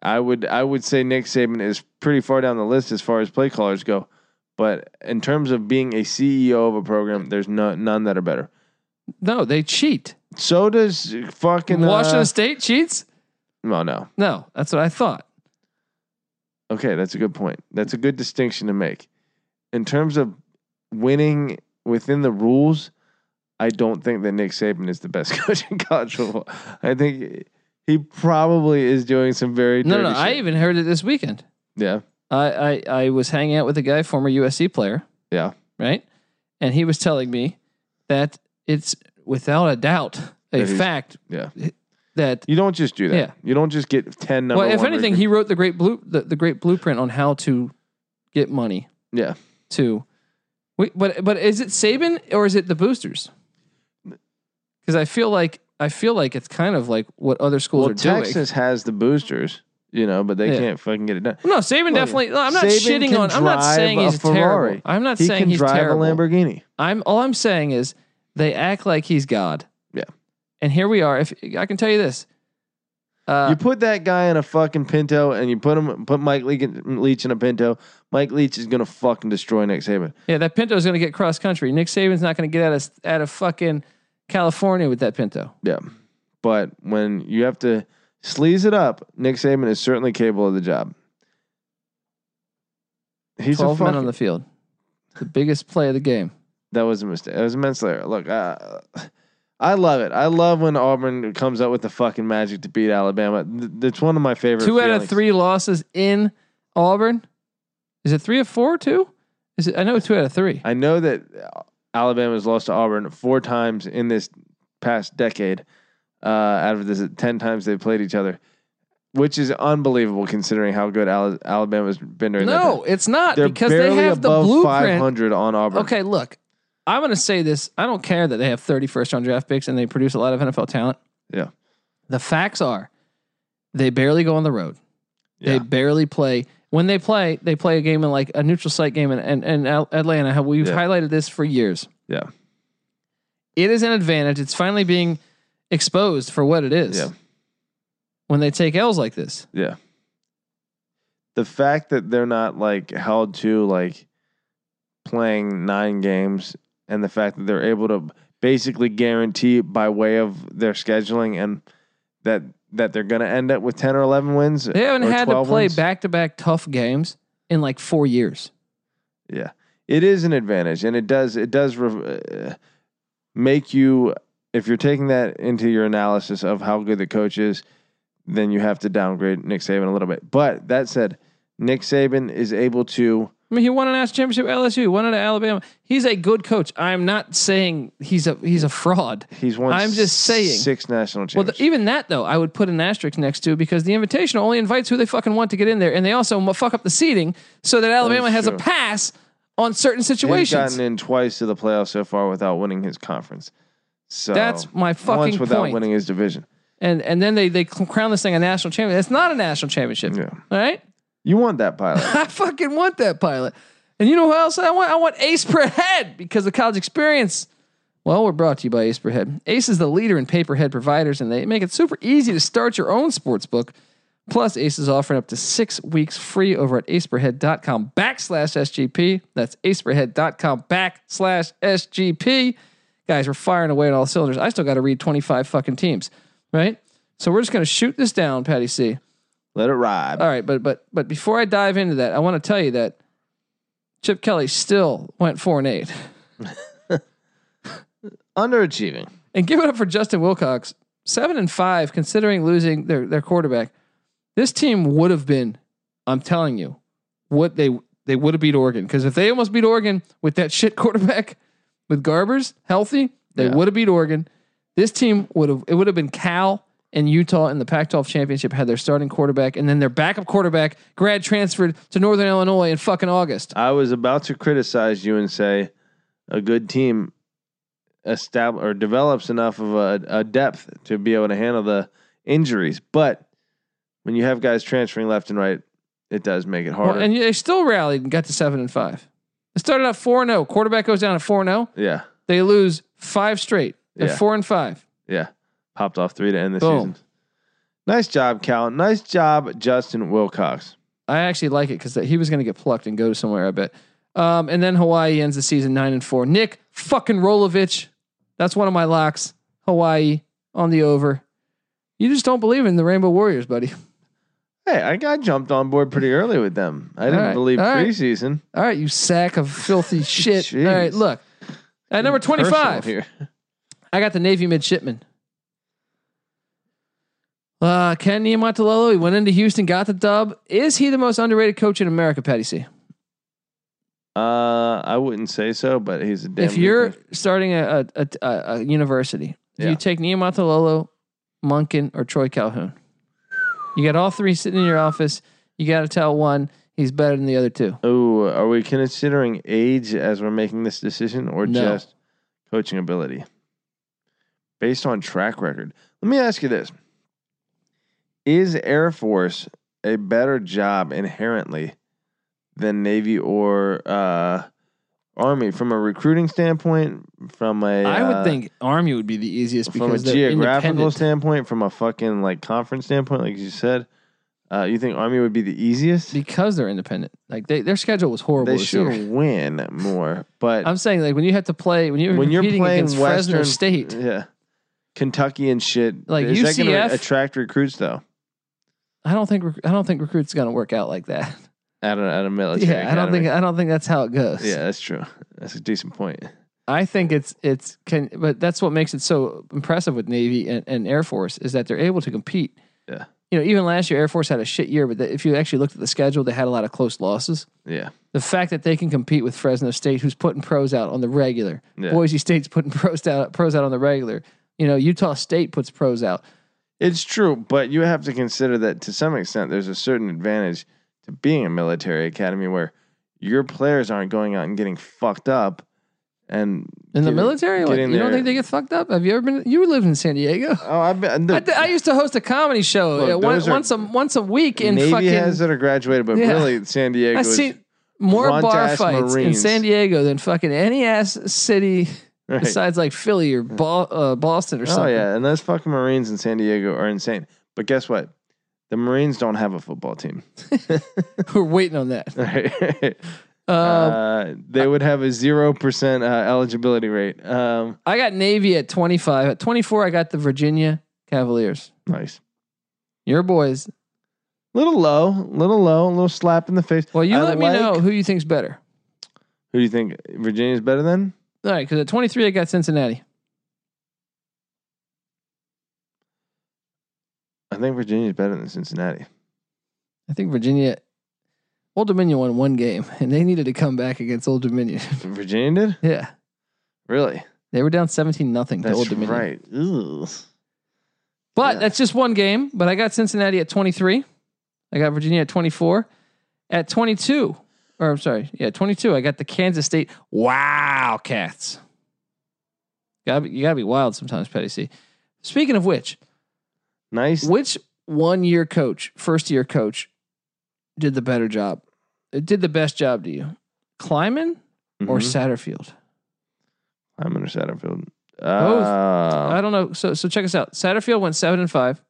S2: I would I would say Nick Saban is pretty far down the list as far as play callers go, but in terms of being a CEO of a program, there's no, none that are better.
S1: No, they cheat.
S2: So does fucking uh,
S1: Washington State cheats?
S2: Well, no.
S1: No, that's what I thought.
S2: Okay, that's a good point. That's a good distinction to make. In terms of winning within the rules, I don't think that Nick Saban is the best [laughs] coach in college football. I think he probably is doing some very
S1: No,
S2: dirty
S1: no, no. I
S2: shit.
S1: even heard it this weekend.
S2: yeah,
S1: I, I I was hanging out with a guy, former USC player.
S2: Yeah.
S1: Right. And he was telling me that it's without a doubt a
S2: That he's-
S1: fact
S2: yeah.
S1: that
S2: You don't just do that.
S1: Yeah.
S2: You don't just get ten number.
S1: well, if
S2: one
S1: anything,
S2: recruits.
S1: he wrote the great blue the, the great blueprint on how to get money
S2: yeah.
S1: to. Wait, but but is it Saban or is it the boosters? Because I feel like I feel like it's kind of like what other schools
S2: Well,
S1: are doing.
S2: Texas has the boosters, you know, but they
S1: Yeah.
S2: can't fucking get it done.
S1: No, Saban definitely. No, I'm not
S2: Saban
S1: shitting
S2: can
S1: on. I'm not
S2: drive
S1: saying
S2: a
S1: he's
S2: Ferrari.
S1: terrible. I'm not
S2: he
S1: saying
S2: can
S1: he's
S2: drive
S1: terrible.
S2: a Lamborghini.
S1: I'm all I'm saying is they act like he's God.
S2: Yeah.
S1: And here we are. If I can tell you this, uh,
S2: you put that guy in a fucking Pinto, and you put him put Mike Leach in, Leach in a Pinto. Mike Leach is gonna fucking destroy Nick Saban.
S1: yeah, that Pinto's going to get cross country. Nick Saban's not going to get out of out of fucking California with that Pinto.
S2: Yeah, but when you have to sleaze it up, Nick Saban is certainly capable of the job. He's a
S1: Twelve men
S2: fucking,
S1: on the field. The biggest play of the game.
S2: That was a mistake. That was a manslaughter. Look, uh, I love it. I love when Auburn comes up with the fucking magic to beat Alabama. Th- That's one of my favorite.
S1: Two out of
S2: feelings.
S1: three losses in Auburn. Is it three or four? Two? Is it? I know two out of three.
S2: I know that Alabama's lost to Auburn four times in this past decade. Uh, out of this, ten times they've played each other, which is unbelievable considering how good Al- Alabama's been during that.
S1: No,
S2: time.
S1: it's not
S2: They're
S1: because they
S2: barely
S1: have the
S2: above
S1: blueprint.
S2: 500 on Auburn.
S1: Okay, look, I'm going to say this. I don't care that they have 30 first round draft picks and they produce a lot of NFL talent.
S2: Yeah.
S1: The facts are they barely go on the road. They
S2: Yeah.
S1: barely play. When they play, they play a game in like a neutral site game in, in, in Al- Atlanta. How We've
S2: Yeah.
S1: highlighted this for years.
S2: Yeah.
S1: It is an advantage. It's finally being exposed for what it is.
S2: Yeah.
S1: When they take L's like this.
S2: Yeah. The fact that they're not like held to like playing nine games and the fact that they're able to basically guarantee by way of their scheduling and that that they're going to end up with 10 or 11 wins.
S1: They haven't
S2: or
S1: had to
S2: 12
S1: play
S2: wins.
S1: back to back tough games in like four years.
S2: Yeah. It is an advantage and it does it does re- uh, make you if you're taking that into your analysis of how good the coach is, then you have to downgrade Nick Saban a little bit. But that said, Nick Saban is able to
S1: I mean, he won an national championship at LSU. He won it at Alabama. He's a good coach. I'm not saying he's a he's a fraud.
S2: He's won.
S1: I'm just saying.
S2: six national
S1: Well, th
S2: championships.
S1: even that though, I would put an asterisk next to because the invitation only invites who they fucking want to get in there, and they also mu- fuck up the seating so that Alabama has a
S2: true.
S1: pass on certain
S2: He's
S1: situations.
S2: gotten in twice to the playoffs so far without winning his conference. So
S1: That's my
S2: once
S1: fucking
S2: without
S1: point.
S2: winning his division.
S1: And and then they they crown this thing a national champion. It's not a national championship.
S2: Yeah,
S1: All right,
S2: you want that
S1: [laughs]
S2: pilot?
S1: I fucking want that pilot. And you know who else I want? I want Ace per head because the college experience. Well, we're brought to you by Ace per head. Ace is the leader in paperhead providers, and they make it super easy to start your own sports book. Plus, Ace is offering up to six weeks free over at aceperhead.com backslash SGP. That's aceperhead.com backslash SGP. Guys, we're firing away on all cylinders. I still got to read 25 fucking teams, right? So we're just going to shoot this down, Patty C.
S2: Let it ride.
S1: All right, but but but before I dive into that, I want to tell you that Chip Kelly still went four and eight.
S2: Underachieving.
S1: And give it up for Justin Wilcox, seven and five, considering losing their their quarterback. This team would have been, I'm telling you, what they they would have beat Oregon. Because if they almost beat Oregon with that [laughs] shit quarterback with Garbers healthy, they
S2: Yeah.
S1: would have beat Oregon. This team would have it would have been Cal and Utah in the Pac-12 championship had their starting quarterback and then their backup quarterback grad transferred to Northern Illinois in fucking August.
S2: I was about to criticize you and say a good team estab- or develops enough of a, a depth to be able to handle the injuries. But when you have guys transferring left and right, it does make it harder.
S1: Well, and they still rallied and got to seven and five. It started out four and zero. Quarterback goes down at four and oh. zero.
S2: yeah,
S1: They lose five straight. They're
S2: Yeah.
S1: four and five.
S2: yeah, popped off three to end the
S1: Boom.
S2: season. Nice job, Cal. Nice job, Justin Wilcox.
S1: I actually like it because he was going to get plucked and go to somewhere. I bet. Um, and then Hawaii ends the season nine and four. Nick fucking Rolovich, that's one of my locks. Hawaii on the over. You just don't believe in the Rainbow Warriors, buddy. [laughs]
S2: Hey, I got jumped on board pretty early with them. I didn't
S1: right,
S2: believe
S1: all right.
S2: preseason.
S1: All right, you sack of
S2: [laughs]
S1: filthy shit. All
S2: Jeez.
S1: right, look at number
S2: Personal
S1: twenty-five.
S2: here.
S1: I got the Navy midshipman. Uh, Ken Niumatalolo, he went into Houston, got the dub. Is he the most underrated coach in America, Patty C?
S2: Uh, I wouldn't say so, but he's a damn.
S1: if
S2: good
S1: you're
S2: coach.
S1: starting a, a, a, a a university, do
S2: Yeah.
S1: you take Niumatalolo, Munkin, or Troy Calhoun? You got all three sitting in your office. You got to tell one he's better than the other two.
S2: Ooh, are we considering age as we're making this decision or
S1: No.
S2: just coaching ability? Based on track record. Let me ask you this. Is Air Force a better job inherently than Navy or uh, Army from a recruiting standpoint, from a
S1: I
S2: uh,
S1: would think Army would be the easiest
S2: from a
S1: because they're
S2: geographical
S1: independent.
S2: standpoint, from a fucking like conference standpoint, like you said, uh, you think Army would be the easiest?
S1: because they're independent. Like they, their schedule was horrible.
S2: They
S1: this year.
S2: should win more, but
S1: I'm saying like when you have to play when you're
S2: when you're
S1: competing
S2: playing
S1: against Fresno
S2: Western
S1: State,
S2: yeah, Kentucky and shit,
S1: Like
S2: is that going
S1: UCF?
S2: to attract recruits though?
S1: I don't think rec- I don't think recruits going to work out like that.
S2: At a, at a military,
S1: yeah, I don't think
S2: academy.
S1: I don't think that's how it goes.
S2: yeah, that's true. That's a decent point.
S1: I think it's it's can but that's what makes it so impressive with Navy and, and Air Force is that they're able to compete.
S2: Yeah.
S1: You know, even last year Air Force had a shit year, but the, if you actually looked at the schedule, they had a lot of close losses.
S2: Yeah,
S1: The fact that they can compete with Fresno State, who's putting pros out on the regular,
S2: Yeah.
S1: Boise State's putting [laughs] pros out pros out on the regular. You know, Utah State puts pros out.
S2: it's true, but you have to consider that to some extent, there's a certain advantage to being a military academy where your players aren't going out and getting fucked up. And
S1: In the
S2: getting-
S1: military, like,
S2: getting
S1: you don't
S2: their-
S1: think they get fucked up? Have you ever been? You lived in San Diego.
S2: Oh, I've been. The,
S1: I, th- I used to host a comedy show
S2: Look,
S1: uh, one,
S2: those are-
S1: once a once a week in
S2: Navy
S1: fucking.
S2: has that are graduated, but
S1: Yeah.
S2: really San
S1: [laughs]
S2: Diego.
S1: I
S2: is-
S1: see more
S2: runt
S1: bar
S2: ass
S1: fights in
S2: Marines.
S1: San Diego than fucking any ass city
S2: [laughs] [laughs] right.
S1: besides like Philly or Bo- uh, Boston or
S2: Oh
S1: something.
S2: yeah, and those fucking Marines in San Diego are insane. But guess what? The Marines don't have a football team.
S1: [laughs]
S2: [laughs]
S1: We're waiting on that. Um,
S2: uh, they would have a zero percent uh, eligibility rate. Um,
S1: I got Navy at twenty five. At twenty four, I got the Virginia Cavaliers.
S2: nice.
S1: Your boys.
S2: Little low, little low, a little slap in the face.
S1: Well, you
S2: I
S1: let me
S2: like-
S1: know who you think's better.
S2: Who do you think Virginia's better than?
S1: All right, because at twenty three, I got Cincinnati.
S2: I think Virginia's better than Cincinnati.
S1: I think Virginia. Old Dominion won one game, and they needed to come back against Old Dominion. [laughs]
S2: Virginia did
S1: yeah,
S2: really.
S1: they were down seventeen nothing to
S2: That's
S1: Old Dominion.
S2: right. Ew.
S1: But
S2: Yeah.
S1: that's just one game. But I got Cincinnati at 23. I got Virginia at 24. At 22, or I'm sorry, yeah, 22. I got the Kansas State Wow Cats. Gotta be, you gotta be wild sometimes, Petty C. Speaking of which,
S2: Nice.
S1: which one year coach, first year coach, did the better job? It did the best job to you, Kleiman or
S2: Mhm.
S1: Satterfield?
S2: I'm under Satterfield.
S1: I
S2: Uh,
S1: don't know. So so check us out. Satterfield went seven and five.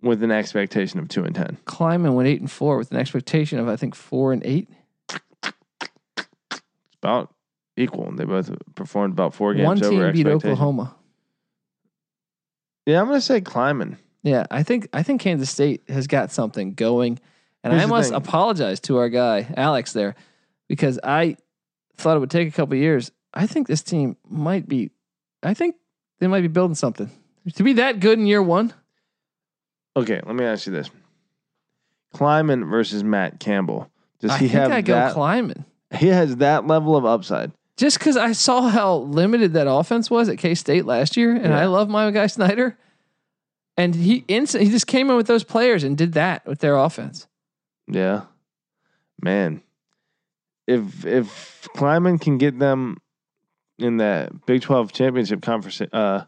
S2: with an expectation of two and ten.
S1: Kleiman went eight and four with an expectation of I think four and eight.
S2: It's about equal. They both performed about four games
S1: One
S2: over
S1: team beat
S2: expectation.
S1: Oklahoma.
S2: Yeah, I'm gonna say climbing.
S1: Yeah, I think I think Kansas State has got something going, and
S2: Here's
S1: I
S2: the
S1: must
S2: thing.
S1: apologize to our guy Alex there because I thought it would take a couple years. I think this team might be. I think they might be building something to be that good in year one.
S2: Okay, let me ask you this: Kleiman versus Matt Campbell. Does
S1: I
S2: he
S1: think
S2: have
S1: I go
S2: that?
S1: climbing
S2: he has that level of upside.
S1: just because I saw how limited that offense was at K State last year, and
S2: Yeah.
S1: I love my guy Snyder, and he instant he just came in with those players and did that with their offense.
S2: Yeah, man. If if Kleiman can get them in the Big Twelve championship conversation. Uh,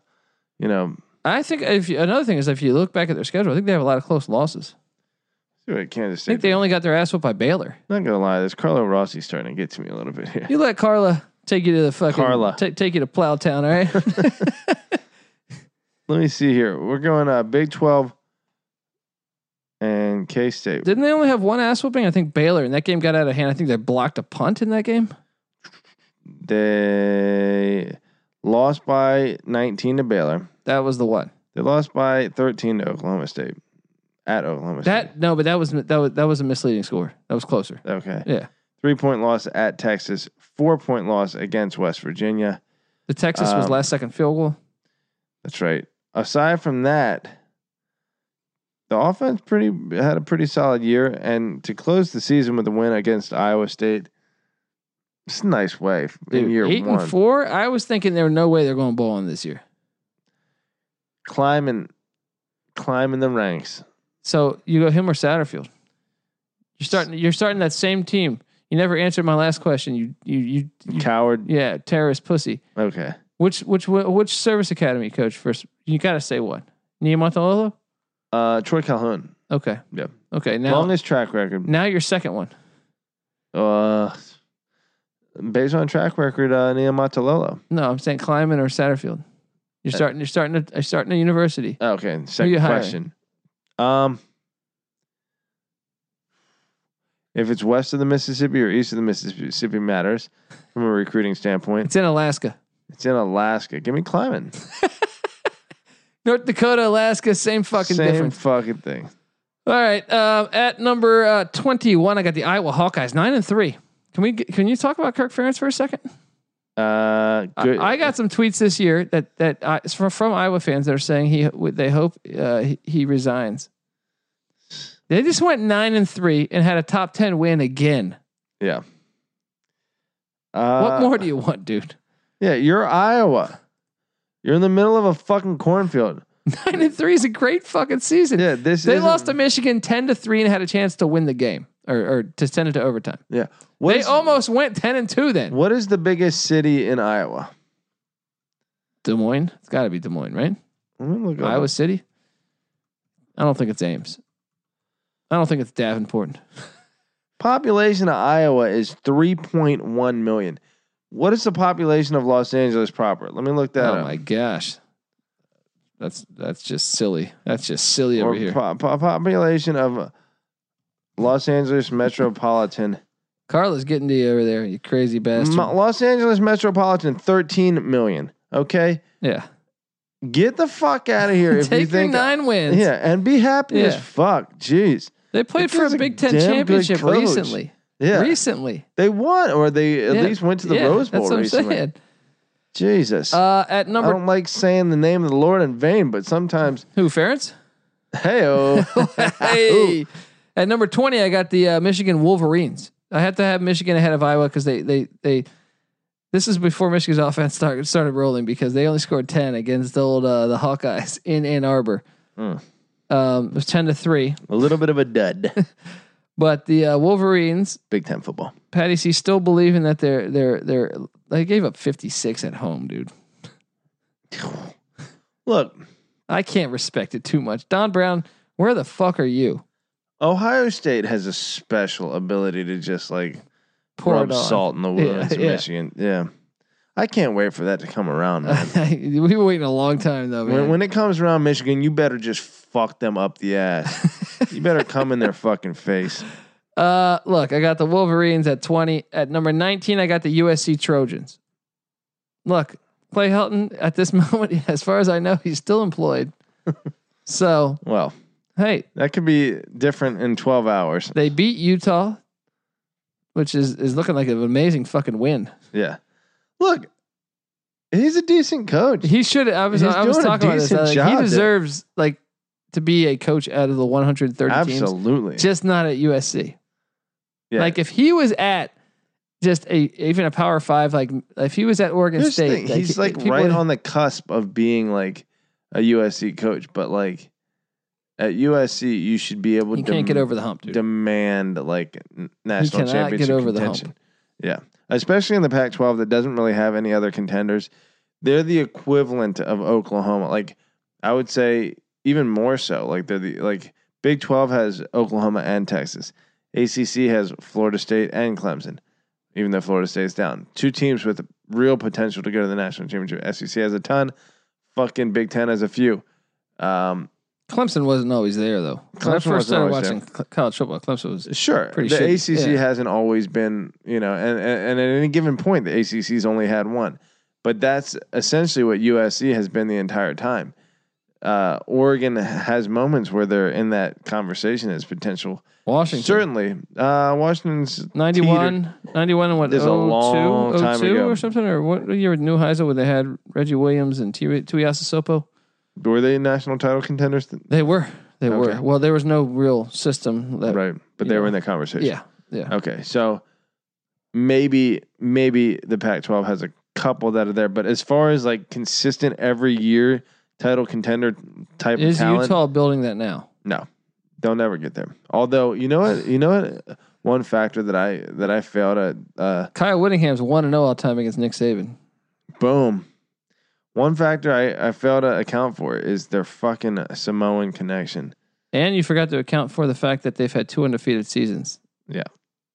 S2: you know,
S1: I think if you, another thing is if you look back at their schedule, I think they have a lot of close losses.
S2: see what
S1: I
S2: Kansas State.
S1: think they only got their ass whooped by Baylor.
S2: not gonna lie, this Carlo Rossi's starting to get to me a little bit here.
S1: You let Carla take you to the fucking
S2: Carla.
S1: ta- take you to Plowtown, all
S2: [laughs]
S1: right?
S2: Let me see here. We're going uh, Big Twelve and K State.
S1: Didn't they only have one ass whooping? I think Baylor, and that game got out of hand. I think they blocked a punt in that game.
S2: They lost by 19 to Baylor.
S1: That was the one.
S2: They lost by 13 to Oklahoma State at Oklahoma State.
S1: That no, but that was that was that was a misleading score. That was closer.
S2: okay.
S1: Yeah,
S2: Three point loss at Texas. Four point loss against West Virginia.
S1: the Texas was
S2: Um,
S1: last second field goal.
S2: That's right. Aside from that, the offense pretty had a pretty solid year, and to close the season with a win against Iowa State, it's a nice way f- in
S1: Dude,
S2: year
S1: eight
S2: one.
S1: and four. I was thinking there were no way they're going bowling this year.
S2: Climbing, climbing the ranks.
S1: So you go him or Satterfield. You're starting. You're starting that same team. You never answered my last question. You you you. you
S2: Coward.
S1: yeah, terrorist pussy.
S2: Okay.
S1: Which which which service academy coach first? You got to say what? Niamatololo.
S2: Uh, Troy Calhoun.
S1: Okay.
S2: Yeah.
S1: Okay. Now
S2: Longest track record.
S1: now your second one.
S2: Uh, based on track record, uh, Nia Matalolo.
S1: No, I'm saying Kleiman or Satterfield. You're
S2: Uh,
S1: starting. You're starting. A, you're starting a university.
S2: Okay. Second
S1: you hiring?
S2: question. Um, if it's west of the Mississippi or east of the Mississippi matters from a recruiting standpoint.
S1: It's in Alaska,
S2: It's in Alaska. Give me climbing.
S1: North Dakota, Alaska. Same fucking
S2: Same
S1: difference.
S2: fucking thing.
S1: All right. Um, at number uh, 21, I got the Iowa Hawkeyes, nine and three. Can we? get- Can you talk about Kirk Ferentz for a second?
S2: Uh,
S1: I,
S2: good.
S1: I got some tweets this year that that I, it's from from Iowa fans that are saying he they hope uh, he, he resigns. They just went nine and three and had a top ten win again.
S2: yeah. Uh,
S1: what more do you want, dude? [laughs]
S2: Yeah, you're Iowa. You're in the middle of a fucking cornfield.
S1: Nine and three is a great fucking season.
S2: Yeah, this
S1: They
S2: isn't-
S1: lost to Michigan ten to three and had a chance to win the game or, or to send it to overtime.
S2: Yeah. What
S1: they
S2: is-
S1: almost went ten and two then.
S2: What is the biggest city in Iowa?
S1: Des Moines. It's got to be Des Moines, right?
S2: Let me look it
S1: Iowa
S2: up.
S1: City. I don't think it's Ames. I don't think it's Davenport.
S2: population of Iowa is 3.1 million. What is the population of Los Angeles proper? Let me look that
S1: oh
S2: up.
S1: my gosh, that's that's just silly. That's just silly
S2: or
S1: over here.
S2: po- po- population of Los Angeles metropolitan.
S1: Carla's getting to you over there, you crazy bastard.
S2: Mo- Los Angeles metropolitan 13 million. Okay?
S1: yeah,
S2: Get the fuck out of here [laughs] if you
S1: take your
S2: think
S1: nine wins.
S2: Yeah, and be happy as
S1: Yeah.
S2: fuck. Jeez.
S1: they played
S2: This
S1: for
S2: is
S1: a
S2: a
S1: Big Ten
S2: damn good
S1: championship
S2: coach.
S1: recently.
S2: Yeah.
S1: Recently,
S2: they won or they at
S1: Yeah.
S2: least went to the
S1: Yeah,
S2: Rose Bowl
S1: That's what
S2: recently.
S1: I'm saying.
S2: Jesus.
S1: Uh, at
S2: I
S1: number
S2: don't like saying the name of the Lord in vain, but sometimes,
S1: who? Ferentz.
S2: hey, [laughs] Ah,
S1: [laughs] hey. At number twenty, I got the uh, Michigan Wolverines. I had to have Michigan ahead of Iowa because they they they. This is before Michigan's [laughs] offense started started rolling because they only scored ten against the old uh, the Hawkeyes [laughs] in Ann Arbor.
S2: Mm.
S1: Um, it was ten to three,
S2: a little bit of a dud.
S1: but the uh, Wolverines,
S2: Big Ten football.
S1: Patty C, still believing that they're they're they're they gave up fifty six at home, dude.
S2: [sighs] Look,
S1: I can't respect it too much. Don Brown, where the fuck are you?
S2: Ohio State has a special ability to just like
S1: Pour
S2: rub
S1: it on. [laughs]
S2: salt in the wounds of
S1: yeah.
S2: Michigan. Yeah, I can't wait for that to come
S1: [laughs]
S2: around, man.
S1: we were waiting a long time though. Oh, Man.
S2: when, when it comes around, Michigan, you better just fuck them up
S1: [laughs]
S2: the ass. you better come in their fucking face.
S1: Uh, look, I got the Wolverines at 20. At number 19, I got the USC Trojans. Look, Clay Helton at this [laughs] moment, as far as I know, he's still
S2: [laughs]
S1: employed. so,
S2: Well,
S1: hey,
S2: that could be different in twelve hours.
S1: they beat Utah, which is, is looking like an amazing fucking win.
S2: Yeah, look, he's a decent coach.
S1: He should, I was,
S2: He's
S1: I was
S2: doing a
S1: talking about this.
S2: decent
S1: Like,
S2: job
S1: he
S2: there.
S1: deserves like to be a coach out of the 130 teams,
S2: Absolutely.
S1: just not at USC.
S2: Yeah.
S1: Like if he was at just a even a power five, like if he was at Oregon
S2: Here's the
S1: State,
S2: thing, he's like
S1: people
S2: right
S1: would-
S2: on the cusp of being like a USC coach, but like at USC, you should be able
S1: You
S2: to
S1: can't get over the hump, dude.
S2: demand like n- national
S1: cannot get
S2: championship
S1: over the hump.
S2: contention. Yeah, especially in the Pac 12 that doesn't really have any other contenders. They're the equivalent of Oklahoma. Like, I would say even more so. Like, they're the, like, Big 12 has Oklahoma and Texas, ACC has Florida State and Clemson, even though Florida State's down. Two teams with real potential to go to the national championship. SEC has a ton, fucking Big 10 has a few. Um,
S1: Clemson wasn't always there though. when I
S2: Clemson
S1: first
S2: wasn't
S1: started
S2: always
S1: watching cl- college football, Clemson was
S2: Sure,
S1: Pretty
S2: the
S1: shitty,
S2: ACC
S1: yeah.
S2: hasn't always been, you know, and, and and at any given point, the ACC's only had one, but that's essentially what USC has been the entire time. Uh, Oregon has moments where they're in that conversation as potential.
S1: Washington.
S2: Certainly, uh, Washington's
S1: 91, 91 and what,
S2: This is a
S1: 02,
S2: long time
S1: 02
S2: ago.
S1: or something? Or what year with New Heisel where they had Reggie Williams and Tui Tui Sopo?
S2: were they national title contenders?
S1: They were. They
S2: Okay.
S1: were. Well, there was no real system that.
S2: right, but they
S1: yeah.
S2: were in that conversation.
S1: Yeah. Yeah.
S2: Okay, so maybe maybe the Pac-12 has a couple that are there, but as far as like consistent every year title contender type
S1: Is
S2: of talent,
S1: Utah building that now?
S2: they'll never get there. Although you know what, you know what, uh, one factor that I that I failed at, uh,
S1: Kyle Whittingham's 1 0 all time against Nick Saban.
S2: boom. One factor I, I failed to account for is their fucking Samoan connection.
S1: And you forgot to account for the fact that they've had two undefeated seasons.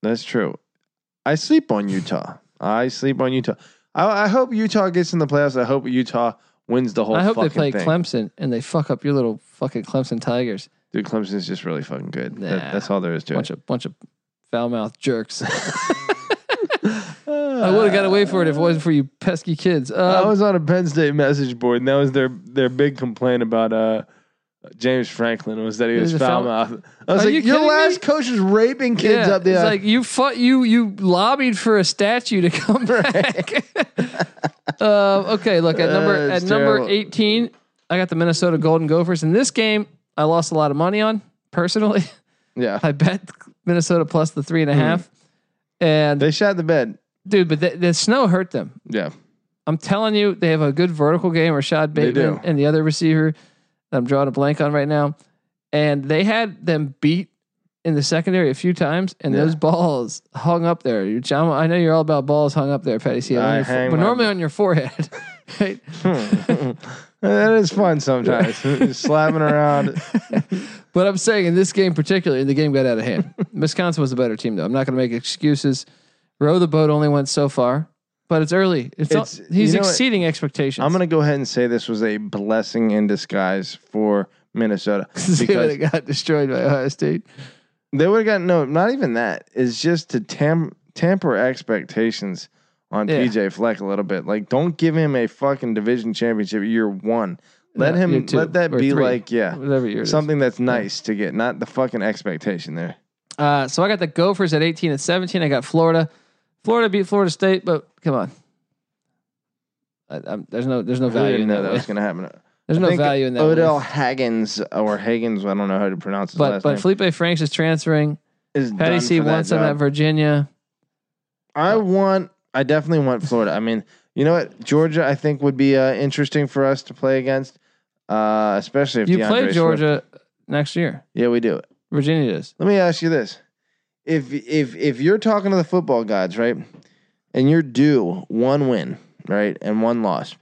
S2: That's true. I sleep on Utah. I sleep on Utah. I, I hope Utah gets in the playoffs. I hope Utah wins the whole.
S1: I hope they
S2: fucking
S1: play
S2: thing.
S1: Clemson and they fuck up your little fucking Clemson Tigers.
S2: Dude, Clemson's just really fucking good. That-
S1: Nah.
S2: that's all there is to
S1: Bunch
S2: it.
S1: of bunch of foul mouth jerks.
S2: [laughs]
S1: I would have got away for it if it wasn't for you pesky kids.
S2: I
S1: Uh,
S2: was on a Penn State message board, and that was their their big complaint about uh, James Franklin was that he was
S1: He's a foul-
S2: foul mouthed. I was
S1: Are
S2: like,
S1: you
S2: your
S1: kidding
S2: last
S1: me?
S2: coach was raping kids
S1: yeah,
S2: up there.
S1: It's like you fought, you you lobbied for a statue to
S2: [laughs]
S1: come back. [laughs] uh, okay, look at number
S2: Uh,
S1: at
S2: it's
S1: number
S2: terrible.
S1: eighteen. I got the Minnesota Golden Gophers in this game. I lost a lot of money on personally. [laughs]
S2: yeah,
S1: I bet Minnesota plus the three and a half. And
S2: Hmm. they shot the bed.
S1: dude, but the, the snow hurt them.
S2: Yeah,
S1: I'm telling you, they have a good vertical game. Rashad
S2: They do.
S1: Bateman and the other receiver that I'm drawing a blank on right now, and they had them beat in the secondary a few times, and
S2: Yeah.
S1: those balls hung up there. Your John, I know you're all about balls hung up there, Patty. See,
S2: I
S1: but
S2: hang my-
S1: normally on your forehead. [laughs] Right?
S2: that is fun sometimes. [laughs] Just slapping around.
S1: But I'm saying in this game particularly, the game got out of
S2: [laughs]
S1: hand. Wisconsin was a better team, though. I'm not going to make excuses. Row the boat only went so far, but it's early. It's,
S2: It's-
S1: all- he's
S2: you know what?
S1: exceeding expectations.
S2: [laughs] I'm gonna go ahead and say this was a blessing in disguise for
S1: [laughs]
S2: Minnesota
S1: [laughs] see
S2: because-
S1: that it got destroyed by Ohio State.
S2: They would have gotten no, not even that. It's just to tam- tamper expectations on
S1: Yeah.
S2: PJ Fleck a little bit. Like, don't give him a fucking division championship year one. Let
S1: No, year
S2: him
S1: two
S2: let that
S1: or
S2: be
S1: three.
S2: like yeah
S1: whatever year it is.
S2: something that's nice to get, not the fucking expectation there.
S1: Uh, so I got the Gophers at 18 and 17. I got Florida. Florida beat Florida State, but come on. I, I'm, there's no there's no
S2: I
S1: value
S2: didn't
S1: in
S2: know
S1: that.
S2: that
S1: way.
S2: was gonna happen.
S1: [laughs] There's
S2: I
S1: no
S2: think
S1: value in that.
S2: Odell
S1: way.
S2: Haggins or Haggins, I don't know how to pronounce his
S1: But
S2: last
S1: but
S2: name.
S1: Felipe Franks is transferring.
S2: is
S1: Patty
S2: done
S1: C
S2: for that
S1: wants him
S2: job.
S1: at Virginia.
S2: I want. I definitely want Florida. I mean, you know what? Georgia, I think, would be uh, interesting for us to play against, uh, especially if
S1: You
S2: DeAndre
S1: play
S2: Swift-
S1: Georgia next year.
S2: Yeah, we do.
S1: Virginia does.
S2: Let me ask you this: if if if you're talking to the football gods, right, and you're due one win, right, and one loss,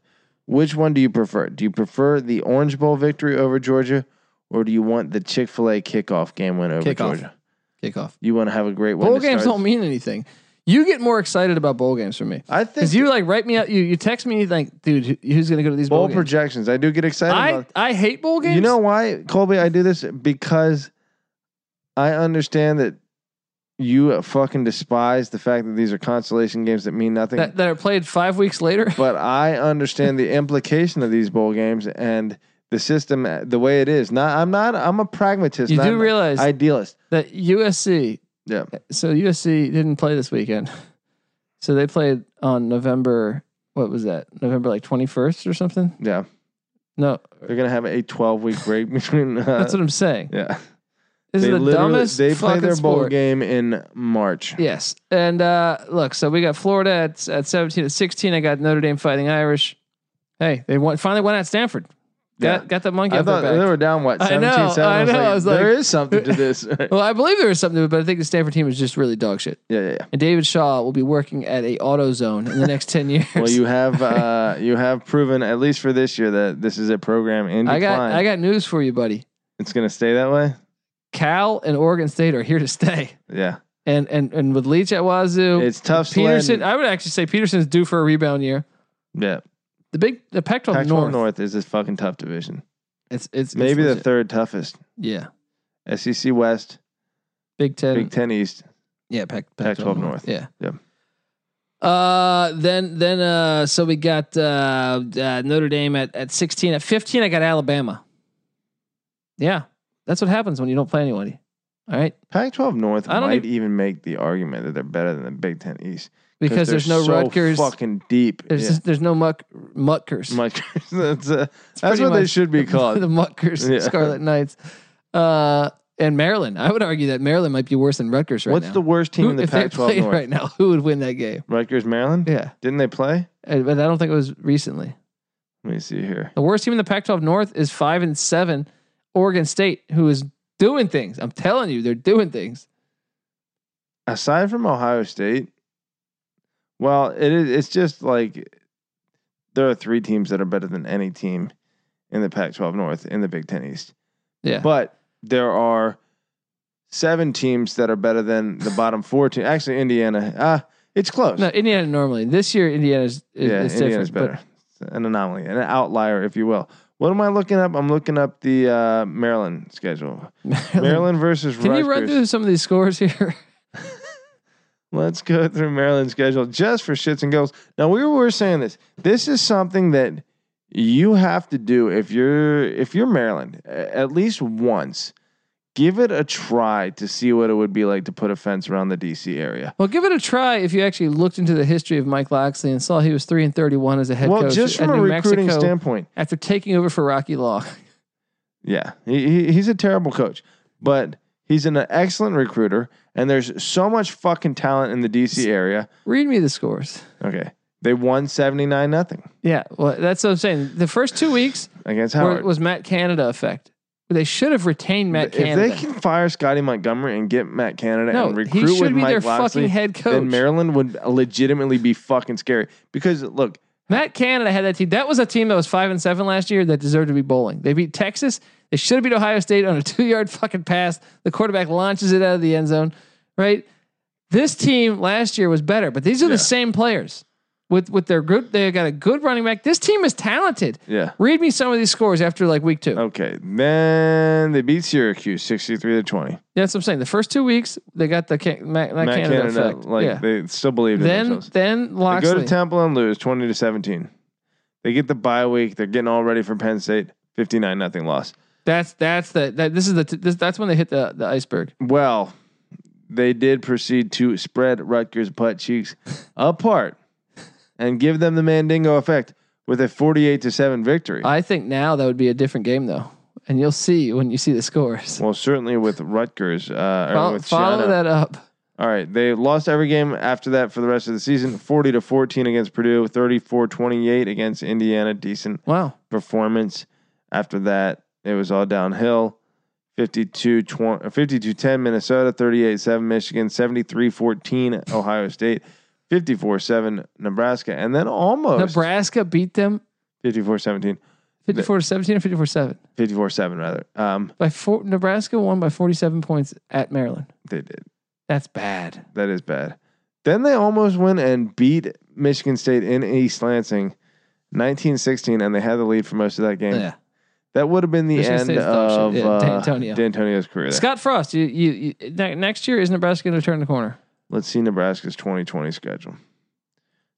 S2: which one do you prefer? Do you prefer the Orange Bowl victory over Georgia, or do you want the Chick Fil A kickoff game win over
S1: Kickoff.
S2: Georgia?
S1: Kickoff.
S2: You want to have a great win.
S1: Bowl
S2: to
S1: games
S2: start-
S1: don't mean anything. You get more excited about bowl games for me.
S2: I think
S1: Because you like write me out, you you text me like, dude, who- who's gonna go to these bowl,
S2: bowl
S1: games?
S2: projections. I do get excited. about
S1: I, I hate bowl games.
S2: You know why, Colby? I do this because I understand that you fucking despise the fact that these are consolation games that mean nothing.
S1: that, that are played five weeks
S2: [laughs]
S1: later.
S2: but I understand the implication of these bowl games and the system, uh, the way it is. Not, I'm not. I'm a pragmatist.
S1: You
S2: not
S1: do
S2: an
S1: realize
S2: idealist.
S1: that USC.
S2: Yeah.
S1: So USC didn't play this weekend. [laughs] So they played on November. What was that? November like twenty first or something?
S2: Yeah,
S1: No,
S2: they're gonna have a 12 week break [laughs] between. Uh,
S1: that's what I'm saying.
S2: yeah,
S1: This
S2: they
S1: is the
S2: literally-
S1: dumbest.
S2: They play
S1: fucking
S2: their bowl
S1: sport.
S2: game in March.
S1: Yes, and uh, look, so we got Florida at at seventeen at sixteen. I got Notre Dame fighting Irish. Hey, they won, finally won at Stanford. Got, got that monkey
S2: I
S1: off their
S2: thought
S1: back.
S2: they were down what
S1: I
S2: seventeen
S1: know,
S2: seven.
S1: I know, I was like-
S2: there is something to this. [laughs] yeah,
S1: well, I believe there was something to it, but I think the Stanford team is just really dog shit.
S2: yeah, yeah.
S1: And David Shaw will be working at a auto zone in the next ten years.
S2: Well, you have uh, you have proven at least for this year that this is a program
S1: [laughs]
S2: in
S1: I
S2: decline.
S1: got I got news for you, buddy.
S2: it's going to stay that way.
S1: Cal and Oregon State are here to stay.
S2: Yeah,
S1: And and and with Leach at Wazoo,
S2: it's tough. sledding.
S1: Peterson. I would actually say Peterson's due for a rebound year.
S2: Yeah,
S1: The big the Pac-12,
S2: Pac-12
S1: North,
S2: North. is this fucking tough division.
S1: It's it's
S2: Maybe
S1: it's
S2: the
S1: legit.
S2: third toughest.
S1: yeah
S2: SEC West,
S1: Big Ten
S2: Big Ten East.
S1: yeah Pac
S2: Pac-12 North.
S1: yeah
S2: Yeah.
S1: Uh then then uh so we got uh, uh Notre Dame at at sixteen at fifteen I got Alabama. Yeah, that's what happens when you don't play anybody. All right,
S2: Pac-12 North
S1: I don't
S2: might even make the argument that they're better than the Big Ten East
S1: because
S2: they're
S1: there's no
S2: so
S1: Rutgers.
S2: Fucking deep.
S1: There's
S2: Yeah.
S1: just, there's no muck muckers.
S2: [laughs] Rutgers. that's uh,
S1: It's
S2: that's
S1: pretty
S2: what they
S1: much
S2: should be
S1: [laughs] the
S2: called.
S1: Muckers,
S2: Yeah.
S1: Scarlet Knights, uh, and Maryland. I would argue that Maryland might be worse than Rutgers right
S2: What's
S1: now.
S2: the worst team
S1: Who-
S2: in the
S1: if they
S2: Pac-12
S1: played
S2: North?
S1: right now? Who would win that game?
S2: Rutgers, Maryland.
S1: Yeah,
S2: Didn't they play?
S1: Uh, but I don't think it was recently.
S2: Let me see here.
S1: The worst team in the Pac-12 North is five and seven, Oregon State, who is doing things. I'm telling you, they're doing things.
S2: Aside from Ohio State, well, it is. It's just like there are three teams that are better than any team in the Pac-12 North in the Big Ten East,
S1: Yeah,
S2: but there are seven teams that are better than the bottom four teams. Actually, Indiana. Ah, it's close.
S1: no, Indiana normally this year Indiana's is,
S2: yeah,
S1: is
S2: Indiana's
S1: different.
S2: better. It's an anomaly, an outlier, if you will. What am I looking up? I'm looking up the uh, Maryland schedule.
S1: but Maryland.
S2: Maryland
S1: [laughs]
S2: versus
S1: Can
S2: Rutgers.
S1: you run through some of these scores here? [laughs]
S2: Let's go through Maryland's schedule just for shits and giggles. Now we were saying this. This is something that you have to do if you're if you're Maryland a- at least once. Give it a try to see what it would be like to put a fence around the DC area.
S1: Well, give it a try if you actually looked into the history of Mike Loxley and saw he was three and thirty-one as a head
S2: well,
S1: coach
S2: just from
S1: at
S2: a
S1: New
S2: recruiting
S1: Mexico
S2: standpoint,
S1: after taking over for Rocky Law.
S2: yeah, he, he he's a terrible coach, but he's an excellent recruiter, and there's so much fucking talent in the DC area.
S1: Read me the scores.
S2: Okay, they won seventy nine nothing
S1: Yeah, well, that's what I'm saying. The first two weeks
S2: against
S1: were-
S2: Howard.
S1: was Matt Canada effect. They should have retained Matt
S2: if
S1: Canada.
S2: they can fire Scotty Montgomery and get Matt Canada
S1: no,
S2: and
S1: he
S2: recruit with
S1: should be their
S2: Mike Loxley,
S1: fucking head coach.
S2: then Maryland would legitimately be fucking scary. Because look,
S1: Matt Canada had that team. That was a team that was five and seven last year that deserved to be bowling. They beat Texas. They should have beat Ohio State on a [laughs] two yard fucking pass. The quarterback launches it out of the end zone. Right. This team last year was better, but these are
S2: Yeah.
S1: the same players with with their group. They got a good running back. This team is talented.
S2: yeah,
S1: Read me some of these scores after like week two.
S2: okay, then they beat Syracuse sixty-three to twenty.
S1: That's what I'm saying. The first two weeks they got the can- Matt, Matt
S2: Matt
S1: Canada,
S2: Canada,
S1: effect.
S2: like
S1: yeah.
S2: they still believed in
S1: Then
S2: themselves.
S1: then
S2: They
S1: Loxley.
S2: go to Temple and lose twenty to seventeen. They get the bye week. They're getting all ready for Penn State. Fifty-nine nothing loss.
S1: That's that's the that this is the t- this, that's when they hit the the iceberg.
S2: Well, they did proceed to spread Rutgers
S1: [laughs]
S2: butt cheeks apart and give them the Mandingo effect with a 48 to 7 victory.
S1: I think now that would be a different game though, and you'll see when you see the scores.
S2: well, certainly with Rutgers. Uh, or
S1: Follow,
S2: with
S1: follow
S2: Shiano.
S1: that up.
S2: All right. They lost every game after that for the rest of the season 40 to 14 against Purdue, 34 28 against Indiana. Decent
S1: Wow,
S2: performance. After that, it was all downhill. 52 10 Minnesota, 38 7 Michigan, 73 14 Ohio State, 54 7 Nebraska, and then
S1: Oh,
S2: almost
S1: Nebraska beat them
S2: 54 17,
S1: fifty-four to seventeen or fifty-four seven
S2: 54 7 rather. Um,
S1: by four. Nebraska won by forty-seven points at Maryland.
S2: they did.
S1: That's bad.
S2: That is bad. Then they almost went and beat Michigan State in East Lansing 19 16, and they had the lead for most of that game.
S1: Yeah.
S2: That would have been the
S1: Michigan
S2: end
S1: State's dog
S2: of
S1: shit. Yeah,
S2: uh,
S1: D'Antonio.
S2: D'Antonio's career. there.
S1: Scott Frost, you, you, you ne- next year is Nebraska going to turn the corner?
S2: Let's see Nebraska's 2020 schedule.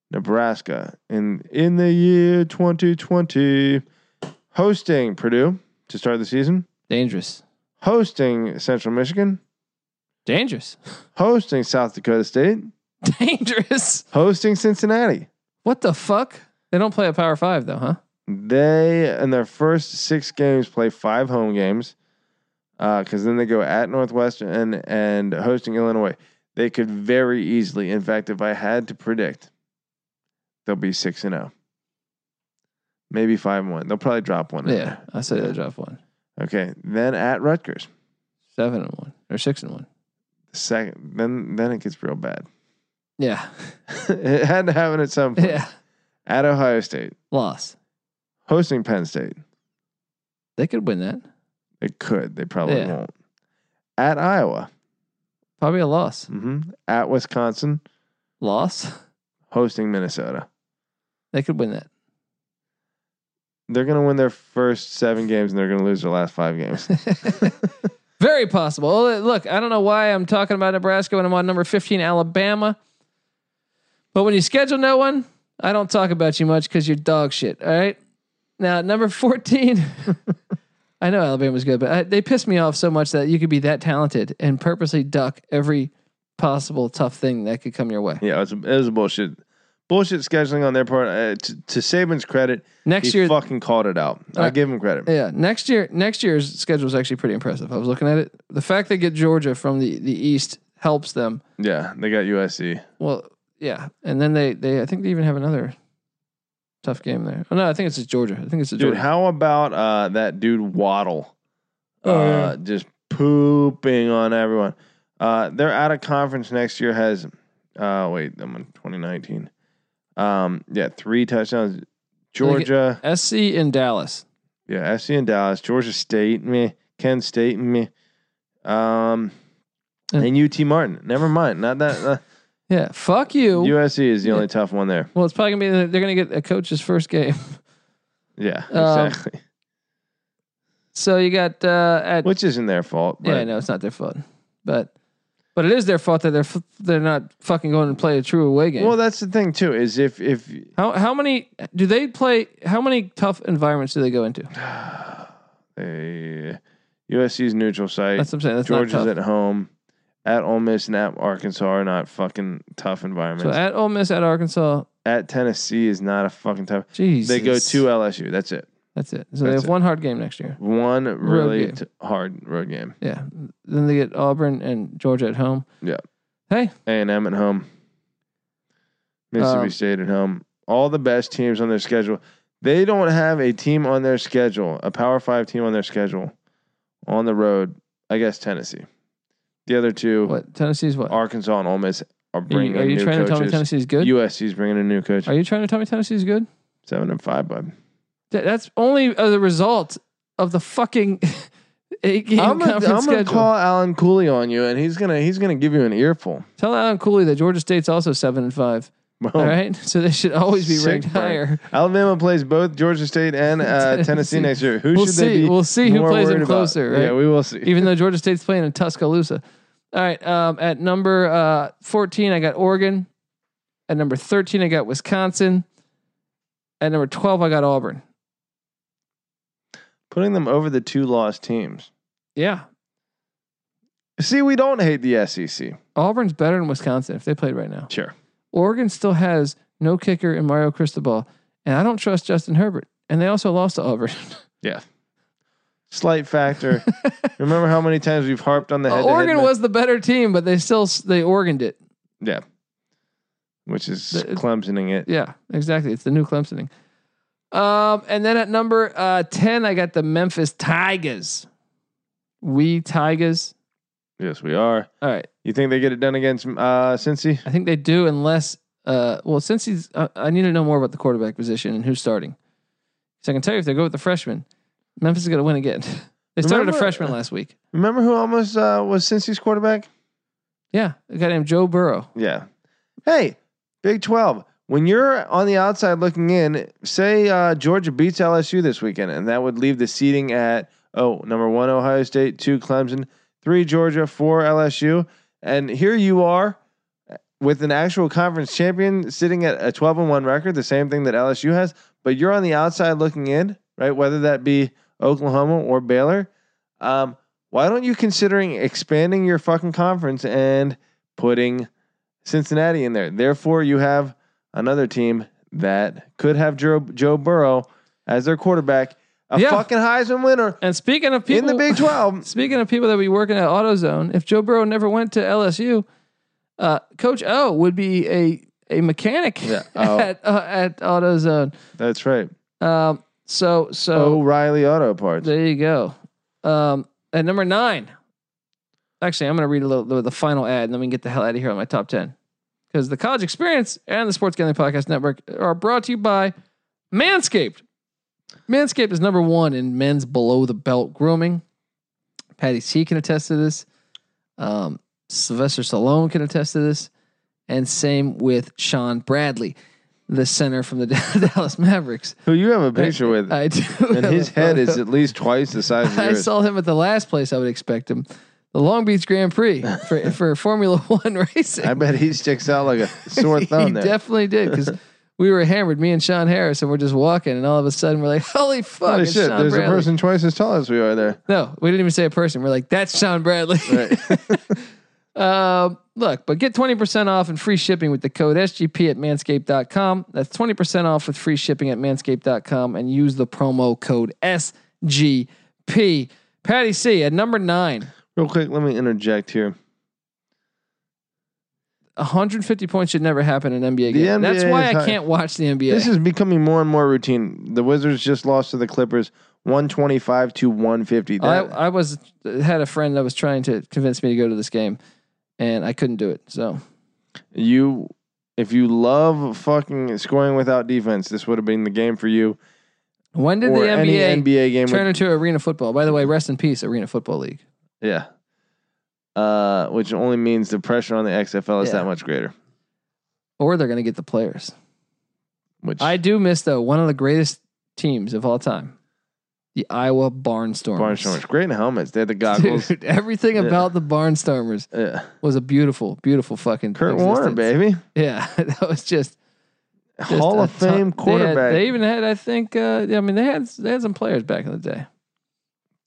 S2: Nebraska in in the year 2020 hosting Purdue to start the season,
S1: Dangerous,
S2: hosting Central Michigan,
S1: dangerous, [laughs]
S2: hosting South Dakota State,
S1: dangerous.
S2: hosting Cincinnati.
S1: What the fuck? They don't play a Power Five though, huh?
S2: They in their first 6 games play 5 home games uh cuz then they go at Northwestern and and hosting Illinois. They could very easily, in fact, if I had to predict, they'll be 6 and 0. oh. maybe five and one. They'll probably drop one. in
S1: Yeah, I say they drop one.
S2: there. Okay. Then at Rutgers,
S1: Seven and one or six and one.
S2: the second. Then then it gets
S1: [laughs]
S2: real bad.
S1: Yeah,
S2: it had to happen at some point.
S1: yeah.
S2: At Ohio State,
S1: Loss.
S2: hosting Penn State.
S1: They could win that.
S2: They could. They probably
S1: Yeah.
S2: won't. At Iowa.
S1: Probably a loss.
S2: hmm At Wisconsin,
S1: Loss.
S2: hosting Minnesota.
S1: They could win that.
S2: They're going to win their first seven games and they're going to lose their last
S1: [laughs]
S2: five games.
S1: Very possible. Well, Look, I don't know why I'm talking about Nebraska when I'm on number 15, Alabama. But when you schedule no one, I don't talk about you much because you're dog shit. All right. Now, number 14. [laughs] I know Alabama's good, but I, they piss me off so much that you could be that talented and purposely duck every possible tough thing that could come your way.
S2: yeah, it was, it was bullshit. Bullshit scheduling on their part. Uh, to, to Saban's credit,
S1: Next
S2: he
S1: year,
S2: fucking called it out. I
S1: Uh,
S2: give him credit.
S1: Yeah, next year next year's schedule is actually pretty impressive. I was looking at it. The fact they get Georgia from the the East helps them.
S2: yeah, they got USC.
S1: Well, yeah, and then they they I think they even have another tough game there. Oh no, I think it's just Georgia. I think it's just
S2: Dude,
S1: Georgia.
S2: how about uh, that dude Waddle?
S1: Oh,
S2: uh, Just pooping on everyone. Uh, they're out of conference next year. Has uh, wait, I'm on 2019. Um, yeah, three touchdowns. Georgia,
S1: yeah. SC in Dallas.
S2: yeah, SC and Dallas, Georgia State, me, Kent State, me, um,
S1: Yeah.
S2: and UT Martin. Never mind, not that
S1: [laughs]
S2: uh,
S1: Yeah, fuck you.
S2: USC is the
S1: Yeah.
S2: only tough one there.
S1: well, it's probably gonna be they're gonna get a coach's first game. [laughs]
S2: Yeah,
S1: Um,
S2: exactly. [laughs]
S1: So you got uh, at
S2: Which isn't their fault. But
S1: yeah, I know it's not their fault, but but it is their fault that they're f- they're not fucking going to play a true away game.
S2: Well, that's the thing too. Is if if
S1: How how many do they play? How many tough environments do they go into?
S2: uh, USC's neutral site.
S1: That's what I'm saying. That's
S2: Georgia's
S1: not
S2: at
S1: tough.
S2: home. At Ole Miss and at Arkansas are not fucking tough
S1: so
S2: environments.
S1: at Ole Miss, at Arkansas,
S2: at, Tennessee is not a fucking tough.
S1: Jesus,
S2: They go to LSU. That's it.
S1: That's it. So they
S2: That's
S1: have
S2: it.
S1: one hard game next year.
S2: One really
S1: game.
S2: t- hard road game.
S1: Yeah. Then they get Auburn and Georgia at home.
S2: Yeah.
S1: Hey,
S2: A and M at home. Mississippi
S1: Um,
S2: State at home. All the best teams on their schedule. They don't have a team on their schedule, a Power Five team on their schedule, on the road. I guess Tennessee. The other two,
S1: what Tennessee's what? Are
S2: Arkansas and Ole Miss, are
S1: you,
S2: bringing.
S1: are you
S2: new
S1: trying to
S2: coaches.
S1: tell me Tennessee's good?
S2: USC's bringing a new coach.
S1: are you trying to tell me Tennessee's good?
S2: Seven and five, bud.
S1: Th- That's only as a result of the fucking [laughs] eight game
S2: I'm gonna,
S1: conference
S2: I'm gonna
S1: schedule.
S2: call Alan Cooley on you, and he's gonna he's gonna give you an earful. [laughs]
S1: Tell Alan Cooley that Georgia State's also seven and five.
S2: Well,
S1: All right, [laughs] so they should always be
S2: Oh. Sick
S1: ranked
S2: burn.
S1: higher.
S2: Alabama plays both Georgia State
S1: [laughs]
S2: and uh,
S1: Tennessee.
S2: Tennessee next year. Who
S1: We'll
S2: should
S1: see.
S2: they be?
S1: We'll see who
S2: more
S1: plays them
S2: worried about?
S1: closer, right?
S2: Yeah, we [laughs] will see.
S1: even though Georgia State's playing in Tuscaloosa. All right, um, at number uh, 14, I got Oregon. At number 13, I got Wisconsin. At number 12, I got Auburn.
S2: Putting them over the two lost teams.
S1: Yeah,
S2: See, we don't hate the E SEC.
S1: Auburn's better than Wisconsin if they played right now.
S2: Sure.
S1: Oregon still has no kicker in Mario Cristobal, and I don't trust Justin Herbert. And they also lost to Auburn. [laughs]
S2: Slight factor. Remember how many times we've harped on the head.
S1: Uh, Oregon was the better team, but they still s- they Oregoned it.
S2: yeah, which is
S1: The-
S2: Clemsoning it.
S1: Yeah, exactly. It's the new Clemsoning. Um, and then at number uh, ten, I got the Memphis Tigers. We Tigers.
S2: Yes, we are.
S1: All right,
S2: You think they get it done against uh, Cincy?
S1: I think they do unless. Uh, well, since he's, I, I need to know more about the quarterback position and who's starting. So I can tell you if they go with the freshman, Memphis is going to win again. [laughs] they started
S2: Remember- uh,
S1: a freshman last week.
S2: Remember who almost uh, was Cincy's quarterback?
S1: Yeah, a guy named Joe Burrow.
S2: Yeah. Hey, Big 12. When you're on the outside looking in, say uh, Georgia beats LSU this weekend, and that would leave the seating at, oh, number one, Ohio State, two, Clemson, three, Georgia, four, LSU. And here you are with an actual conference champion sitting at a 12 and 1 record, the same thing that LSU has, but you're on the outside looking in, right? Whether that be Oklahoma or Baylor. Um, why don't you considering expanding your fucking conference and putting Cincinnati in there. Therefore, you have another team that could have Joe, Joe Burrow as their quarterback, a
S1: Yeah.
S2: fucking Heisman winner
S1: And speaking of people
S2: in
S1: [laughs]
S2: the Big 12.
S1: Speaking of people that be working at AutoZone, if Joe Burrow never went to LSU, uh, Coach O would be a a mechanic [laughs]
S2: Yeah, oh.
S1: at uh, at AutoZone.
S2: [laughs] That's right.
S1: Um, so
S2: Oh,
S1: so
S2: O'Reilly Auto Parts.
S1: there you go. Um, at number nine, actually, I'm going to read a little the, the final ad, and then we can get the hell out of here on my top ten. Because the college experience and the Sports Gambling Podcast Network are brought to you by Manscaped. Manscaped is number one in men's below the belt grooming. Patty C can attest to this. Um, Sylvester Stallone can attest to this, and same with Sean Bradley, the center from the [laughs] Dallas Mavericks.
S2: Who you have a picture with?
S1: I do.
S2: and his
S1: [laughs]
S2: head is at least twice the size of
S1: I
S2: yours.
S1: saw him at the last place I would expect him, the Long Beach Grand Prix
S2: [laughs]
S1: for, for Formula One [laughs] racing.
S2: [laughs] I bet he sticks
S1: [laughs]
S2: out like a sore
S1: he
S2: thumb there.
S1: definitely did
S2: [laughs]
S1: because we were hammered, me and Sean Harris, and we're just walking, and all of a sudden we're like, "Holy fuck!"
S2: Holy
S1: it's
S2: shit,
S1: Sean
S2: there's a
S1: Bradley.
S2: person twice as tall as we are there.
S1: No, we didn't even say a person. We're like, "That's Sean Bradley."
S2: Right.
S1: [laughs] Um, look, but get 20% off and free shipping with the code SGP at manscaped.com. That's 20% off with free shipping at manscaped.com and use the promo code SGP. Patty C at number nine,
S2: Real quick, let me interject here.
S1: 150 points should never happen in an NBA
S2: The
S1: game. That's
S2: NBA
S1: why
S2: is
S1: I
S2: high.
S1: can't watch the NBA.
S2: This is becoming more and more routine. The Wizards just lost to the Clippers 125 to 150.
S1: I,
S2: That,
S1: I was had a friend that was trying to convince me to go to this game and I couldn't do it. So
S2: you, if you love fucking scoring without defense, this would have been the game for you.
S1: when did
S2: or
S1: the
S2: any
S1: NBA,
S2: NBA game.
S1: turn
S2: With,
S1: into arena football? By the way, rest in peace, Arena Football League.
S2: yeah. Uh, which only means the pressure on the XFL is
S1: Yeah.
S2: that much greater.
S1: Or they're gonna get the players.
S2: Which
S1: I do miss though one of the greatest teams of all time, the Iowa Barnstormers.
S2: Barnstormers great in helmets. They had the
S1: [laughs]
S2: goggles.
S1: Dude, everything
S2: Yeah.
S1: about the Barnstormers
S2: Yeah.
S1: was a beautiful, beautiful fucking.
S2: Kurt
S1: existence.
S2: Warner, baby,
S1: Yeah, [laughs] that was just, just
S2: Hall
S1: a
S2: of
S1: ton-
S2: Fame
S1: they had-
S2: quarterback.
S1: They, even had, I think, uh, I mean, they had they had some players back in the day.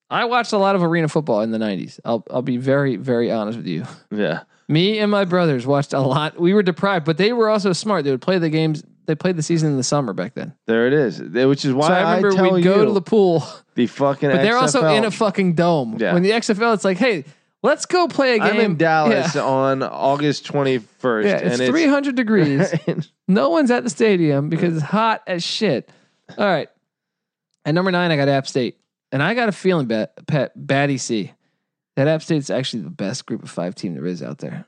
S1: I watched a lot of arena football in the '90s. I'll I'll be very very honest with you.
S2: yeah,
S1: Me and my brothers watched a lot. We were deprived, but they were also smart. They would play the games. They played the season in the summer back then.
S2: there it is. They- Which is why
S1: so
S2: I
S1: I remember
S2: tell
S1: we'd go
S2: you,
S1: to the pool.
S2: the fucking.
S1: But they're also
S2: XFL.
S1: in a fucking dome.
S2: Yeah.
S1: When the XFL, it's like, hey, let's go play a game.
S2: I'm in Dallas
S1: Yeah,
S2: on August 21st.
S1: Yeah, it's
S2: [laughs]
S1: 300 degrees. no one's at the stadium because it's hot as shit. All right. At number nine, I got App State. And I got a feeling, Bat, Pat, Batty E C, that App State's actually the best group of five team there is out there.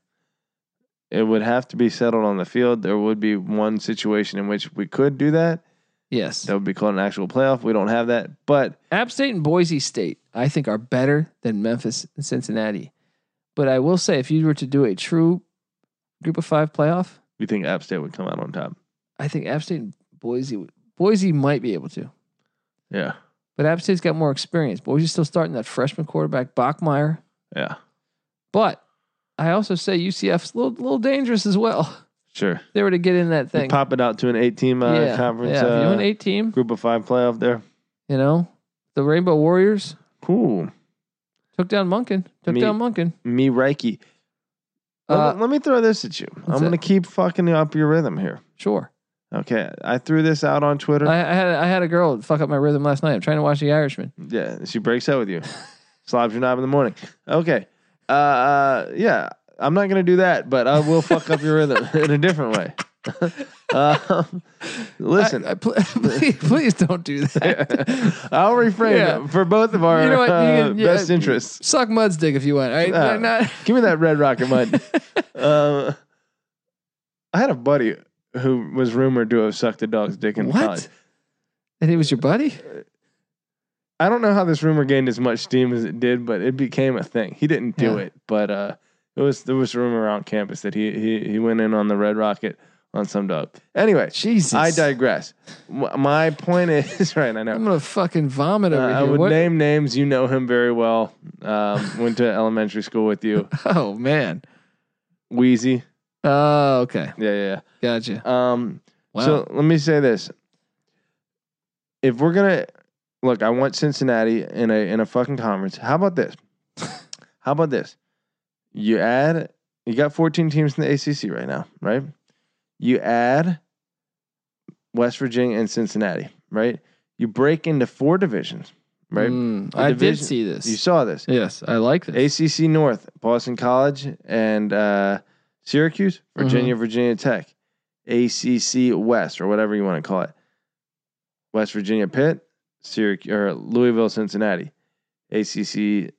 S2: it would have to be settled on the field. There would be one situation in which we could do that.
S1: Yes.
S2: That would be called an actual playoff. We don't have that. But
S1: App State and Boise State, I think, are better than Memphis and Cincinnati. But I will say, if you were to do a true group of five playoff,
S2: we think App State would come out on top.
S1: I think App State and Boise would- Boise might be able to,
S2: Yeah.
S1: but App State's got more experience. Boise's still starting that freshman quarterback Bachmeyer,
S2: Yeah.
S1: but I also say UCF's a little little dangerous as well. [laughs]
S2: Sure.
S1: If they were to get in that
S2: We
S1: thing.
S2: pop it out to an eight team uh,
S1: yeah,
S2: conference
S1: yeah. if
S2: uh,
S1: you an eight team,
S2: group of five playoff there.
S1: you know the Rainbow Warriors
S2: Cool.
S1: took down Munkin, took
S2: Me-
S1: down Munkin.
S2: Me Reiki.
S1: Uh,
S2: let, me, let me throw this at you. I'm
S1: that?
S2: going to keep fucking up your rhythm here.
S1: Sure,
S2: Okay. I threw this out on Twitter.
S1: I, I had I had a girl fuck up my rhythm last night. I'm trying to watch The Irishman.
S2: Yeah, she breaks out
S1: [laughs]
S2: with you, slobs your knob in the morning. Okay, uh, uh, yeah, I'm not gonna do that, but I will fuck up your rhythm [laughs] in a
S1: [laughs]
S2: different way. um, listen,
S1: I- I pl- [laughs] please, please don't do that.
S2: [laughs] I'll reframe
S1: Yeah.
S2: it for both of our
S1: You know what, you
S2: uh,
S1: can- yeah,
S2: best interests.
S1: Suck Mud's dick if you want. All right,
S2: Uh,
S1: They're not-
S2: Give me that red
S1: [laughs]
S2: rocket mud. um, I had a buddy who was rumored to have sucked a dog's dick in college.
S1: what? And he was your buddy.
S2: I don't know how this rumor gained as much steam as it did, but it became a thing. He didn't do
S1: Yeah.
S2: it, but uh, it was there was a rumor around campus that he he he went in on the Red Rocket on some dog. Anyway,
S1: Jesus.
S2: I digress. M- My point is [laughs] right. I
S1: I'm
S2: know.
S1: gonna fucking vomit over
S2: Uh, I
S1: here.
S2: would
S1: What-
S2: name names. You know him very well. Um, went to [laughs] elementary school with you.
S1: [laughs] oh man.
S2: Wheezy.
S1: Oh, okay.
S2: Yeah, yeah.
S1: Gotcha.
S2: yeah. Um,
S1: Wow.
S2: So let me say this: if we're gonna look, I want Cincinnati in a in a fucking conference. How
S1: [laughs]
S2: about this? How about this? You add you got 14 teams in the ACC right now, right? You add West Virginia and Cincinnati, right? You break into four divisions, right?
S1: Mm,
S2: The
S1: I did
S2: division-
S1: see this.
S2: You saw this.
S1: yes, I like this.
S2: ACC North, Boston College, and uh, Syracuse,
S1: Mm-hmm.
S2: Virginia, Virginia Tech, ACC West, or whatever you want to call it. West Virginia Pitt, Syracuse, or Louisville Cincinnati, ACC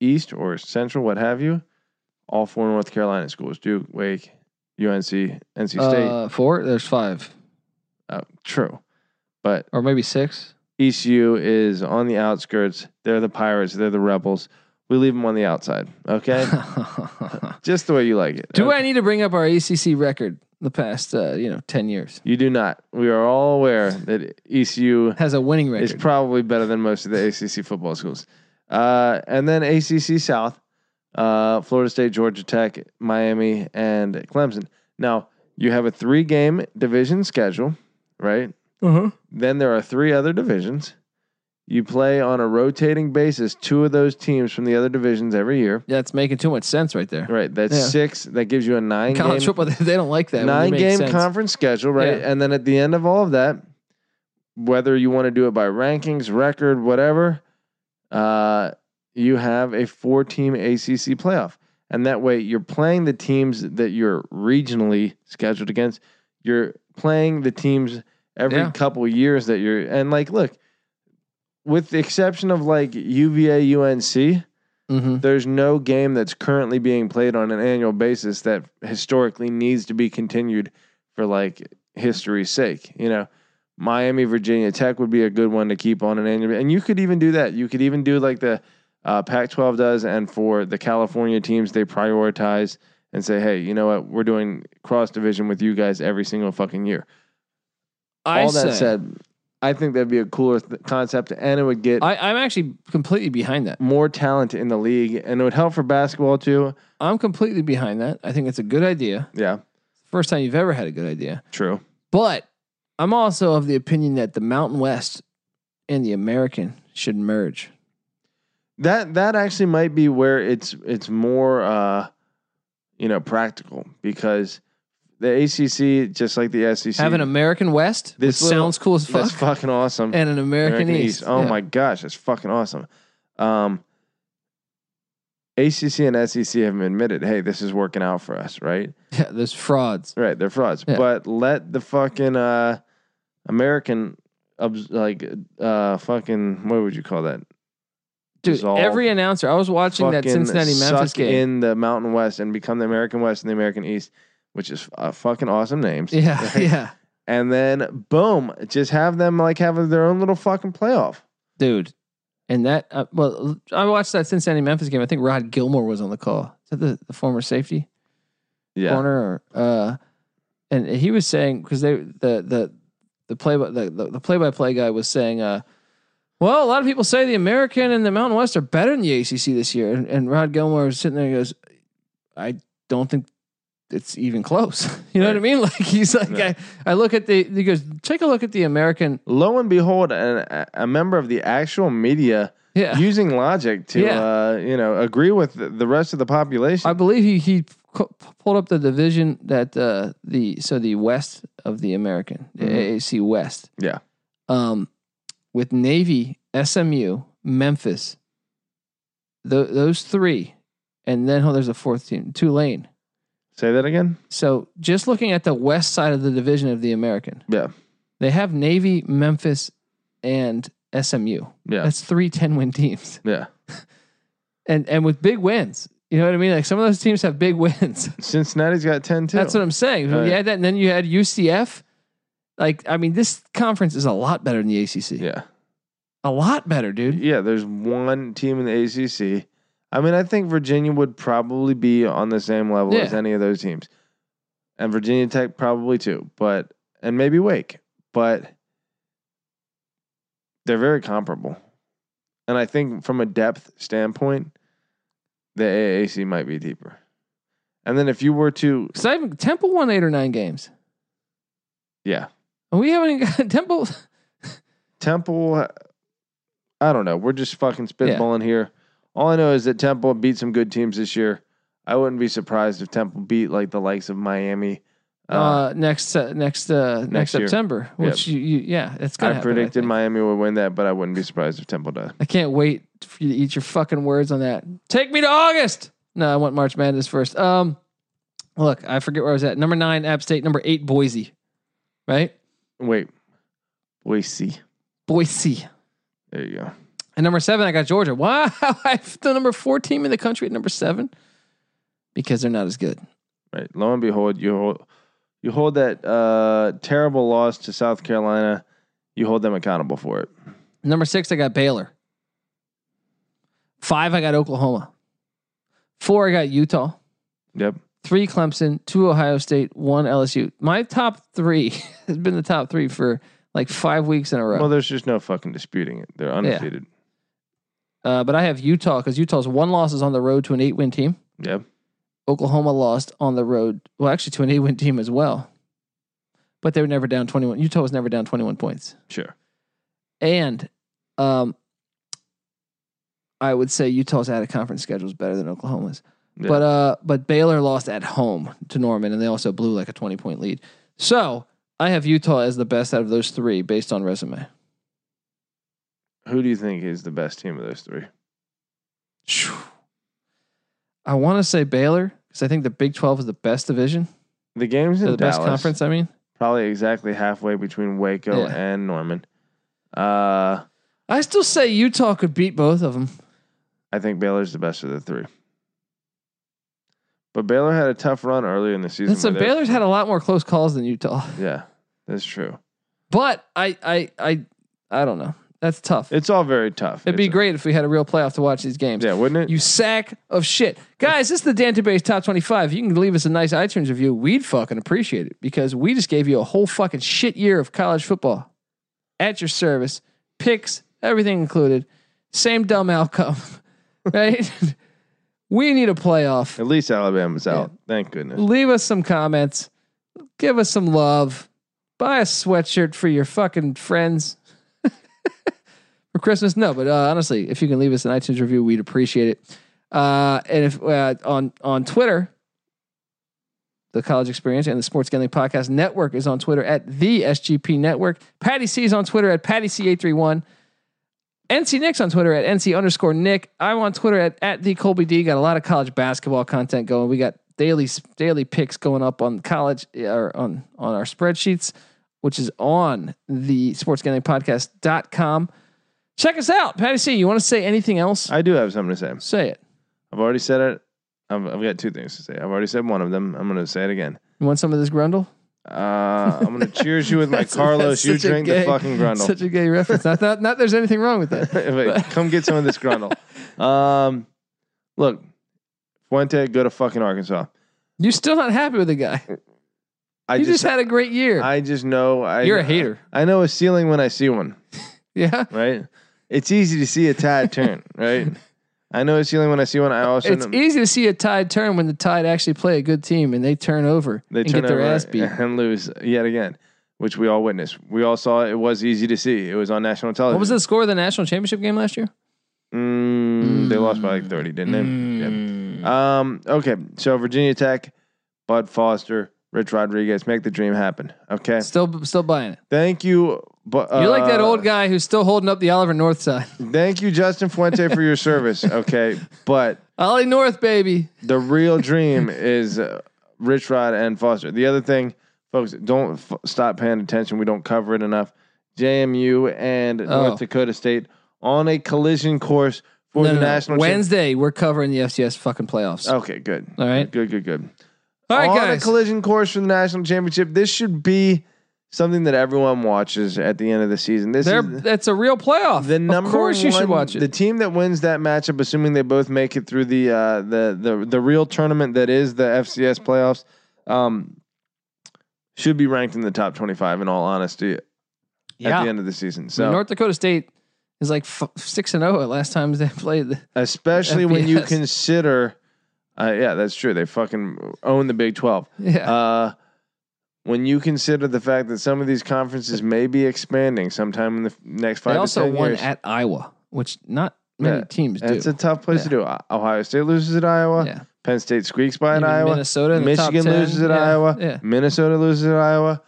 S2: East or Central, what have you. All four North Carolina schools: Duke, Wake, UNC, NC State.
S1: Uh, four. There's five,
S2: Uh, true, but
S1: or maybe six.
S2: ECU is on the outskirts. They're the pirates. They're the rebels. We leave them on the outside.
S1: [laughs]
S2: Okay, just the way you like it.
S1: Do
S2: okay?
S1: I need to bring up our ACC record the past uh, you know ten years?
S2: You do not. We are all aware that ECU
S1: Has a winning record.
S2: is probably better than most of the ACC football schools. Uh, and then ACC South, uh, Florida State, Georgia Tech, Miami, and Clemson. Now, you have a three game division schedule, right?
S1: uh-huh.
S2: Then there are three other divisions. You play on a rotating basis two of those teams from the other divisions every year.
S1: Yeah, it's making too much sense right there.
S2: Right. That's
S1: Yeah.
S2: six. That gives you a nine
S1: College
S2: game
S1: football, [laughs] they don't like that. when it
S2: nine
S1: makes
S2: game
S1: sense.
S2: conference schedule, right?
S1: Yeah.
S2: And then at the end of all of that, whether you want to do it by rankings, record, whatever, uh, you have a four team ACC playoff. And that way you're playing the teams that you're regionally scheduled against. You're playing the teams every
S1: Yeah.
S2: couple years that you're, and like, look, with the exception of like UVA, UNC,
S1: Mhm.
S2: there's no game that's currently being played on an annual basis that historically needs to be continued for like history's sake. You know, Miami, Virginia Tech would be a good one to keep on an annual. And you could even do that. You could even do like the uh, Pac-12 does, and for the California teams, they prioritize and say, "Hey, you know what? We're doing cross division with you guys every single fucking year."
S1: I
S2: All that
S1: say-
S2: said, I think that'd be a cooler th- concept, and it would get
S1: I, I'm actually completely behind that.
S2: more talent in the league, and it would help for basketball too.
S1: I'm completely behind that. I think it's a good idea.
S2: Yeah,
S1: First time you've ever had a good idea.
S2: true.
S1: But I'm also of the opinion that the Mountain West and the American should merge.
S2: That that actually might be where it's it's more uh, you know practical because the ACC just like the SEC
S1: Have an American West,
S2: This
S1: which
S2: little-
S1: sounds cool as fuck,
S2: that's fucking awesome.
S1: and an American, East.
S2: Oh
S1: Yeah.
S2: my gosh, that's fucking awesome. Um, ACC and SEC have admitted, hey, this is working out for us, right?
S1: [laughs] Yeah, there's frauds.
S2: Right, they're frauds.
S1: Yeah.
S2: But let the fucking uh, American, obs- like, uh, fucking, what would you call that?
S1: Dude,
S2: Dissolve.
S1: every announcer, I was watching that
S2: fucking
S1: Cincinnati Memphis
S2: suck
S1: game.
S2: in the Mountain West and become the American West and the American East, which is uh, fucking awesome
S1: [laughs]
S2: names.
S1: yeah,
S2: [laughs] Right?
S1: yeah.
S2: And then boom, just have them like have their own little fucking playoff.
S1: Dude. And that, uh, well, I watched that Cincinnati Memphis game. I think Rod Gilmore was on the call. Is that the, the former safety?
S2: Yeah,
S1: corner or uh and he was saying because they the the the play by the, the, the play-by-play guy was saying uh well a lot of people say the american and the mountain west are better than the acc this year and, and rod gilmore was sitting there and goes i don't think it's even close [laughs] you know what i
S2: Right.
S1: mean like he's like
S2: Yeah.
S1: I, I look at the he goes take a look at the american
S2: Lo and behold, a, a member of the
S1: [laughs]
S2: actual media
S1: yeah
S2: using logic to
S1: Yeah.
S2: uh, you know agree with the- the rest of the population.
S1: I believe he he cu- pulled up the division that uh, the so the West of the American the
S2: Mhm.
S1: AAC West.
S2: Yeah.
S1: Um, with Navy, SMU, Memphis, tho- those three, and then oh, there's a fourth team, Tulane.
S2: Say that again.
S1: So just looking at the West side of the division of the American,
S2: Yeah,
S1: they have Navy, Memphis, and SMU.
S2: yeah,
S1: That's three 10 win teams,
S2: yeah.
S1: and and with big wins. You know what I mean? Like some of those teams have big [laughs] wins.
S2: Cincinnati's got ten too.
S1: That's what I'm saying.
S2: All
S1: you
S2: right.
S1: had that, and then you had UCF. Like, I mean, this conference is a lot better than the ACC.
S2: yeah.
S1: A lot better, dude.
S2: Yeah, there's one team in the ACC. I mean, I think Virginia would probably be on the same level as
S1: Yeah.
S2: any of those teams, and Virginia Tech probably too. But and maybe Wake, but they're very comparable. And I think from a depth standpoint, the AAC might be deeper. And then if you were to,
S1: Because I haven't Temple won eight or nine games,
S2: yeah,
S1: and we haven't even got [laughs] Temple.
S2: Temple, I don't know. We're just fucking spitballing here. All I know is that Temple beat some good teams this year. I wouldn't be surprised if Temple beat like the likes of Miami.
S1: Uh,
S2: Uh,
S1: next, uh, next, uh, next,
S2: next year.
S1: September. Which you, you, yeah, it's
S2: I
S1: gonna. happen,
S2: predicted
S1: think.
S2: Miami would win that, but I wouldn't be surprised if Temple does.
S1: I can't wait for you to eat your fucking words on that. Take me to August. No, I want March Madness first. Um, look, I forget where I was at. Number nine, App State. Number eight, Boise. Right.
S2: Wait, Boise.
S1: Boise.
S2: There you go.
S1: And number seven, I got Georgia. Wow, [laughs] I'm the number four team in the country at number seven because they're not as good.
S2: Right. Lo and behold, you hold, you hold that uh, terrible loss to South Carolina. You hold them accountable for it.
S1: Number six, I got Baylor. Five, I got Oklahoma. Four, I got Utah.
S2: Yep.
S1: Three, Clemson. Two, Ohio State. One, LSU. My top three [laughs] has been the top three for like five weeks in a row.
S2: Well, there's just no fucking disputing it. They're undefeated.
S1: Uh, but I have Utah because Utah's one loss is on the road to an eight win team.
S2: Yep.
S1: Oklahoma lost on the road, well, actually to an eight win team as well. But they were never down 21. Utah was never down 21 points.
S2: Sure.
S1: And um, I would say Utah's out of conference schedule is better than Oklahoma's.
S2: Yeah.
S1: But uh, but Baylor lost at home to Norman, and they also blew like a 20 point lead. So I have Utah as the best out of those three based on resume.
S2: Who do you think is the best team of those three?
S1: Phew. I want to say Baylor because I think the Big 12 is the best division,
S2: The games in
S1: the
S2: Dallas,
S1: best conference. I mean,
S2: probably exactly halfway between Waco
S1: Yeah.
S2: and Norman. Uh,
S1: I still say Utah could beat both of them.
S2: I think Baylor's the best of the three. But Baylor had a tough run earlier in the season.
S1: Listen,
S2: where they-
S1: Baylor's had a lot more close calls than Utah,
S2: Yeah, that's true.
S1: but I, I, I, I don't know. That's tough.
S2: It's all very tough.
S1: It'd be
S2: It's-
S1: great if we had a real playoff to watch these games.
S2: Yeah, wouldn't it?
S1: You sack of shit. Guys, this is the Dan Debase Top 25. You can leave us a nice iTunes review. We'd fucking appreciate it because we just gave you a whole fucking shit year of college football at your service, picks, everything included. Same dumb outcome, [laughs] right? [laughs] we need a playoff.
S2: At least Alabama's out. Thank goodness.
S1: Leave us some comments. Give us some love. Buy a sweatshirt for your fucking friends [laughs] for Christmas. No, but uh, honestly, if you can leave us an iTunes review, we'd appreciate it. Uh, and if uh, on on Twitter, the College Experience and the Sports Gambling Podcast Network is on Twitter at the SGP Network. Patty C is on Twitter at Patty C eight three one. NC Nick's on Twitter at NC underscore Nick. I'm on Twitter at, at the Colby D. Got a lot of college basketball content going. We got daily daily picks going up on college or on on our spreadsheets, which is on the sportsgamblingpodcast.com. Check us out. Patty C, you want to say anything else?
S2: I do have something to say.
S1: say it.
S2: I've already said it. I've, I've got two things to say. I've already said one of them. I'm going to say it again.
S1: You want some of this grundle?
S2: Uh, I'm going to cheers you with
S1: [laughs]
S2: my
S1: That's-
S2: Carlos.
S1: that's
S2: You
S1: such a
S2: drink
S1: gay-
S2: the fucking grundle.
S1: Such a gay reference. Not, not, not there's anything wrong with [laughs] that.
S2: Wait, come get some of this grundle. [laughs] Um, look, Fuente, go to fucking Arkansas.
S1: You're still not happy with the guy.
S2: I
S1: you
S2: just,
S1: just, had a great year.
S2: I just know I,
S1: You're a hater.
S2: I know a ceiling when I see one.
S1: yeah.
S2: Right? It's easy to see
S1: [laughs]
S2: a tide turn. Right? I know a ceiling when I see one. I also
S1: It's
S2: know,
S1: easy to see a tide turn when the tide actually play a good team and they turn over
S2: they
S1: and
S2: turn
S1: get their
S2: over
S1: ass beat.
S2: [laughs] and lose yet again, which we all witnessed. We all saw it. It was easy to see. It was on national television.
S1: What was the score of the national championship game last year?
S2: Mm, They lost by like 30, didn't they?
S1: Mm.
S2: Yep. Um, okay. So Virginia Tech, Bud Foster, Rich Rodriguez, make the dream happen. Okay.
S1: Still, still buying it.
S2: Thank you. But,
S1: You're like
S2: Uh,
S1: that old guy who's still holding up the Oliver North sign.
S2: Thank you, Justin Fuente, for your service. Okay. But
S1: [laughs] Ollie North, baby.
S2: the real dream is uh, Rich Rod and Foster. The other thing, folks, don't f- stop paying attention. We don't cover it enough. JMU and
S1: Oh.
S2: North Dakota State on a collision course for
S1: No,
S2: the
S1: no, no.
S2: national champ- Oh.
S1: Wednesday, we're covering the FCS fucking playoffs.
S2: Okay, good.
S1: All right.
S2: Good, good, good.
S1: All right,
S2: on
S1: guys.
S2: a collision course for the national championship. This should be something that everyone watches at the end of the season. This
S1: They're,
S2: is
S1: that's a real playoff.
S2: the number
S1: of course, you should
S2: one-
S1: watch it.
S2: The team that wins that matchup, assuming they both make it through the uh, the the the real tournament that is the FCS playoffs, um, should be ranked in the top twenty five. In all honesty, at the end of the season.
S1: I mean,
S2: So
S1: North Dakota State is like f- six and zero at last times they [laughs] played. The,
S2: especially when you
S1: FBS.
S2: consider, uh, yeah, that's true. They fucking own the Big Twelve.
S1: yeah,
S2: [laughs] Uh, when you consider the fact that some of these conferences may be expanding sometime in the f- next five
S1: they
S2: to
S1: also
S2: ten
S1: won
S2: years,
S1: at Iowa, which not many
S2: Yeah,
S1: teams do.
S2: it's a tough place to do. O- Ohio State loses at Iowa.
S1: yeah,
S2: Penn State squeaks by at
S1: Even
S2: Iowa.
S1: Minnesota, in the top
S2: Michigan
S1: 10.
S2: loses at
S1: Yeah,
S2: Iowa.
S1: Yeah,
S2: Minnesota loses at Iowa.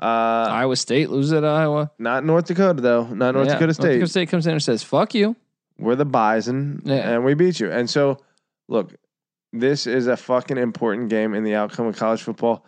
S2: Uh,
S1: Iowa State loses at Iowa.
S2: not North Dakota though. Not North
S1: Yeah.
S2: Dakota
S1: North
S2: State.
S1: Dakota State comes in and says, "Fuck you."
S2: We're the Bison,
S1: Yeah.
S2: and we beat you. And so, look, this is a fucking important game in the outcome of college football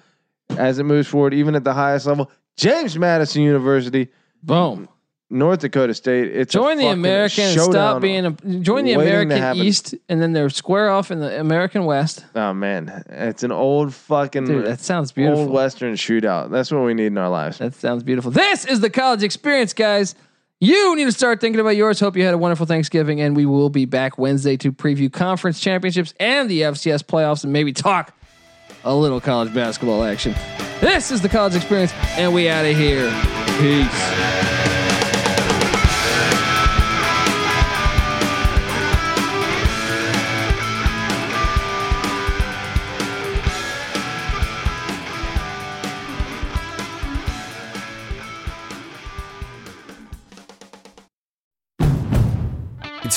S2: as it moves forward, even at the highest level. James Madison University
S1: Boom.
S2: North Dakota State. It's a
S1: Join the
S2: fucking
S1: American. and
S2: showdown.
S1: Stop being a join the
S2: waiting to
S1: American
S2: happen.
S1: East, and then they're square off in the American West.
S2: Oh man, it's an old fucking
S1: Dude, that sounds beautiful.
S2: old Western shootout. That's what we need in our lives.
S1: That sounds beautiful. This is the college experience, guys. You need to start thinking about yours. Hope you had a wonderful Thanksgiving, and we will be back Wednesday to preview conference championships and the FCS playoffs and maybe talk a little college basketball action. This is the college experience, and we out of here. Peace.
S3: It's